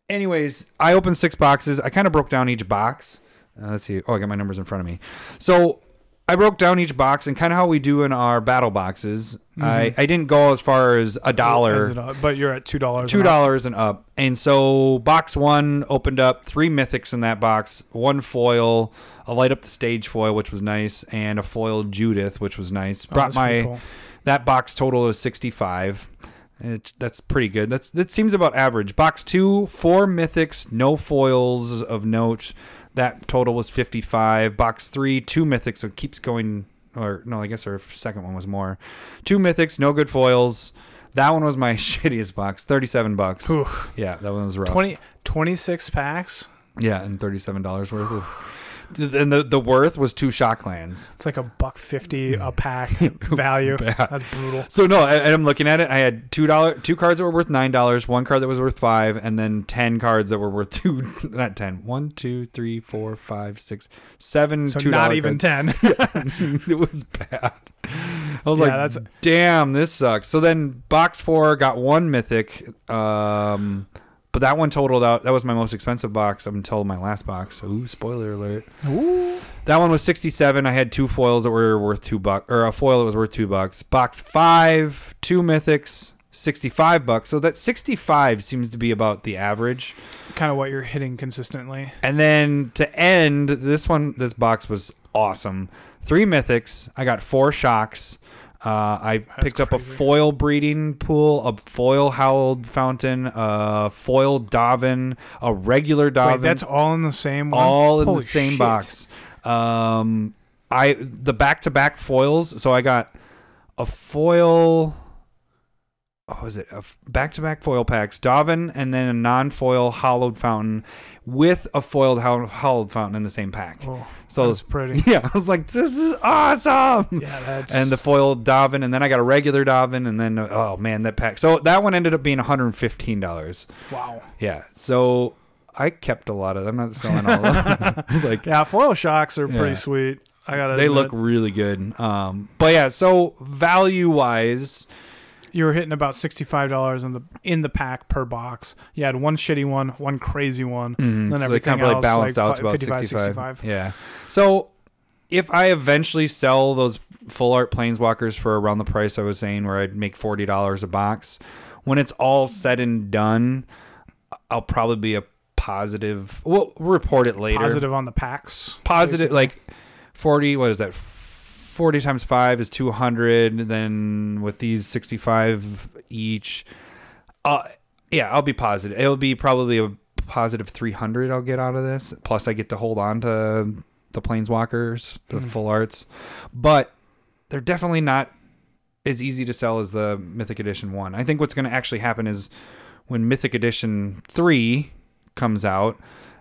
[SPEAKER 2] anyways, I opened six boxes. I kind of broke down each box. Uh, let's see. Oh, I got my numbers in front of me. So I broke down each box and kind of how we do in our battle boxes. I, I didn't go as far as a dollar
[SPEAKER 1] Is it Mm-hmm. a- but you're at two dollars.
[SPEAKER 2] two dollars and up. And so box one opened up three mythics in that box, one foil, a light up the stage foil, which was nice, and a foil Judith, which was nice.
[SPEAKER 1] Oh,
[SPEAKER 2] Brought my that box total is sixty five. That's pretty good. That's that seems about average. Box two, four mythics, no foils of note. That total was fifty five. Box three, two mythics, so it keeps going. Or no, I guess our second one was more. Two mythics, no good foils. That one was my shittiest box, thirty seven bucks.
[SPEAKER 1] Oof.
[SPEAKER 2] Yeah, that one was rough.
[SPEAKER 1] 20, 26 packs.
[SPEAKER 2] yeah, and thirty seven dollars worth. Oof. And the the worth was two shocklands.
[SPEAKER 1] It's like a buck fifty a pack value.
[SPEAKER 2] Mm. bad.
[SPEAKER 1] That's brutal.
[SPEAKER 2] So no, I, I'm looking at it. I had two dollar, two cards that were worth nine dollars, one card that was worth five, and then ten cards that were worth two, not ten, one, two, three, four, five, six, seven,
[SPEAKER 1] So
[SPEAKER 2] two
[SPEAKER 1] not
[SPEAKER 2] dollar
[SPEAKER 1] even
[SPEAKER 2] cards.
[SPEAKER 1] ten.
[SPEAKER 2] it was bad. I was
[SPEAKER 1] Yeah,
[SPEAKER 2] like,
[SPEAKER 1] that's-
[SPEAKER 2] damn, this sucks. So then box four got one mythic, um, but that one totaled out. That was my most expensive box up until my last box. Ooh, spoiler alert.
[SPEAKER 1] Ooh.
[SPEAKER 2] That one was 67. I had two foils that were worth two bucks, or a foil that was worth two bucks. Box five, two mythics, 65 bucks. So that 65 seems to be about the average.
[SPEAKER 1] Kind of what you're hitting consistently.
[SPEAKER 2] And then to end, this one, this box was awesome. Three mythics. I got four shocks. Uh, I picked up a
[SPEAKER 1] crazy.
[SPEAKER 2] foil breeding pool, a foil howled fountain, a foil Davin, a regular Davin
[SPEAKER 1] Wait, that's all in the same one.
[SPEAKER 2] all in
[SPEAKER 1] Holy
[SPEAKER 2] the same
[SPEAKER 1] shit.
[SPEAKER 2] box. Um, I the back to back foils. So I got a foil. Oh, is it a back to back foil packs? Davin and then a non foil hollowed fountain with a foiled ho- hollowed fountain in the same pack.
[SPEAKER 1] Oh,
[SPEAKER 2] so
[SPEAKER 1] that's pretty.
[SPEAKER 2] yeah, I was like, this is awesome.
[SPEAKER 1] Yeah, that's
[SPEAKER 2] And the foil Davin, and then I got a regular Davin, and then oh man, that pack. So that one ended up being one hundred fifteen dollars.
[SPEAKER 1] wow.
[SPEAKER 2] Yeah, so I kept a lot of. them. I'm not selling all of them. I was like,
[SPEAKER 1] Yeah, foil shocks are
[SPEAKER 2] Yeah.
[SPEAKER 1] pretty sweet. I gotta.
[SPEAKER 2] they
[SPEAKER 1] admit.
[SPEAKER 2] look really good. Um, but yeah, so value wise,
[SPEAKER 1] You were hitting about sixty-five dollars in the in the pack per box. You had one shitty one, one crazy one, Hmm, and then
[SPEAKER 2] Mm-hmm. so they
[SPEAKER 1] everything
[SPEAKER 2] kind of really
[SPEAKER 1] else,
[SPEAKER 2] balanced
[SPEAKER 1] like,
[SPEAKER 2] out
[SPEAKER 1] fi-
[SPEAKER 2] to about
[SPEAKER 1] 55,
[SPEAKER 2] 65.
[SPEAKER 1] 65.
[SPEAKER 2] Yeah. So if I eventually sell those full art planeswalkers for around the price I was saying, where I'd make forty dollars a box, when it's all said and done, I'll probably be a positive. We'll we'll report it later.
[SPEAKER 1] Positive on the packs.
[SPEAKER 2] positive
[SPEAKER 1] basically.
[SPEAKER 2] like 40 what is that 40 times 5 is 200 then with these 65 each uh yeah i'll be positive it'll be probably a positive 300 i'll get out of this plus i get to hold on to the planeswalkers, the full arts, but they're definitely not as easy to sell as the Mythic Edition one. I think what's going to actually happen is when Mythic Edition three comes out,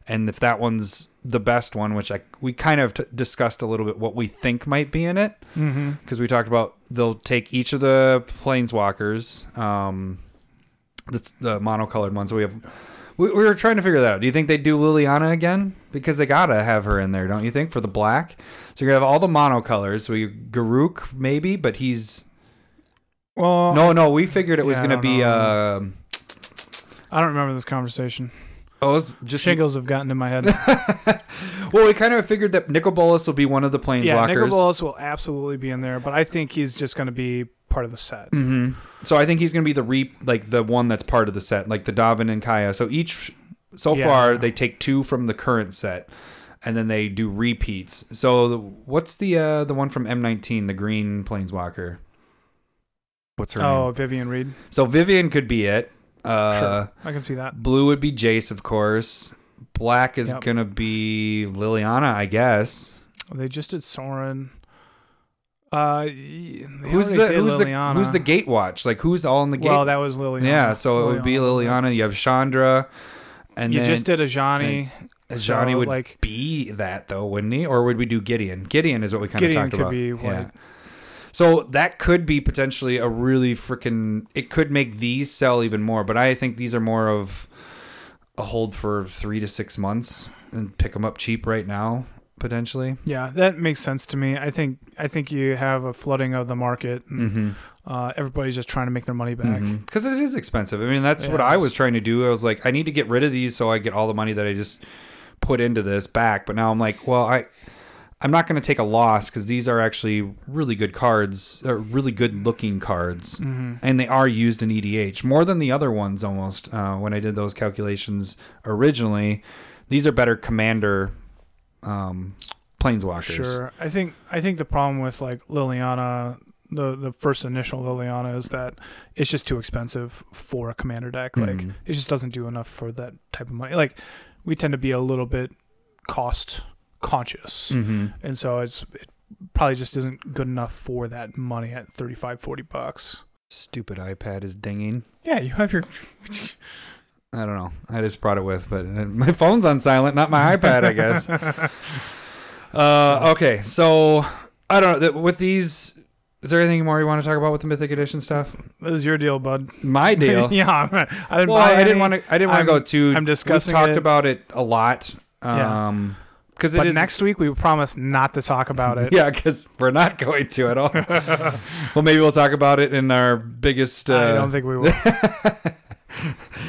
[SPEAKER 2] and if that one's the best one, which I we kind of t- discussed a little bit what we think might be in it,
[SPEAKER 1] Mm-hmm.
[SPEAKER 2] because we talked about they'll take each of the planeswalkers, um, that's the monocolored ones. So we have we, we were trying to figure that out. Do you think they do Liliana again? Because they gotta have her in there, don't you think? For the black, so you're gonna have all the monocolors. We Garuk maybe, but he's
[SPEAKER 1] Well,
[SPEAKER 2] no, no. We figured it was
[SPEAKER 1] Yeah, I
[SPEAKER 2] gonna
[SPEAKER 1] don't
[SPEAKER 2] be
[SPEAKER 1] know.
[SPEAKER 2] uh,
[SPEAKER 1] I don't remember this conversation.
[SPEAKER 2] oh, it was just
[SPEAKER 1] Shingles have gotten in my head.
[SPEAKER 2] Well, we kind of figured that Nicol Bolas will be one of the
[SPEAKER 1] yeah,
[SPEAKER 2] planeswalkers.
[SPEAKER 1] Nicobolas will absolutely be in there, but I think he's just going to be part of the set.
[SPEAKER 2] hmm So I think he's going to be the re like the one that's part of the set, like the Davin and Kaya. So each, so
[SPEAKER 1] Yeah.
[SPEAKER 2] far they take two from the current set, and then they do repeats. So the, what's the uh the one from M nineteen, the green planeswalker? What's her
[SPEAKER 1] Oh,
[SPEAKER 2] name?
[SPEAKER 1] Vivian Reed.
[SPEAKER 2] So Vivian could be it. Uh,
[SPEAKER 1] Sure. I can see that.
[SPEAKER 2] Blue would be Jace, of course. Black is
[SPEAKER 1] Yep.
[SPEAKER 2] gonna be Liliana, I guess.
[SPEAKER 1] They just did Soren. Uh, y- they
[SPEAKER 2] Who's
[SPEAKER 1] already
[SPEAKER 2] the
[SPEAKER 1] did
[SPEAKER 2] who's, the
[SPEAKER 1] Liliana.
[SPEAKER 2] who's the gate watch? Like who's all in the gate?
[SPEAKER 1] Well, that was Liliana.
[SPEAKER 2] Yeah, so it would be
[SPEAKER 1] was it?
[SPEAKER 2] Liliana. You have Chandra, and
[SPEAKER 1] you
[SPEAKER 2] then
[SPEAKER 1] just did a Johnny.
[SPEAKER 2] Johnny
[SPEAKER 1] so,
[SPEAKER 2] would
[SPEAKER 1] like
[SPEAKER 2] be that though, wouldn't he? Or would we do Gideon? Gideon is what we kind
[SPEAKER 1] Gideon
[SPEAKER 2] of talked
[SPEAKER 1] could
[SPEAKER 2] about.
[SPEAKER 1] be white.
[SPEAKER 2] So that could be potentially a really freaking. It could make these sell even more, but I think these are more of a hold for three to six months and pick them up cheap right now potentially.
[SPEAKER 1] Yeah, that makes sense to me. I think I think you have a flooding of the market. And,
[SPEAKER 2] Mm-hmm.
[SPEAKER 1] uh, everybody's just trying to make their money back.
[SPEAKER 2] Because it is expensive. I mean, that's
[SPEAKER 1] Yeah,
[SPEAKER 2] what
[SPEAKER 1] it
[SPEAKER 2] I
[SPEAKER 1] is.
[SPEAKER 2] was trying to do. I was like, I need to get rid of these so I get all the money that I just put into this back. But now I'm like, well, I. I'm not going to take a loss because these are actually really good cards, or really good looking cards,
[SPEAKER 1] Mhm.
[SPEAKER 2] and they are used in EDH more than the other ones almost. Uh, when I did those calculations originally, these are better commander um, planeswalkers.
[SPEAKER 1] Sure. I think I think the problem with like Liliana, the the first initial Liliana is that it's just too expensive for a commander deck. Like
[SPEAKER 2] Mhm.
[SPEAKER 1] it just doesn't do enough for that type of money. Like we tend to be a little bit cost conscious.
[SPEAKER 2] hmm
[SPEAKER 1] And so it's it probably just isn't good enough for that money at 35 40 bucks.
[SPEAKER 2] Stupid iPad is dinging.
[SPEAKER 1] Yeah, you have your
[SPEAKER 2] I don't know. I just brought it with, but uh, my phone's on silent, not my iPad, I guess. Uh, okay, so I don't know. That With these, is there anything more you want to talk about with the Mythic Edition stuff?
[SPEAKER 1] This is your deal, bud.
[SPEAKER 2] My deal.
[SPEAKER 1] yeah, I'm, I didn't
[SPEAKER 2] well,
[SPEAKER 1] buy
[SPEAKER 2] I didn't
[SPEAKER 1] any,
[SPEAKER 2] want to. I didn't want to
[SPEAKER 1] I'm-
[SPEAKER 2] go too.
[SPEAKER 1] I'm discussing
[SPEAKER 2] We've talked
[SPEAKER 1] it.
[SPEAKER 2] about it a lot.
[SPEAKER 1] Yeah.
[SPEAKER 2] Um, because
[SPEAKER 1] But next week we promise not to talk about it.
[SPEAKER 2] Yeah, because we're not going to at all. well, maybe we'll talk about it in our biggest. Uh,
[SPEAKER 1] I don't think we will.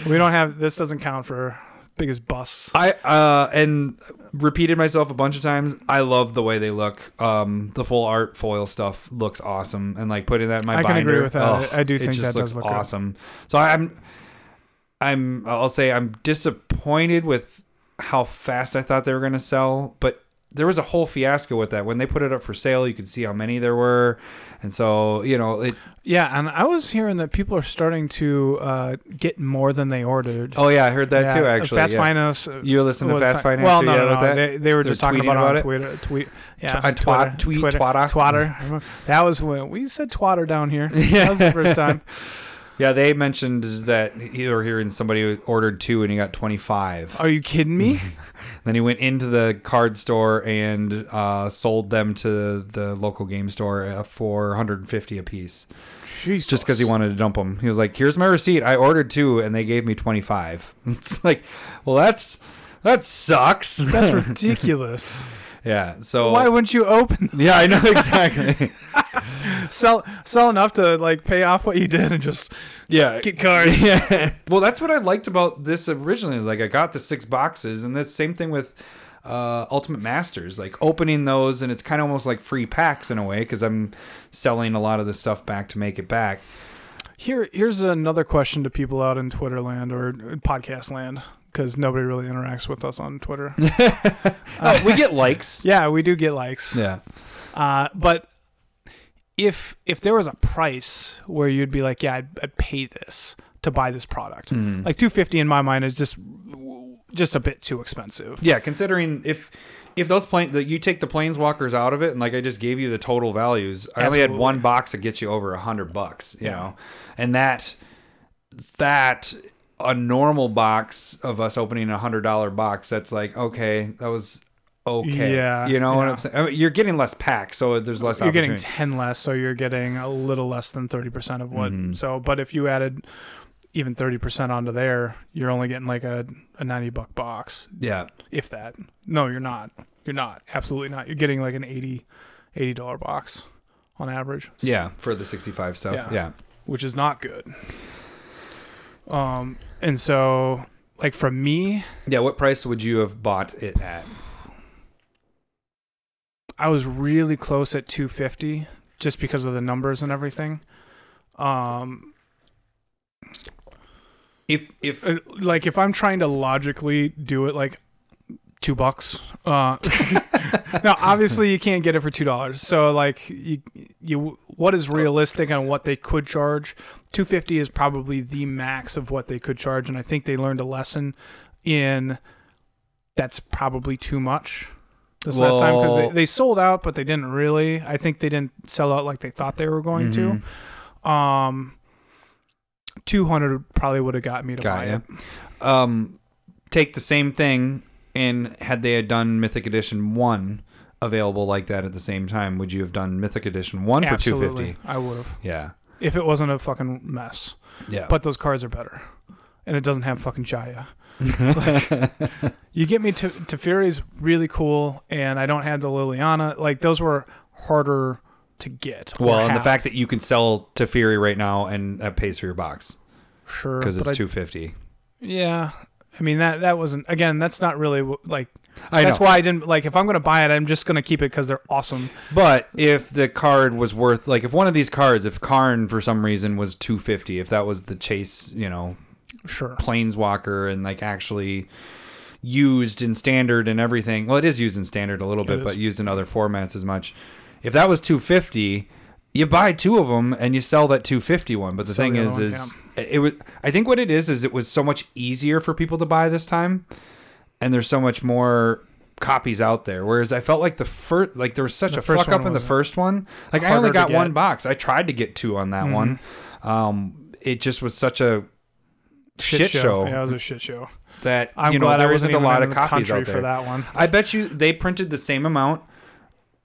[SPEAKER 1] we don't have this doesn't count for biggest bus.
[SPEAKER 2] I uh and repeated myself a bunch of times. I love the way they look. Um, the full art foil stuff looks awesome, and like putting that in my
[SPEAKER 1] I can
[SPEAKER 2] binder.
[SPEAKER 1] agree with that. I- I do
[SPEAKER 2] it
[SPEAKER 1] think
[SPEAKER 2] just
[SPEAKER 1] that
[SPEAKER 2] looks
[SPEAKER 1] does look good.
[SPEAKER 2] awesome. So I'm, I'm I'll say I'm disappointed with how fast I thought they were going to sell, but there was a whole fiasco with that when they put it up for sale. You could see how many there were, and so you know it.
[SPEAKER 1] Yeah, and I was hearing that people are starting to uh, get more than they ordered.
[SPEAKER 2] Oh yeah, I heard that
[SPEAKER 1] Yeah,
[SPEAKER 2] too. Actually,
[SPEAKER 1] Fast
[SPEAKER 2] yeah.
[SPEAKER 1] Finance. uh,
[SPEAKER 2] You listen to
[SPEAKER 1] was
[SPEAKER 2] Fast
[SPEAKER 1] ta-
[SPEAKER 2] Finance?
[SPEAKER 1] Well,
[SPEAKER 2] too,
[SPEAKER 1] no,
[SPEAKER 2] yeah,
[SPEAKER 1] no,
[SPEAKER 2] with
[SPEAKER 1] no,
[SPEAKER 2] that?
[SPEAKER 1] They, they were
[SPEAKER 2] They're
[SPEAKER 1] just talking
[SPEAKER 2] tweeting
[SPEAKER 1] about,
[SPEAKER 2] about
[SPEAKER 1] it
[SPEAKER 2] it?
[SPEAKER 1] on Twitter. Tweet, yeah,
[SPEAKER 2] Tw- uh, twat-
[SPEAKER 1] Twitter,
[SPEAKER 2] tweet,
[SPEAKER 1] Twitter,
[SPEAKER 2] twatter.
[SPEAKER 1] twatter. Remember? That was when we said twatter down here.
[SPEAKER 2] Yeah.
[SPEAKER 1] That was the first time.
[SPEAKER 2] Yeah, they mentioned that you were hearing somebody who ordered two and he got 25.
[SPEAKER 1] Are you kidding me?
[SPEAKER 2] Then he went into the card store and uh, sold them to the local game store uh, for 150 apiece.
[SPEAKER 1] Jesus.
[SPEAKER 2] Just because he wanted to dump them. He was like, here's my receipt. I ordered two and they gave me 25. It's like, well, that's that sucks.
[SPEAKER 1] That's ridiculous.
[SPEAKER 2] yeah, so.
[SPEAKER 1] Why wouldn't you open
[SPEAKER 2] yeah, I know exactly.
[SPEAKER 1] sell sell enough to like pay off what you did and just
[SPEAKER 2] yeah,
[SPEAKER 1] get cards?
[SPEAKER 2] yeah. Well, that's what I liked about this originally. Is like I got the six boxes, and that's same thing with uh, Ultimate Masters. Like opening those, and it's kind of almost like free packs in a way because I'm selling a lot of the stuff back to make it back.
[SPEAKER 1] Here, here's another question to people out in Twitter land or uh, podcast land because nobody really interacts with us on Twitter.
[SPEAKER 2] Oh, we get likes.
[SPEAKER 1] yeah, we do get likes.
[SPEAKER 2] Yeah.
[SPEAKER 1] Uh, but if if there was a price where you'd be like, yeah, I'd, I'd pay this to buy this product,
[SPEAKER 2] Mhm.
[SPEAKER 1] like two fifty in my mind is just w- just a bit too expensive.
[SPEAKER 2] Yeah, considering if if those plane that you take the planeswalkers out of it, and like I just gave you the total values, I only had
[SPEAKER 1] Absolutely.
[SPEAKER 2] one box that gets you over a hundred bucks, you
[SPEAKER 1] Yeah.
[SPEAKER 2] know, and that that a normal box of us opening a hundred dollar box, that's like okay, that was okay,
[SPEAKER 1] Yeah,
[SPEAKER 2] you know what
[SPEAKER 1] yeah.
[SPEAKER 2] I'm saying. I mean, you're getting less packs, so there's less.
[SPEAKER 1] You're getting
[SPEAKER 2] opportunity.
[SPEAKER 1] 10 less, so you're getting a little less than 30% of what.
[SPEAKER 2] Mm-hmm.
[SPEAKER 1] So, but if you added even 30% onto there, you're only getting like a, a 90 buck box,
[SPEAKER 2] yeah,
[SPEAKER 1] if that. No, you're not. You're not. Absolutely not. You're getting like an 80 $80 box on average.
[SPEAKER 2] yeah, for the sixty five stuff,
[SPEAKER 1] Yeah.
[SPEAKER 2] yeah.
[SPEAKER 1] which is not good. Um, and so like for me,
[SPEAKER 2] Yeah, what price would you have bought it at?
[SPEAKER 1] I was really close at 250 just because of the numbers and everything. Um,
[SPEAKER 2] If if
[SPEAKER 1] uh, like if I'm trying to logically do it, like two bucks. Uh, now obviously you can't get it for two dollars. So like you, you, what is realistic on what they could charge? Two fifty is probably the max of what they could charge, and I think they learned a lesson in that's probably too much. This last time because they,
[SPEAKER 2] Well-
[SPEAKER 1] they sold out, but they didn't really. I think they didn't sell out like they thought they were going
[SPEAKER 2] Mhm.
[SPEAKER 1] to. Um, two hundred probably would have got me to
[SPEAKER 2] Got
[SPEAKER 1] buy
[SPEAKER 2] ya.
[SPEAKER 1] it.
[SPEAKER 2] um, take the same thing and had they had done Mythic Edition one available like that at the same time, would you have done Mythic Edition one for two fifty?
[SPEAKER 1] I would have
[SPEAKER 2] Yeah,
[SPEAKER 1] if it wasn't a fucking mess.
[SPEAKER 2] yeah.
[SPEAKER 1] But those cards are better, and it doesn't have fucking Jaya. Like, you get me to Teferi's really cool, and I don't have the Liliana. Like those were harder to get. or
[SPEAKER 2] well, and the
[SPEAKER 1] have.
[SPEAKER 2] fact that you can sell Teferi right now and that pays for your box
[SPEAKER 1] sure
[SPEAKER 2] because
[SPEAKER 1] but
[SPEAKER 2] it's
[SPEAKER 1] I-
[SPEAKER 2] two fifty.
[SPEAKER 1] Yeah, I mean that that wasn't again. That's not really wh- like.
[SPEAKER 2] I
[SPEAKER 1] that's
[SPEAKER 2] know,
[SPEAKER 1] why I didn't like. If I'm gonna buy it, I'm just gonna keep it because they're awesome.
[SPEAKER 2] but if the card was worth like if one of these cards, if Karn for some reason was two fifty, if that was the chase, you know,
[SPEAKER 1] Sure.
[SPEAKER 2] planeswalker and like actually used in standard and everything. Well, it is used in standard a little bit,
[SPEAKER 1] is.
[SPEAKER 2] but used in other formats as much. If that was 250, you buy two of them and you sell that 250 one. But the
[SPEAKER 1] Sell
[SPEAKER 2] thing
[SPEAKER 1] the
[SPEAKER 2] is,
[SPEAKER 1] other one,
[SPEAKER 2] is it was. I think what it is is it was so much easier for people to buy this time, and there's so much more copies out there whereas i felt like the first like there was such
[SPEAKER 1] The
[SPEAKER 2] a
[SPEAKER 1] first
[SPEAKER 2] fuck up
[SPEAKER 1] one
[SPEAKER 2] in the
[SPEAKER 1] was uh,
[SPEAKER 2] first one like i
[SPEAKER 1] harder
[SPEAKER 2] only
[SPEAKER 1] to
[SPEAKER 2] got
[SPEAKER 1] get. Mm-hmm.
[SPEAKER 2] one box i tried to get two on that one um it just was such a shit, show,
[SPEAKER 1] Yeah, it was a shit show.
[SPEAKER 2] that
[SPEAKER 1] I'm
[SPEAKER 2] you know
[SPEAKER 1] glad
[SPEAKER 2] there
[SPEAKER 1] I
[SPEAKER 2] isn't
[SPEAKER 1] wasn't
[SPEAKER 2] a
[SPEAKER 1] even
[SPEAKER 2] lot
[SPEAKER 1] in
[SPEAKER 2] of
[SPEAKER 1] the
[SPEAKER 2] copies
[SPEAKER 1] country
[SPEAKER 2] out there.
[SPEAKER 1] for that one.
[SPEAKER 2] I bet you they printed the same amount,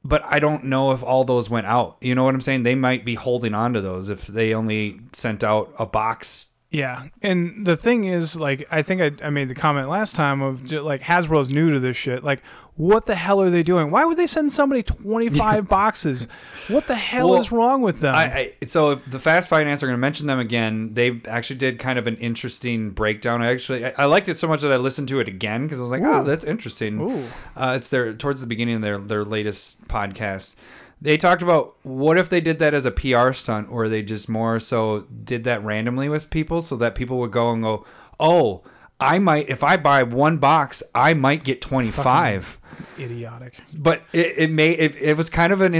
[SPEAKER 2] but I don't know if all those went out. You know what I'm saying? They might be holding on to those if they only sent out a box.
[SPEAKER 1] Yeah, and the thing is, like, I think I, I made the comment last time of ju- like Hasbro's new to this shit. Like, what the hell are they doing? Why would they send somebody twenty five boxes? What the hell
[SPEAKER 2] Well,
[SPEAKER 1] is wrong with them?
[SPEAKER 2] I, I so if the Fast Finance are going to mention them again, they actually did kind of an interesting breakdown. I actually I, I liked it so much that I listened to it again because I was like, oh,
[SPEAKER 1] Ooh.
[SPEAKER 2] that's interesting.
[SPEAKER 1] Ooh.
[SPEAKER 2] Uh, it's their towards the beginning of their their latest podcast. They talked about what if they did that as a PR stunt, or they just more so did that randomly with people, so that people would go and go, "Oh, I might if I buy one box, I might get twenty five.
[SPEAKER 1] Idiotic.
[SPEAKER 2] But it, it may it, it was kind of an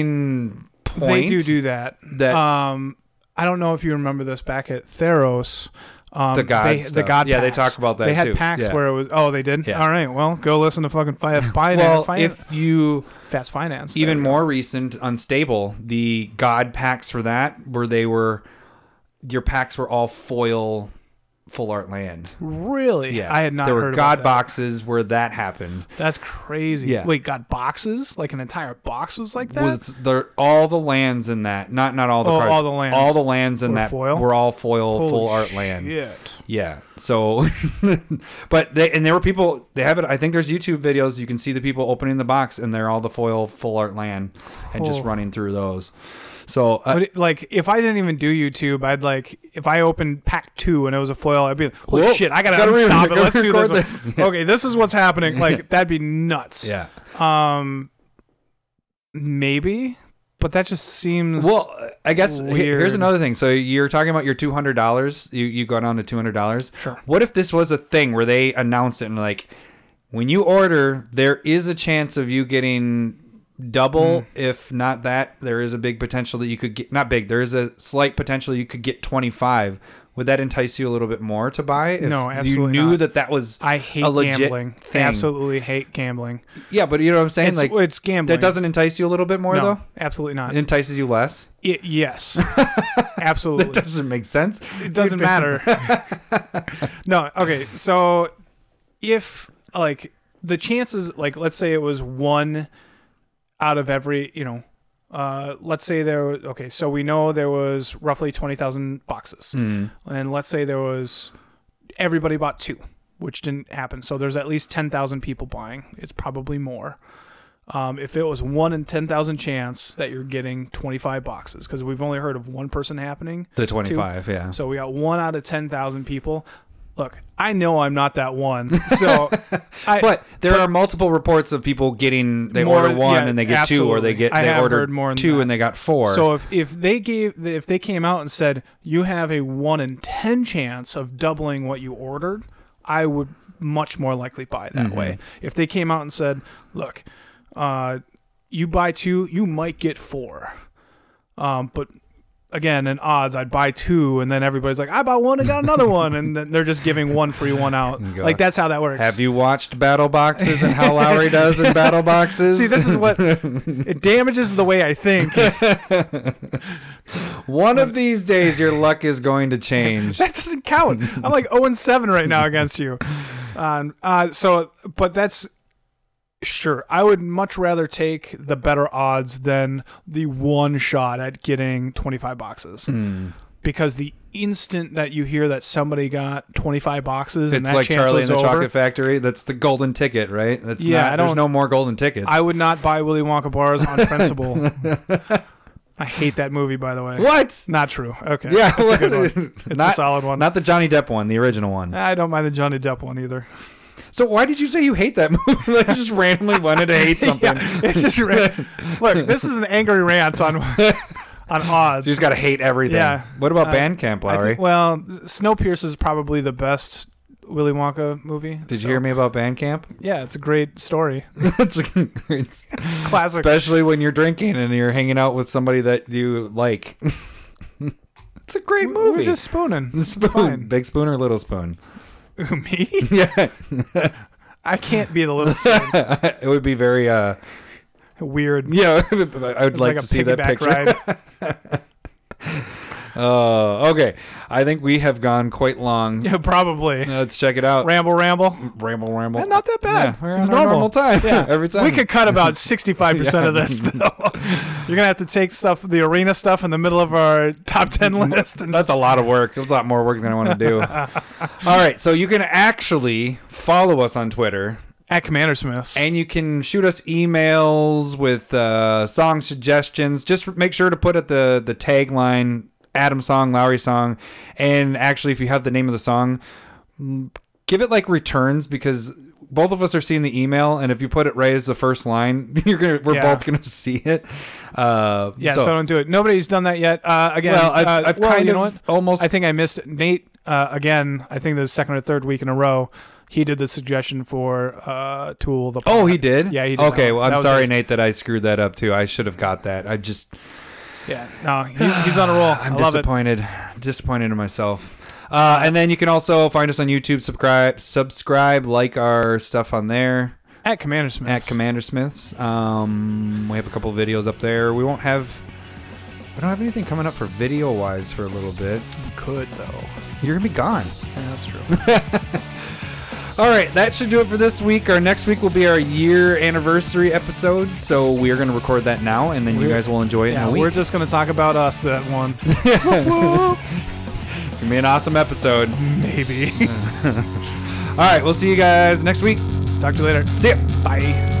[SPEAKER 2] interesting point.
[SPEAKER 1] They do do that.
[SPEAKER 2] that.
[SPEAKER 1] Um, I don't know if you remember this back at Theros. Um,
[SPEAKER 2] The god
[SPEAKER 1] they, the
[SPEAKER 2] stuff.
[SPEAKER 1] god.
[SPEAKER 2] Yeah, they
[SPEAKER 1] packs.
[SPEAKER 2] talk about that
[SPEAKER 1] They had
[SPEAKER 2] too.
[SPEAKER 1] packs
[SPEAKER 2] Yeah.
[SPEAKER 1] where it was. Oh, they did.
[SPEAKER 2] Yeah.
[SPEAKER 1] All right. Well, go listen to fucking fi- finance.
[SPEAKER 2] well,
[SPEAKER 1] Fin-
[SPEAKER 2] if you
[SPEAKER 1] fast finance. There
[SPEAKER 2] even
[SPEAKER 1] we go.
[SPEAKER 2] more recent unstable the god packs for that where they were your packs were all foil full art land
[SPEAKER 1] Really.
[SPEAKER 2] yeah
[SPEAKER 1] I had not.
[SPEAKER 2] there
[SPEAKER 1] heard
[SPEAKER 2] were
[SPEAKER 1] about
[SPEAKER 2] god
[SPEAKER 1] that.
[SPEAKER 2] boxes where that happened
[SPEAKER 1] That's crazy.
[SPEAKER 2] Yeah.
[SPEAKER 1] Wait, got boxes? Like an entire box was like that?
[SPEAKER 2] was the all the lands in that not not all the
[SPEAKER 1] Oh,
[SPEAKER 2] cards
[SPEAKER 1] all the lands
[SPEAKER 2] all the lands in
[SPEAKER 1] were
[SPEAKER 2] that
[SPEAKER 1] foil?
[SPEAKER 2] were all foil
[SPEAKER 1] Holy
[SPEAKER 2] full art land
[SPEAKER 1] shit.
[SPEAKER 2] Yeah. So, but they and there were people. They have it. I think there's YouTube videos. You can see the people opening the box, and they're all the foil full art land, and just
[SPEAKER 1] Oh.
[SPEAKER 2] running through those. So uh,
[SPEAKER 1] But it- like, if I didn't even do YouTube, I'd like if I opened pack two and it was a foil, I'd be like, "Holy
[SPEAKER 2] Whoa,
[SPEAKER 1] shit, I gotta,
[SPEAKER 2] gotta re-
[SPEAKER 1] stop it.
[SPEAKER 2] gotta
[SPEAKER 1] Let's do
[SPEAKER 2] record
[SPEAKER 1] this." one." Okay, this is what's happening. Like, that'd be nuts.
[SPEAKER 2] yeah.
[SPEAKER 1] Um, maybe, but that just seems
[SPEAKER 2] Well, I guess he-
[SPEAKER 1] Weird.
[SPEAKER 2] here's another thing. So you're talking about your two hundred dollars. You you go down to two hundred dollars.
[SPEAKER 1] Sure.
[SPEAKER 2] What if this was a thing where they announced it and like, when you order, there is a chance of you getting double.
[SPEAKER 1] Hmm.
[SPEAKER 2] If not that, there is a big potential that you could get. Not big. There is a slight potential you could get twenty five. would that entice you a little bit more to buy? If
[SPEAKER 1] No,
[SPEAKER 2] You
[SPEAKER 1] absolutely
[SPEAKER 2] knew
[SPEAKER 1] not.
[SPEAKER 2] that that was.
[SPEAKER 1] I hate
[SPEAKER 2] A legit
[SPEAKER 1] gambling.
[SPEAKER 2] thing.
[SPEAKER 1] I absolutely hate gambling.
[SPEAKER 2] yeah, but you know what I'm saying.
[SPEAKER 1] It's,
[SPEAKER 2] like
[SPEAKER 1] it's gambling.
[SPEAKER 2] that doesn't entice you a little bit more
[SPEAKER 1] no,
[SPEAKER 2] though.
[SPEAKER 1] absolutely not.
[SPEAKER 2] It entices you less.
[SPEAKER 1] It, yes,
[SPEAKER 2] That
[SPEAKER 1] absolutely.
[SPEAKER 2] doesn't make sense.
[SPEAKER 1] It doesn't matter. no, okay. So if like the chances, like let's say it was one out of every, you know, uh, let's say there. was Okay, so we know there was roughly twenty thousand boxes, and let's say there was everybody bought two, which didn't happen. So there's at least ten thousand people buying. It's probably more. Um, if it was one in ten thousand chance that you're getting twenty five boxes, because we've only heard of one person happening,
[SPEAKER 2] The 25, yeah.
[SPEAKER 1] so we got one out of 10,000 people. Look, I know I'm not that one. So I,
[SPEAKER 2] But there are multiple reports of people getting they
[SPEAKER 1] More-
[SPEAKER 2] order one
[SPEAKER 1] yeah,
[SPEAKER 2] and they get two, or they get
[SPEAKER 1] absolutely. I
[SPEAKER 2] they
[SPEAKER 1] have
[SPEAKER 2] ordered
[SPEAKER 1] heard more than
[SPEAKER 2] two
[SPEAKER 1] that.
[SPEAKER 2] and they got four.
[SPEAKER 1] so if, if they gave if they came out and said you have a 1 in 10 chance of doubling what you ordered, I would much more likely buy that
[SPEAKER 2] Mm-hmm.
[SPEAKER 1] way. If they came out and said, "Look, uh, you buy two, you might get four. Um, but again, in odds, I'd buy two, and then everybody's like, I bought one and got another one, and then they're just giving one free one out.
[SPEAKER 2] You go,
[SPEAKER 1] Like that's how that works.
[SPEAKER 2] have you watched Battle Boxes and how Lowry does in Battle Boxes?
[SPEAKER 1] See, this is what it damages the way I think. that
[SPEAKER 2] One of these days, your luck is going to change.
[SPEAKER 1] doesn't count. I'm like 0 and 7 right now against you. Um, uh, so, but that's sure. I would much rather take the better odds than the one shot at getting 25 boxes
[SPEAKER 2] Hmm.
[SPEAKER 1] because the instant that you hear that somebody got 25 boxes and
[SPEAKER 2] It's
[SPEAKER 1] that
[SPEAKER 2] like
[SPEAKER 1] chance
[SPEAKER 2] Charlie
[SPEAKER 1] was
[SPEAKER 2] and the
[SPEAKER 1] over,
[SPEAKER 2] Chocolate Factory. That's the golden ticket, right? That's
[SPEAKER 1] Yeah,
[SPEAKER 2] not,
[SPEAKER 1] I
[SPEAKER 2] there's
[SPEAKER 1] don't-
[SPEAKER 2] no more golden tickets.
[SPEAKER 1] I would not buy Willy Wonka bars on principle. I hate that movie, by the way.
[SPEAKER 2] what?
[SPEAKER 1] Not true. Okay.
[SPEAKER 2] Yeah,
[SPEAKER 1] That's a good one. It's
[SPEAKER 2] not,
[SPEAKER 1] a solid one.
[SPEAKER 2] not the Johnny Depp one, the original one.
[SPEAKER 1] I don't mind the Johnny Depp one either.
[SPEAKER 2] So why did you say you hate that movie? like you just randomly wanted to hate something.
[SPEAKER 1] Yeah, it's just look. This is an angry rant on on odds.
[SPEAKER 2] You just got to hate everything.
[SPEAKER 1] Yeah.
[SPEAKER 2] What about
[SPEAKER 1] Uh,
[SPEAKER 2] Bandcamp,
[SPEAKER 1] I
[SPEAKER 2] Lowry?
[SPEAKER 1] think- well, Snowpiercer is probably the best Willy Wonka movie.
[SPEAKER 2] Did you hear me about Bandcamp?
[SPEAKER 1] Yeah, it's a great story.
[SPEAKER 2] That's it's,
[SPEAKER 1] Classic.
[SPEAKER 2] especially when you're drinking and you're hanging out with somebody that you like. it's a great
[SPEAKER 1] We-
[SPEAKER 2] movie.
[SPEAKER 1] We're just spooning.
[SPEAKER 2] The
[SPEAKER 1] It's
[SPEAKER 2] spoon,
[SPEAKER 1] fine.
[SPEAKER 2] big spoon or little spoon?
[SPEAKER 1] me?
[SPEAKER 2] Yeah,
[SPEAKER 1] I can't be the little spoon.
[SPEAKER 2] it would be very. uh
[SPEAKER 1] Weird.
[SPEAKER 2] Yeah, I would
[SPEAKER 1] It's
[SPEAKER 2] like,
[SPEAKER 1] like, a
[SPEAKER 2] to see that
[SPEAKER 1] piggyback
[SPEAKER 2] picture.
[SPEAKER 1] ride.
[SPEAKER 2] Uh, okay, I think we have gone quite long.
[SPEAKER 1] Yeah, probably.
[SPEAKER 2] Let's check it out.
[SPEAKER 1] Ramble, ramble.
[SPEAKER 2] ramble, ramble.
[SPEAKER 1] Eh, Not that bad.
[SPEAKER 2] Yeah, we're on
[SPEAKER 1] it's
[SPEAKER 2] our
[SPEAKER 1] normal.
[SPEAKER 2] time. Every time
[SPEAKER 1] We could cut about 65% of this, though. You're going to have to take stuff, the arena stuff, in the middle of our top 10 list. And
[SPEAKER 2] That's a lot of work. It's a lot more work than I want to do. All right, so you can actually follow us on Twitter,
[SPEAKER 1] at Commander Smith's.
[SPEAKER 2] and you can shoot us emails with uh, song suggestions. Just make sure to put at the the tagline Adam song, Lowry song, and actually, if you have the name of the song, mm, give it like returns because both of us are seeing the email, and if you put it right as the first line, you're gonna we're
[SPEAKER 1] Yeah.
[SPEAKER 2] both gonna see it. Uh,
[SPEAKER 1] yeah, so, don't do it. Nobody's done that yet. Uh, again,
[SPEAKER 2] well, I've,
[SPEAKER 1] uh,
[SPEAKER 2] I've
[SPEAKER 1] well,
[SPEAKER 2] kind
[SPEAKER 1] you know
[SPEAKER 2] of
[SPEAKER 1] what?
[SPEAKER 2] almost
[SPEAKER 1] I think I missed it. Nate, uh, again, I think the second or third week in a row, he did the suggestion for uh, Tool the
[SPEAKER 2] Oh,
[SPEAKER 1] Pod.
[SPEAKER 2] he did.
[SPEAKER 1] Yeah, he did
[SPEAKER 2] Okay,
[SPEAKER 1] that one.
[SPEAKER 2] well,
[SPEAKER 1] That
[SPEAKER 2] I'm
[SPEAKER 1] was
[SPEAKER 2] sorry,
[SPEAKER 1] his-
[SPEAKER 2] Nate, that I screwed that up too. I should have got that. I just,
[SPEAKER 1] Yeah, no, he's, he's on a roll. i
[SPEAKER 2] I'm
[SPEAKER 1] love it.
[SPEAKER 2] disappointed, disappointed in myself. Uh, and then you can also find us on YouTube. Subscribe, subscribe, like our stuff on there
[SPEAKER 1] At Commander Smith's.
[SPEAKER 2] at Commander Smiths. Um, we have a couple videos up there. We won't have, we don't have anything coming up for video wise for a little bit.
[SPEAKER 1] Could, though.
[SPEAKER 2] You're gonna be gone.
[SPEAKER 1] Yeah, that's true.
[SPEAKER 2] All right, that should do it for this week. Our next week will be our year anniversary episode, so we are gonna record that now, and then you
[SPEAKER 1] We're-
[SPEAKER 2] guys will enjoy it in
[SPEAKER 1] yeah,
[SPEAKER 2] a week.
[SPEAKER 1] we're just going to talk about us that one.
[SPEAKER 2] It's gonna be an awesome episode.
[SPEAKER 1] Maybe.
[SPEAKER 2] All right, we'll see you guys next week.
[SPEAKER 1] Talk to you later.
[SPEAKER 2] See ya.
[SPEAKER 1] Bye.